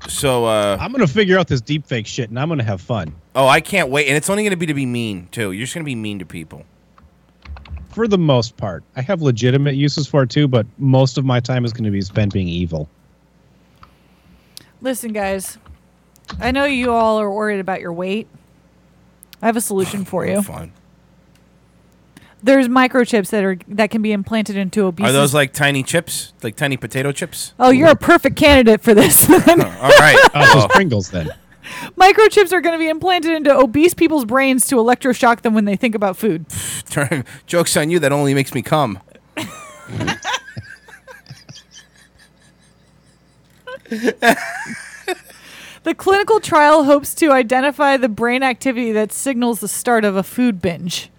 S2: So uh,
S5: I'm gonna figure out this deep fake shit, and I'm gonna have fun.
S2: Oh, I can't wait, and it's only going to be to be mean too. You're just going to be mean to people.
S5: For the most part, I have legitimate uses for it too, but most of my time is going to be spent being evil.
S4: Listen, guys, I know you all are worried about your weight. I have a solution for you.
S2: Fine.
S4: There's microchips that are that can be implanted into obese.
S2: Are those like tiny chips, like tiny potato chips?
S4: Oh, you're a perfect candidate for this. then.
S2: All right.
S5: Oh, it's Pringles then.
S4: Microchips are going to be implanted into obese people's brains to electroshock them when they think about food.
S2: Turn, jokes on you. That only makes me come.
S4: The clinical trial hopes to identify the brain activity that signals the start of a food binge.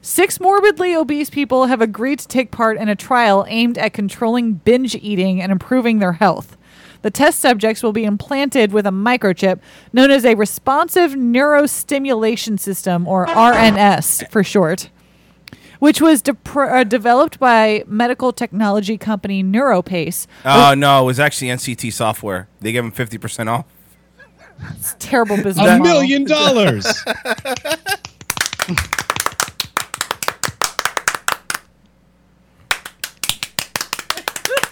S4: Six morbidly obese people have agreed to take part in a trial aimed at controlling binge eating and improving their health. The test subjects will be implanted with a microchip known as a responsive neurostimulation system, or RNS for short, which was depr uh, developed by medical technology company NeuroPace.
S2: Oh no, it was actually NCT software. They gave them fifty percent off.
S4: It's a terrible business.
S2: A
S4: model.
S2: million dollars.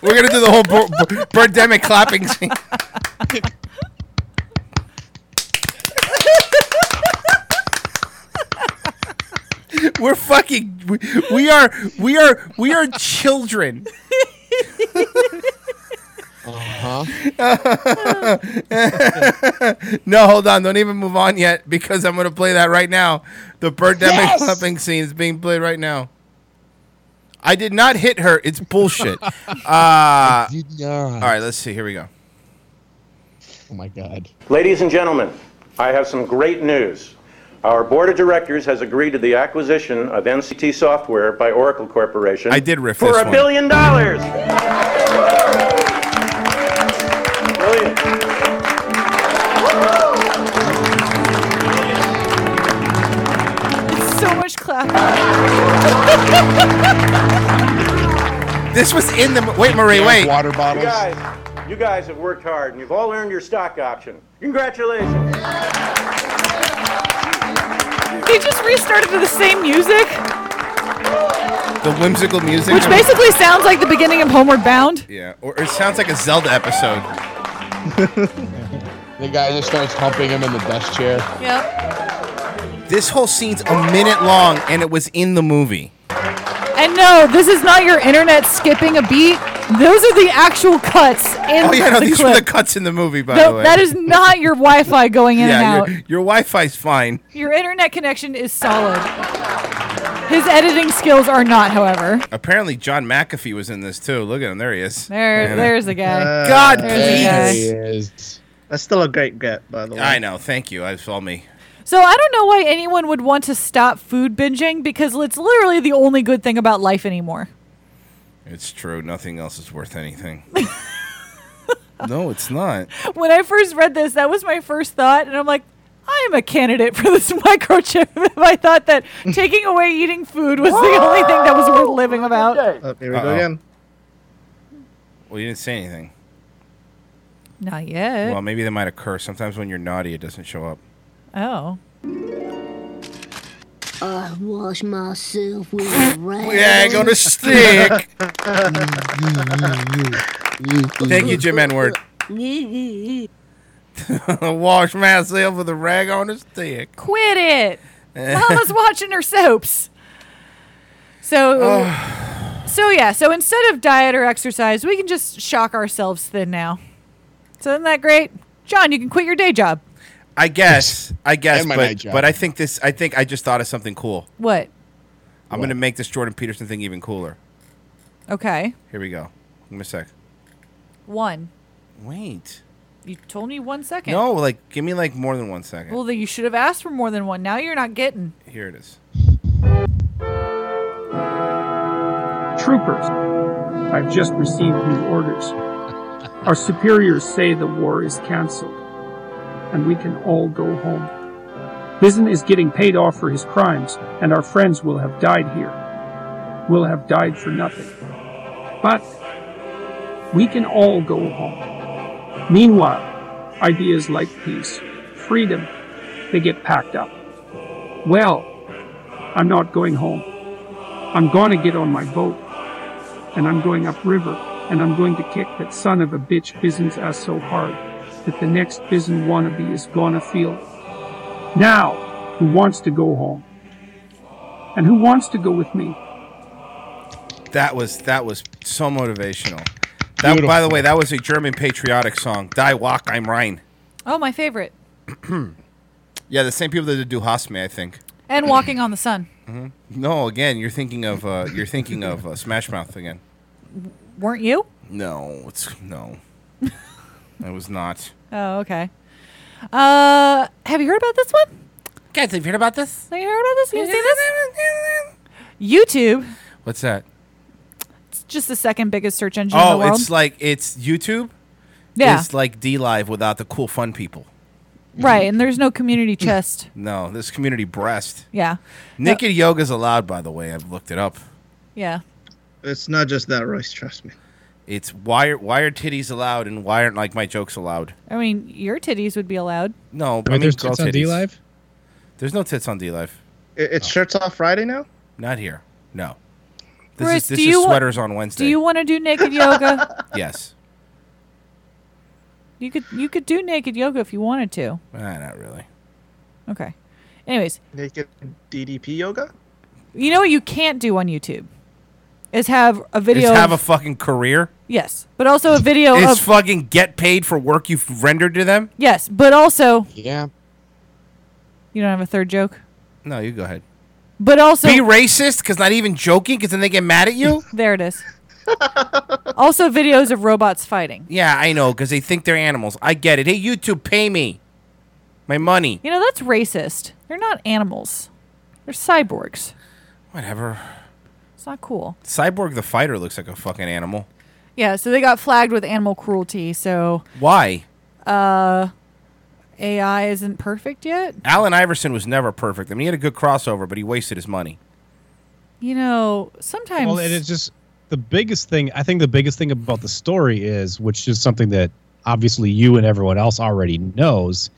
S2: We're gonna do the whole bur- bur- birdemic clapping scene. We're fucking. We, we are. We are. We are children. Uh-huh. no, hold on. Don't even move on yet because I'm going to play that right now. The birdemic
S13: Yes!
S2: clapping scene is being played right now. I did not hit her. It's bullshit. uh, all right, let's see. Here we go.
S1: Oh my god.
S15: Ladies and gentlemen, I have some great news. Our board of directors has agreed to the acquisition of NCT Software by Oracle Corporation.
S2: I did riff
S15: for
S2: this
S15: a
S2: one.
S15: billion dollars. Brilliant.
S4: So much clapping.
S2: This was in the. Wait, Marie, wait.
S1: Water
S15: You guys, you guys have worked hard and you've all earned your stock option. Congratulations.
S4: they just restarted to the same music,
S2: The whimsical music.
S4: which basically sounds like the beginning of Homeward Bound.
S2: Yeah, or it sounds like a Zelda episode.
S1: The guy just starts humping him in the desk chair.
S4: Yep.
S2: This whole scene's a minute long, and it was in the movie.
S4: And no, this is not your internet skipping a beat. Those are the actual cuts in
S2: Oh yeah, no,
S4: the
S2: these
S4: clip.
S2: were the cuts in the movie, by
S4: No,
S2: the way.
S4: that is not your Wi-Fi going in
S2: yeah,
S4: and out.
S2: Your, your Wi-Fi's fine.
S4: Your internet connection is solid. His editing skills are not, however.
S2: Apparently, John McAfee was in this too. Look at him. There he is.
S4: There,
S2: Yeah.
S4: there's the guy.
S2: God,
S4: There's the guy.
S2: please.
S3: That's still a great get, by the way.
S2: I know. Thank you. I saw me.
S4: So I don't know why anyone would want to stop food binging because it's literally the only good thing about life anymore.
S2: It's true. Nothing else is worth anything. no, it's not.
S4: When I first read this, that was my first thought, and I'm like, I am a candidate for this microchip. if I thought that taking away eating food was the only thing that was worth living about.
S3: Oh, here we
S2: Uh-oh.
S3: go again.
S2: Well, you didn't say anything.
S4: Not yet.
S2: Well, maybe they might occur. Sometimes when you're naughty, it doesn't show up.
S4: oh.
S14: I wash myself with a rag.
S2: Yeah, I gonna stick. Thank you, Jim N-word. Wash myself with a rag on a stick.
S4: Quit it. Mama's watching her soaps. So, um, so yeah. So instead of diet or exercise, we can just shock ourselves thin now. So isn't that great, John? You can quit your day job.
S2: I guess. I guess.
S1: And my night
S2: But,
S1: job.
S2: but I think this. I think I just thought of something cool.
S4: What?
S2: I'm gonna make this Jordan Peterson thing even cooler.
S4: Okay.
S2: Here we go. Give me a sec.
S4: One.
S2: Wait.
S4: You told me one second.
S2: No, like give me like more than one second.
S4: Well, then you should have asked for more than one. Now you're not getting.
S2: Here it is.
S11: Troopers, I've just received new orders. Our superiors say the war is canceled, and we can all go home. Bizen is getting paid off for his crimes, and our friends will have died here. Will have died for nothing. But we can all go home. Meanwhile, ideas like peace, freedom, they get packed up. Well, I'm not going home. I'm going to get on my boat, and I'm going upriver, and I'm going to kick that son of a bitch Bizen's ass so hard that the next Bizen wannabe is gonna feel. Now, who wants to go home? And who wants to go with me?
S2: That was that was so motivational. That, by the way, that was a German patriotic song. Die Walk, I'm Rhein.
S4: Oh, my favorite.
S2: yeah, the same people that did Du hast me, I think.
S4: And walking on the sun.
S2: hmm No, again, you're thinking of uh, you're thinking of uh, Smash Mouth again.
S4: Weren't you?
S2: No, it's no. I was not.
S4: Oh, okay. Uh, have you heard about this one?
S2: Guys, have you heard about this?
S4: Have you heard about this? Have you seen this? YouTube.
S2: What's that?
S4: It's just the second biggest search engine in the
S2: Oh,
S4: world.
S2: it's like it's YouTube.
S4: Yeah.
S2: It's like D Live without the cool fun people.
S4: right, and there's no community chest.
S2: No, this community breast.
S4: Yeah.
S2: Naked yoga's allowed, by the way. I've looked it up.
S4: Yeah.
S3: It's not just that, Royce. Trust me.
S2: It's why are, why are titties allowed and why aren't like my jokes allowed?
S4: I mean, your titties would be allowed.
S2: No,
S5: Wait,
S2: I mean,
S5: there's
S2: girl
S5: tits on
S2: titties.
S5: D-Live?
S2: There's no tits on D Live. Oh.
S3: It's shirts off Friday now.
S2: Not here. No. This
S4: Chris,
S2: is this
S4: do
S2: is
S4: you wa-
S2: sweaters on Wednesday.
S4: Do you want to do naked yoga?
S2: yes.
S4: You could you could do naked yoga if you wanted to.
S2: Ah, not really.
S4: Okay. Anyways,
S3: Naked DDP yoga.
S4: you know what you can't do on YouTube is have a
S2: Just
S4: video.
S2: have a
S4: of-
S2: fucking career.
S4: yes, but also a video
S2: It's
S4: of
S2: fucking get paid for work you've rendered to them.
S4: yes, but also
S1: yeah.
S4: You don't have a third joke,
S2: No, you go ahead.
S4: but also
S2: Be racist because not even joking because then they get mad at you.
S4: there it is. also, videos of robots fighting.
S2: yeah, I know because they think they're animals. I get it. Hey, YouTube, pay me my money.
S4: You know, that's racist. They're not animals. They're cyborgs.
S2: Whatever.
S4: It's not cool.
S2: Cyborg the fighter looks like a fucking animal.
S4: Yeah, so they got flagged with animal cruelty, so
S2: Why?
S4: uh AI isn't perfect yet.
S2: Allen Iverson was never perfect. I mean, he had a good crossover, but he wasted his money.
S4: You know, sometimes
S5: Well, and it's just the biggest thing. I think the biggest thing about the story is, which is something that obviously you and everyone else already knows,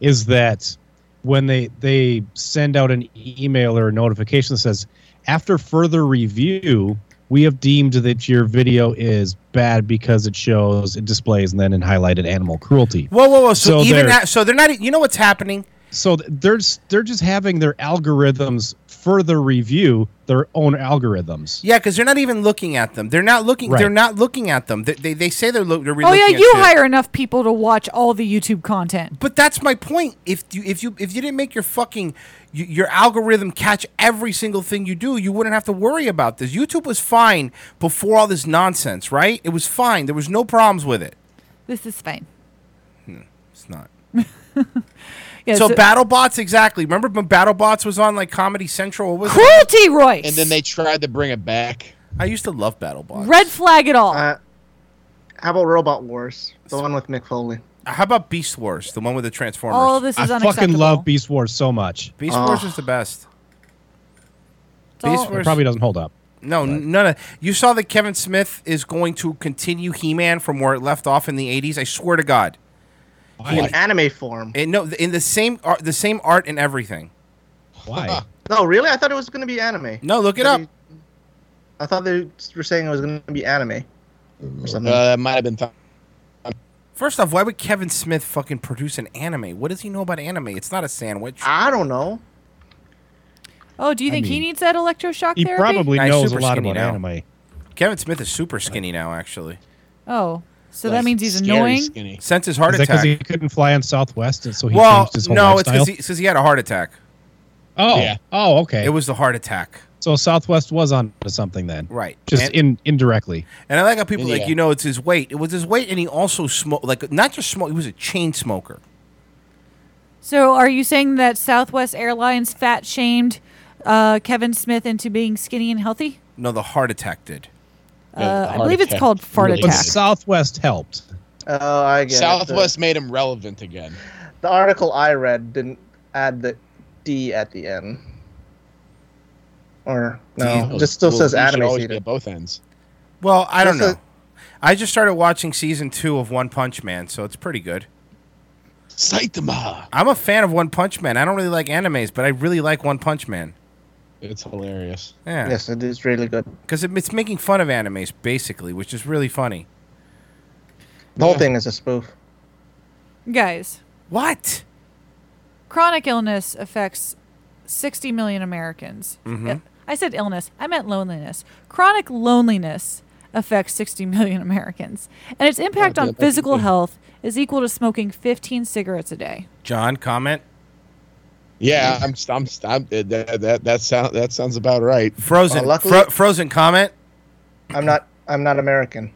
S5: is that when they they send out an email or a notification that says, after further review, we have deemed that your video is bad because it shows, it displays, and then in highlighted animal cruelty.
S2: Whoa, whoa, whoa! So,
S5: So
S2: even
S5: they're-
S2: that, so they're not. e, You know what's happening?
S5: So th- they're just, they're just having their algorithms further review their own algorithms.
S2: Yeah, because they're not even looking at them. They're not looking.
S5: Right.
S2: They're not looking at them. They they, they say they're, lo- they're
S4: Oh
S2: re-looking
S4: yeah,
S2: at
S4: you
S2: shit.
S4: hire enough people to watch all the YouTube content.
S2: But that's my point. If you if you if you didn't make your fucking y your algorithm catch every single thing you do, you wouldn't have to worry about this. YouTube was fine before all this nonsense, right? It was fine. There was no problems with it.
S4: This is fine.
S2: It's not.
S4: Yeah,
S2: so,
S4: so-
S2: BattleBots, exactly. Remember when BattleBots was on like Comedy Central? What was it?
S4: Cruelty, Royce.
S1: And then they tried to bring it back.
S2: I used to love BattleBots.
S4: Red flag at all.
S1: Uh,
S3: How about Robot Wars? The one with Mick Foley.
S2: How about Beast Wars, the one with the Transformers?
S4: All this is
S5: I fucking love Beast Wars so much.
S2: Beast Wars is the best.
S5: Beast Wars probably doesn't hold up.
S2: No, n- none of you saw that Kevin Smith is going to continue He-Man from where it left off in the '80s. I swear to God,
S3: In anime form.
S2: And no, in the same art, the same art and everything.
S5: Why?
S3: No, really? I thought it was going to be anime.
S2: No, look it
S3: up. I thought they were saying it was going to be anime. Or something.
S1: Uh, it might have been.
S2: First off, why would Kevin Smith fucking produce an anime? What does he know about anime? It's not a sandwich.
S3: I don't know.
S4: Oh, do you
S2: I
S4: think he
S2: mean-
S4: needs that electroshock
S5: He
S4: therapy?
S5: probably
S2: Nah, he's
S5: knows a
S2: super
S5: lot
S2: skinny
S5: about
S2: now.
S5: anime.
S2: Kevin Smith is super skinny now, actually.
S4: Oh, so
S2: Like,
S4: that means he's
S2: scary
S4: annoying.
S2: skinny. Since his heart
S5: Is that 'cause
S2: attack.
S5: he couldn't fly on Southwest, and so he
S2: well,
S5: changed his whole
S2: no,
S5: lifestyle.
S2: it's because he, had a heart attack.
S5: oh, oh, okay.
S2: It was the heart attack.
S5: so Southwest was on to something then,
S2: Right.
S5: Just
S2: And-
S5: in indirectly.
S2: And I like how people
S5: Yeah.
S2: like you know it's his weight. It was his weight, and he also smoked like not just smoke. He was a chain smoker.
S4: So, are you saying that Southwest Airlines fat shamed uh, Kevin Smith into being skinny and healthy?
S2: No, the heart attack did.
S4: Uh, I believe it's called fart
S5: But
S4: attack.
S5: Southwest helped.
S3: Oh, I get it.
S1: Southwest
S3: The-
S1: made him relevant again.
S3: The article I read didn't add the D at the end. Or no, it just Oh, still
S1: Well,
S3: says
S1: you should
S3: anime
S1: always
S3: season.
S1: be at both ends.
S2: Well, I don't
S3: This
S2: know.
S3: is-
S2: I just started watching season two of One Punch Man, so it's pretty good.
S1: Saitama.
S2: I'm a fan of One Punch Man. I don't really like animes, but I really like One Punch Man.
S1: It's hilarious.
S2: Yeah.
S3: Yes, it is really good.
S2: Because it, it's making fun of animes, basically, which is really funny.
S3: The whole thing is a spoof.
S4: Guys,
S2: what?
S4: Chronic illness affects 60 million Americans.
S2: Mhm.
S4: Yeah, I said illness. I meant loneliness. Chronic loneliness affects 60 million Americans, and its impact
S2: Oh,
S4: on
S2: yeah, that-
S4: physical
S2: yeah.
S4: health is equal to smoking 15 cigarettes a day.
S2: John, comment.
S1: Yeah, I'm. I'm. I'm uh, that, that that sound that sounds about right.
S2: Frozen. Fro- frozen comment.
S3: I'm not. I'm not American.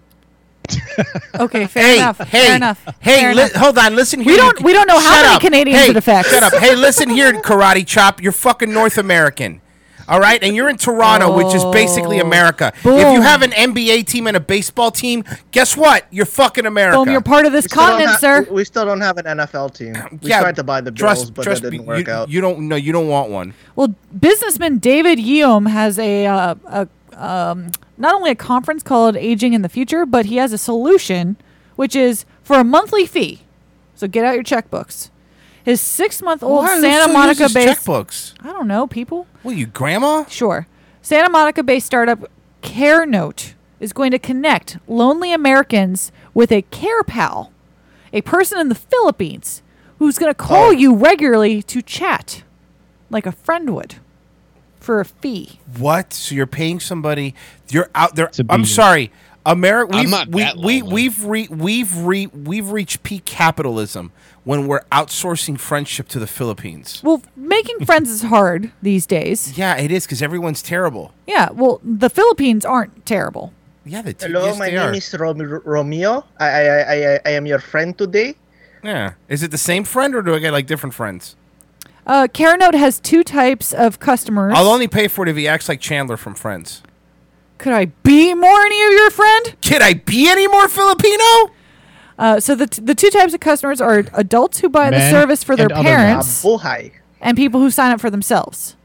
S4: Okay, fair enough. fair enough.
S2: Hey,
S4: fair
S2: li-
S4: enough.
S2: hold on. Listen here.
S4: We don't- we don't know how
S2: Shut
S4: many
S2: up.
S4: Canadians
S2: hey,
S4: it affects.
S2: Shut up. Hey, listen here, Karate Chop. You're fucking North American. All right, and you're in Toronto, which is basically America. If you
S4: Oh. Boom.
S2: have an NBA team and a baseball team, guess what? You're fucking America.
S3: We still don't ha- We, we still don't have an NFL team. We
S2: Yeah,
S3: tried to buy the Bills,
S2: trust-
S3: but
S2: trust
S3: that didn't
S2: me,
S3: work
S2: you,
S3: out.
S2: You don't know. You don't want one.
S4: Well, businessman David Yeom has a, uh, a um, not only a conference called Aging in the Future, but he has a solution, which is for a monthly fee. So get out your checkbooks. His six-month-old
S2: Why? Who
S4: Santa
S2: still
S4: Monica
S2: uses
S4: based
S2: checkbooks.
S4: I don't know people.
S2: Well, you grandma.
S4: Sure. Santa Monica based startup Care Note is going to connect lonely Americans with a care pal, a person in the Philippines who's going to call
S3: Oh.
S4: you regularly to chat like a friend would for a fee.
S2: What? So you're paying somebody? You're out there. I'm
S4: be-
S2: sorry, America.
S4: I'm
S2: We've,
S4: not
S2: we,
S4: that
S2: we, we've re, we've re, we've reached peak capitalism when we're outsourcing friendship to the Philippines.
S4: Well, making friends is hard these days.
S2: Yeah, it is because everyone's terrible.
S4: Yeah, well, the Philippines aren't terrible.
S2: Yeah, they
S3: Hello,
S2: yes,
S3: my
S2: they
S3: name
S2: are.
S3: is Rom- Romeo. I, I, I, I, I am your friend today.
S2: Yeah, is it the same friend or do I get like different friends?
S4: Uh, Care Note has two types of customers.
S2: I'll only pay for it if he acts like Chandler from Friends.
S4: Could I be more any of your friend?
S2: Could I be any more Filipino?
S4: Uh, so the, t- the two types of customers are adults who buy the
S3: Men
S4: service for their
S3: and other men.
S4: parents
S3: Buhay.
S4: and people who sign up for themselves.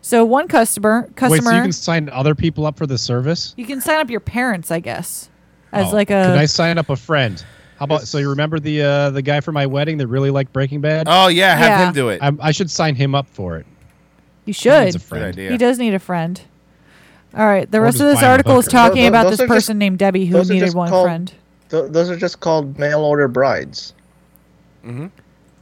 S4: So one customer
S5: Wait, so
S4: customer
S5: you can sign other people up for the service?
S4: sign up your parents, I guess, as
S5: Oh,
S4: like a
S5: Could I sign up a friend? How about so you remember the uh, the guy from my wedding that really liked Breaking Bad?
S2: Oh yeah, have Yeah. him do it.
S5: I, I should sign him up for it.
S4: you should.
S5: That's a friend. Good idea.
S4: He does need a friend. All right. The
S5: Or
S4: rest of
S5: just
S4: this
S5: buy him a
S4: article is
S5: hooker.
S4: talking
S3: Those-
S4: about
S3: those
S4: this
S3: are just-
S4: person named Debbie who
S3: those are
S4: needed
S3: just
S4: one
S3: called-
S4: friend.
S3: Th- those are just called mail order brides.
S2: Mm-hmm.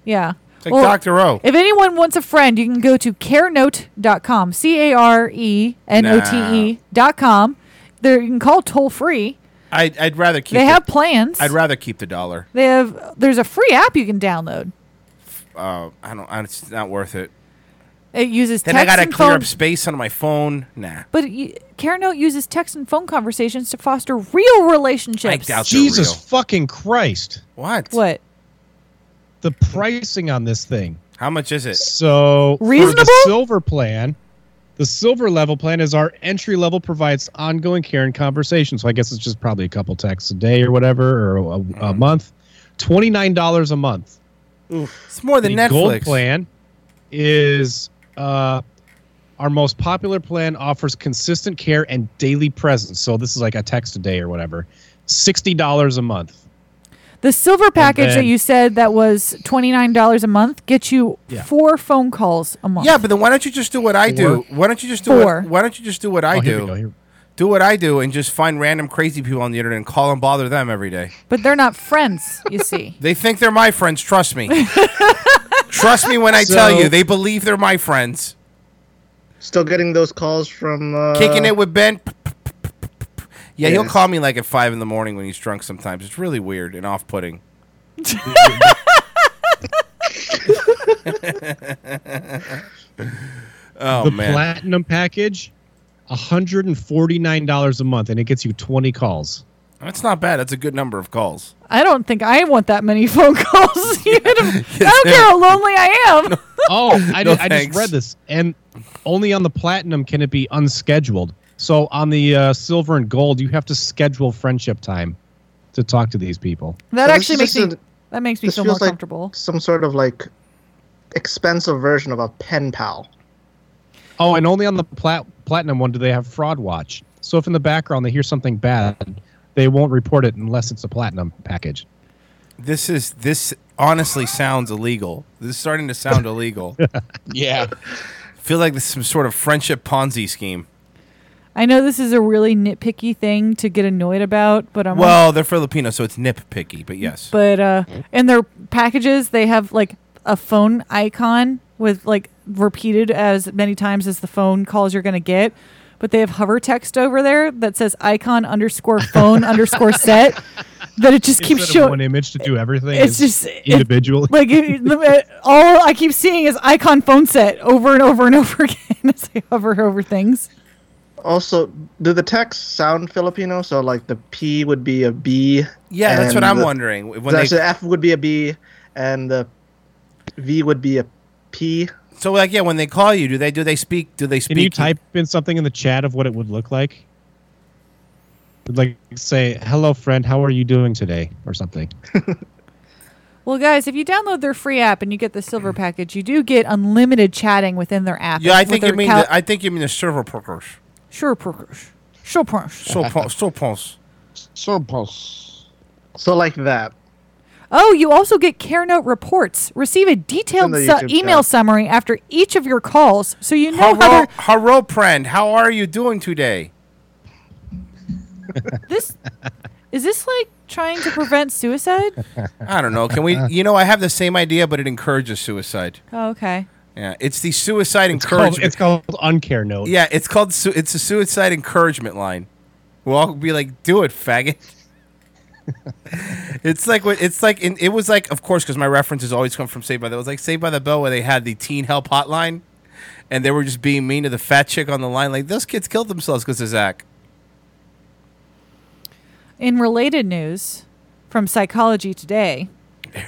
S4: Yeah.
S2: It's like Dr. O.
S4: If anyone wants a friend, you can go to carenote.com, C A R E N O T E dot com. There you can call toll free.
S2: I'd, I'd rather keep.
S4: They
S2: the-
S4: have plans.
S2: I'd rather keep the dollar.
S4: They have there's a free app you can download.
S2: Uh, I don't. I- It's not worth it.
S4: It uses
S2: Then
S4: text
S2: I gotta
S4: and
S2: clear
S4: phone,
S2: up space on my phone. Nah.
S4: but y- CareNote uses text and phone conversations to foster real
S5: I
S4: relationships.
S5: doubt Jesus fucking Christ!
S2: What?
S4: What?
S5: The pricing on this thing.
S2: How much is it?
S5: So for
S2: Reasonable?
S5: the silver plan, the silver level plan is our entry level provides ongoing care and conversation. So I guess it's just probably a couple texts a day or whatever, or a, a
S2: Mm-hmm.
S5: month. Twenty nine dollars a month.
S2: It's more than
S5: the Gold
S2: Netflix.
S5: plan is uh, our most popular plan. Offers consistent care and daily presence. So this is like a text a day or whatever. Sixty dollars a month.
S4: The silver package
S5: then-
S4: that you said that was twenty nine dollars a month gets you
S5: Yeah.
S4: four phone calls a month.
S2: Yeah, but then why don't you just do what I do?
S4: Four.
S2: Why don't you just do
S4: Four.
S2: what, Why don't you just do what I
S5: Oh, here we go,
S2: do? Do what I do and just find random crazy people on the internet and call and bother them every day.
S4: But they're not friends, you see.
S2: They think they're my friends. Trust me. trust me when I tell
S3: So-
S2: you, they believe they're my friends.
S3: Still getting those calls from uh,
S2: Kicking it with Ben. Yeah, he'll
S3: Yes.
S2: call me like at five in the morning when he's drunk. Sometimes it's really weird and off-putting. oh
S5: the
S2: man!
S5: platinum package, hundred and forty nine dollars a month, and it gets you twenty calls.
S2: That's not bad. That's a good number of calls.
S4: I don't think I want that many phone calls. You hit 'em. I don't care how lonely I am.
S5: Oh, I,
S4: No
S5: did, I just
S4: thanks.
S5: read this, and only on the platinum can it be unscheduled. So on the uh, silver and gold, you have to schedule friendship time to talk to these people.
S4: That
S3: So this
S4: actually
S3: is
S4: makes me
S3: just a-
S4: that makes me
S3: this
S4: feel more
S3: feels like
S4: comfortable.
S3: Some sort of like expensive version of a pen pal.
S5: Oh, and only on the plat- platinum one do they have fraud watch. So if in the background they hear something bad, they won't report it unless it's a platinum package.
S2: This is this honestly sounds illegal. This is starting to sound illegal. yeah. Feel like this is some sort of friendship Ponzi scheme.
S4: I know this is a really nitpicky thing to get annoyed about, but I'm
S2: well, they're Filipino, so it's nitpicky, but yes.
S4: but uh
S2: Mm.
S4: in their packages they have like a phone icon with like repeated as many times as the phone calls you're gonna get but they have hover text over there that says icon underscore phone underscore set that it just keeps
S5: Instead of
S4: showing
S5: one image to do everything.
S4: it's
S5: is E
S4: just it-
S5: individual.
S4: like it- the- all i keep seeing is icon phone set over and over and over again as i hover over things
S3: Also, do the texts sound Filipino? So like the P would be a B.
S2: Yeah, that's
S3: and
S2: what I'm
S3: the-
S2: wondering, when
S3: that's
S2: they-
S3: the F would be a B, and the V would be a P.
S2: So like yeah, when they call you, do they do they speak do they speak
S5: Can you type in something in the chat of what it would look like? Like say, "Hello, friend. How are you doing today?" or something.
S4: well guys if you download their free app and you get the silver package you do get unlimited chatting within their app
S2: Mm. Yeah, I
S4: with
S2: think
S4: their
S2: you mean
S4: cal-
S2: the, I think you mean the server pokers.
S4: Sure, Prakash. Sure, Prakash.
S2: So po- so pulse.
S3: So So like that.
S4: Oh, you also get care note reports. Receive a detailed
S2: the
S4: su-
S2: YouTube
S4: email
S2: chat.
S4: summary after each of your calls, so you know how
S2: Hello,
S4: they're-
S2: hello, friend. How are you doing today?
S4: this is this like trying to prevent suicide.
S2: I don't know. Can we? You know, I have the same idea, but it encourages suicide.
S4: Oh, okay.
S2: Yeah, it's the suicide
S5: It's called,
S2: encouragement.
S5: it's called uncare note.
S2: Yeah, it's called su- it's a suicide encouragement line. We'll all be like, "Do it, faggot." it's like what it's like. In, it was like, of course, because my references always come from Saved by the. It was like Saved by the Bell, where they had the teen help hotline, and they were just being mean to the fat chick on the line. Like those kids killed themselves because of Zach.
S4: In related news from Psychology Today,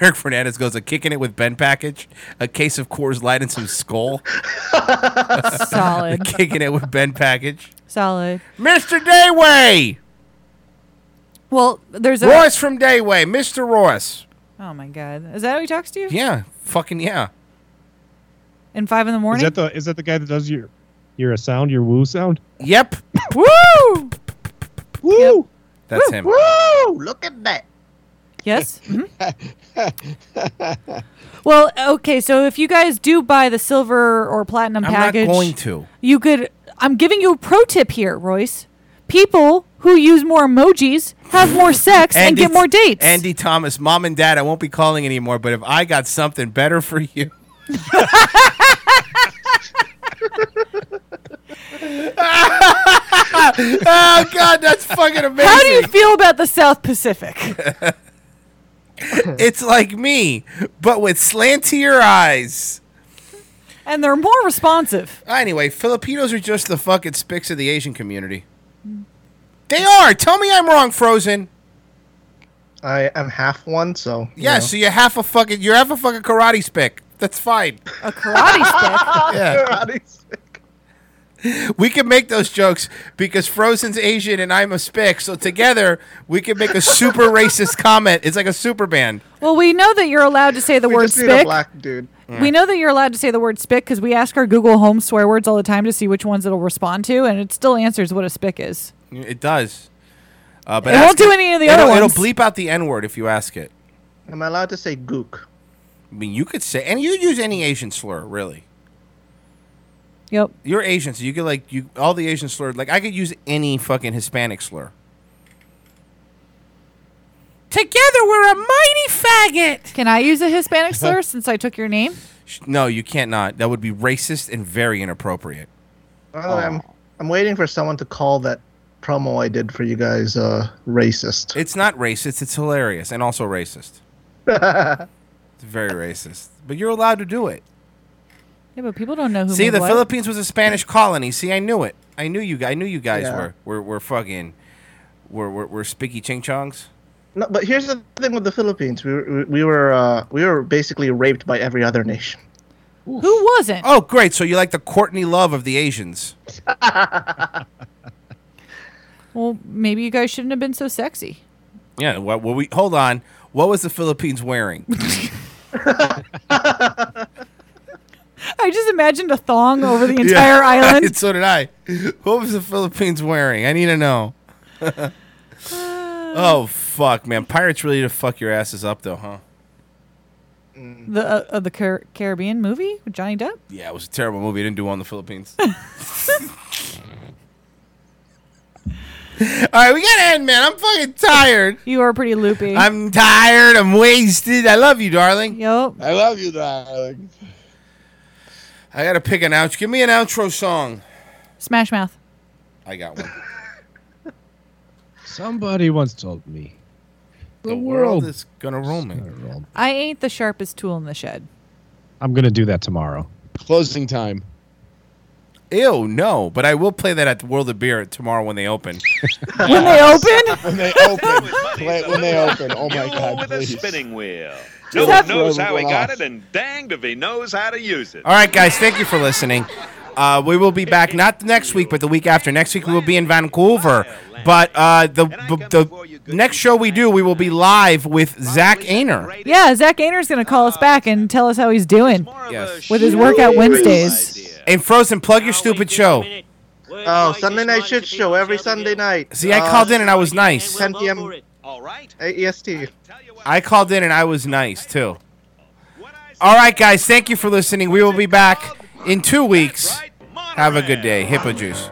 S2: Eric Fernandez goes a kicking it with Ben package, a case of Coors Light and some skull.
S4: Solid.
S2: The kicking it with Ben package.
S4: solid.
S2: Mr. Dayway.
S4: Well, there's a
S2: Royce from Dayway. Mr. Royce.
S4: Oh my God, is that how he talks to you?
S2: Yeah, fucking yeah.
S4: In five in the
S5: Is
S4: morning.
S5: that the is that the guy that does your your sound your woo sound?
S2: Yep.
S4: Woo!
S5: Woo!
S2: That's
S5: Woo!
S2: him.
S3: Woo! Look at that.
S4: Yes. Mm-hmm. Well, okay, so if you guys do buy the silver or platinum
S2: I'm not
S4: package,
S2: going to.
S4: You could. I'm giving you a pro tip here, Royce. People who use more emojis have more sex and
S2: Andy-
S4: get more dates.
S2: Andy Thomas, mom and dad, I won't be calling anymore, but if I got something better for you. oh God, that's fucking amazing.
S4: How do you feel about the South Pacific?
S2: it's like me, but with slantier eyes.
S4: And they're more responsive.
S2: Anyway, Filipinos are just the fucking spics of the Asian community. They are. Tell me I'm wrong, Frozen.
S3: I am half one, so.
S2: Yeah, so you're half a fucking you're half a fucking karate spic. That's fine.
S4: A karate stick.
S2: Yeah. We can make those jokes because Frozen's Asian and I'm a spick. So together we can make a super racist comment. It's like a super band.
S4: Well, we know that you're allowed to say the word
S3: just need a
S4: spick.
S3: black dude.
S4: We know that you're allowed to say the word spick because we ask our Google Home swear words all the time to see which ones it'll respond to, and it still answers what a spick is.
S2: It does. Uh, but
S4: It won't
S2: ask
S4: do any of the
S2: it'll-
S4: other
S2: It'll
S4: ones.
S2: bleep out the N word if you ask it.
S3: Am I allowed to say gook?
S2: I mean, you could say, and you use any Asian slur, really.
S4: Yep.
S2: You're Asian, so you could like you all the Asian slurs. Like I could use any fucking Hispanic slur.
S4: Together we're a mighty faggot. Can I use a Hispanic slur since I took your name?
S2: Sh- No, you can't not. That would be racist and very inappropriate.
S3: By the way, I'm I'm waiting for someone to call that promo I did for you guys uh, racist.
S2: It's not racist. It's hilarious and also racist. It's very racist. But you're allowed to do it.
S4: Yeah, but people don't know who.
S2: See,
S4: made
S2: the
S4: what.
S2: Philippines was a Spanish colony. See, I knew it. I knew you. gu- I knew you guys
S3: Yeah.
S2: were were were fucking were were, were spiky ching chongs.
S3: no, but here's the thing with the Philippines. We were, we were uh, we were basically raped by every other nation.
S4: Who wasn't?
S2: Oh, great. So you like the Courtney Love of the Asians?
S4: Well, maybe you guys shouldn't have been so sexy.
S2: Yeah. What? What we? Hold on. What was the Philippines wearing?
S4: I just imagined a thong over the entire island.
S2: so did I. What was the Philippines wearing? I need to know. oh fuck, man! Pirates really to fuck your asses up, though, huh?
S4: The uh, of the Car- Caribbean movie with Johnny Depp.
S2: Yeah, it was a terrible movie. It didn't do well in the Philippines. All right, we gotta end, man. I'm fucking tired.
S4: You are pretty loopy.
S2: I'm tired. I'm wasted. I love you, darling.
S4: Yep.
S2: I love you, darling. I gotta pick an outro. Give me an outro song.
S4: Smash Mouth.
S2: I got one.
S5: Somebody once told me
S2: The,
S5: world
S2: is gonna roll me.
S4: I ain't the sharpest tool in the shed.
S5: I'm going to do that tomorrow.
S1: Closing time.
S2: Ew, no. But I will play that at the World of Beer tomorrow when they open.
S4: when they open?
S1: When they open. Play it when they open. Oh my god.
S16: with a
S1: please.
S16: spinning wheel.
S1: Just
S16: No one
S1: have-
S16: knows how he
S1: Roll
S16: got
S1: off.
S16: it, and danged if he knows how to use it.
S2: All right, guys, thank you for listening. Uh, we will be back not next week, but the week after. Next week we will be in Vancouver, but uh, the the next show we do, we will be live with Zach Ainer.
S4: Yeah, Zach Gaynor's gonna call us back and tell us how he's doing
S2: Yes,
S4: with his workout Wednesdays.
S2: And Frozen, plug your stupid show.
S3: Oh, Sunday night shit show every Sunday night. Uh,
S2: See, I called in and I was nice.
S3: 10 p.m. All right.
S2: E
S3: EST.
S2: I called in and I was nice too. All right, guys, thank you for listening. We will be back in two weeks. Have a good day, Hippo Juice.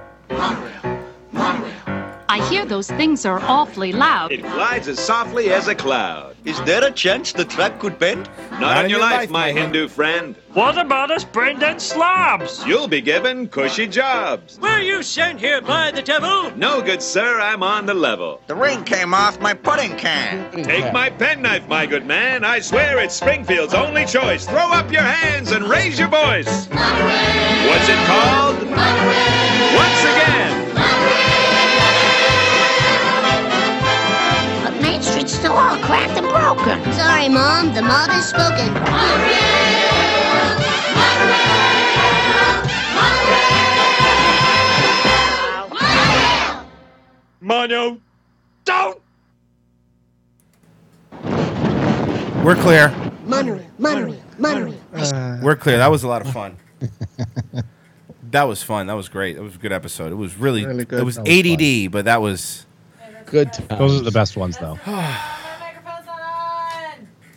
S17: I hear those things are awfully loud.
S16: It glides as softly as a cloud. Is there a chance the track could bend? Not, on your, life, my Hindu friend. What about us Brendan slobs? You'll be given cushy jobs.
S18: Were you sent here by the devil?
S16: No good, sir, I'm on the level.
S18: The ring came off my pudding can.
S16: Take my penknife, my good man. I swear it's Springfield's only choice. Throw up your hands and raise your voice. What's it called? Once again.
S14: But Main Street's still all cracked and broken. Sorry, Mom. The mob is spoken.
S16: Mono, don't!
S2: We're clear. Uh,
S18: Monorail, monorail, monorail.
S2: We're clear. That was a lot of fun. that was fun. That was great. That was a good episode. It was really,
S5: Really good.
S2: it was
S5: That was
S2: ADD, but that was
S1: good.
S5: Those are the best ones, though.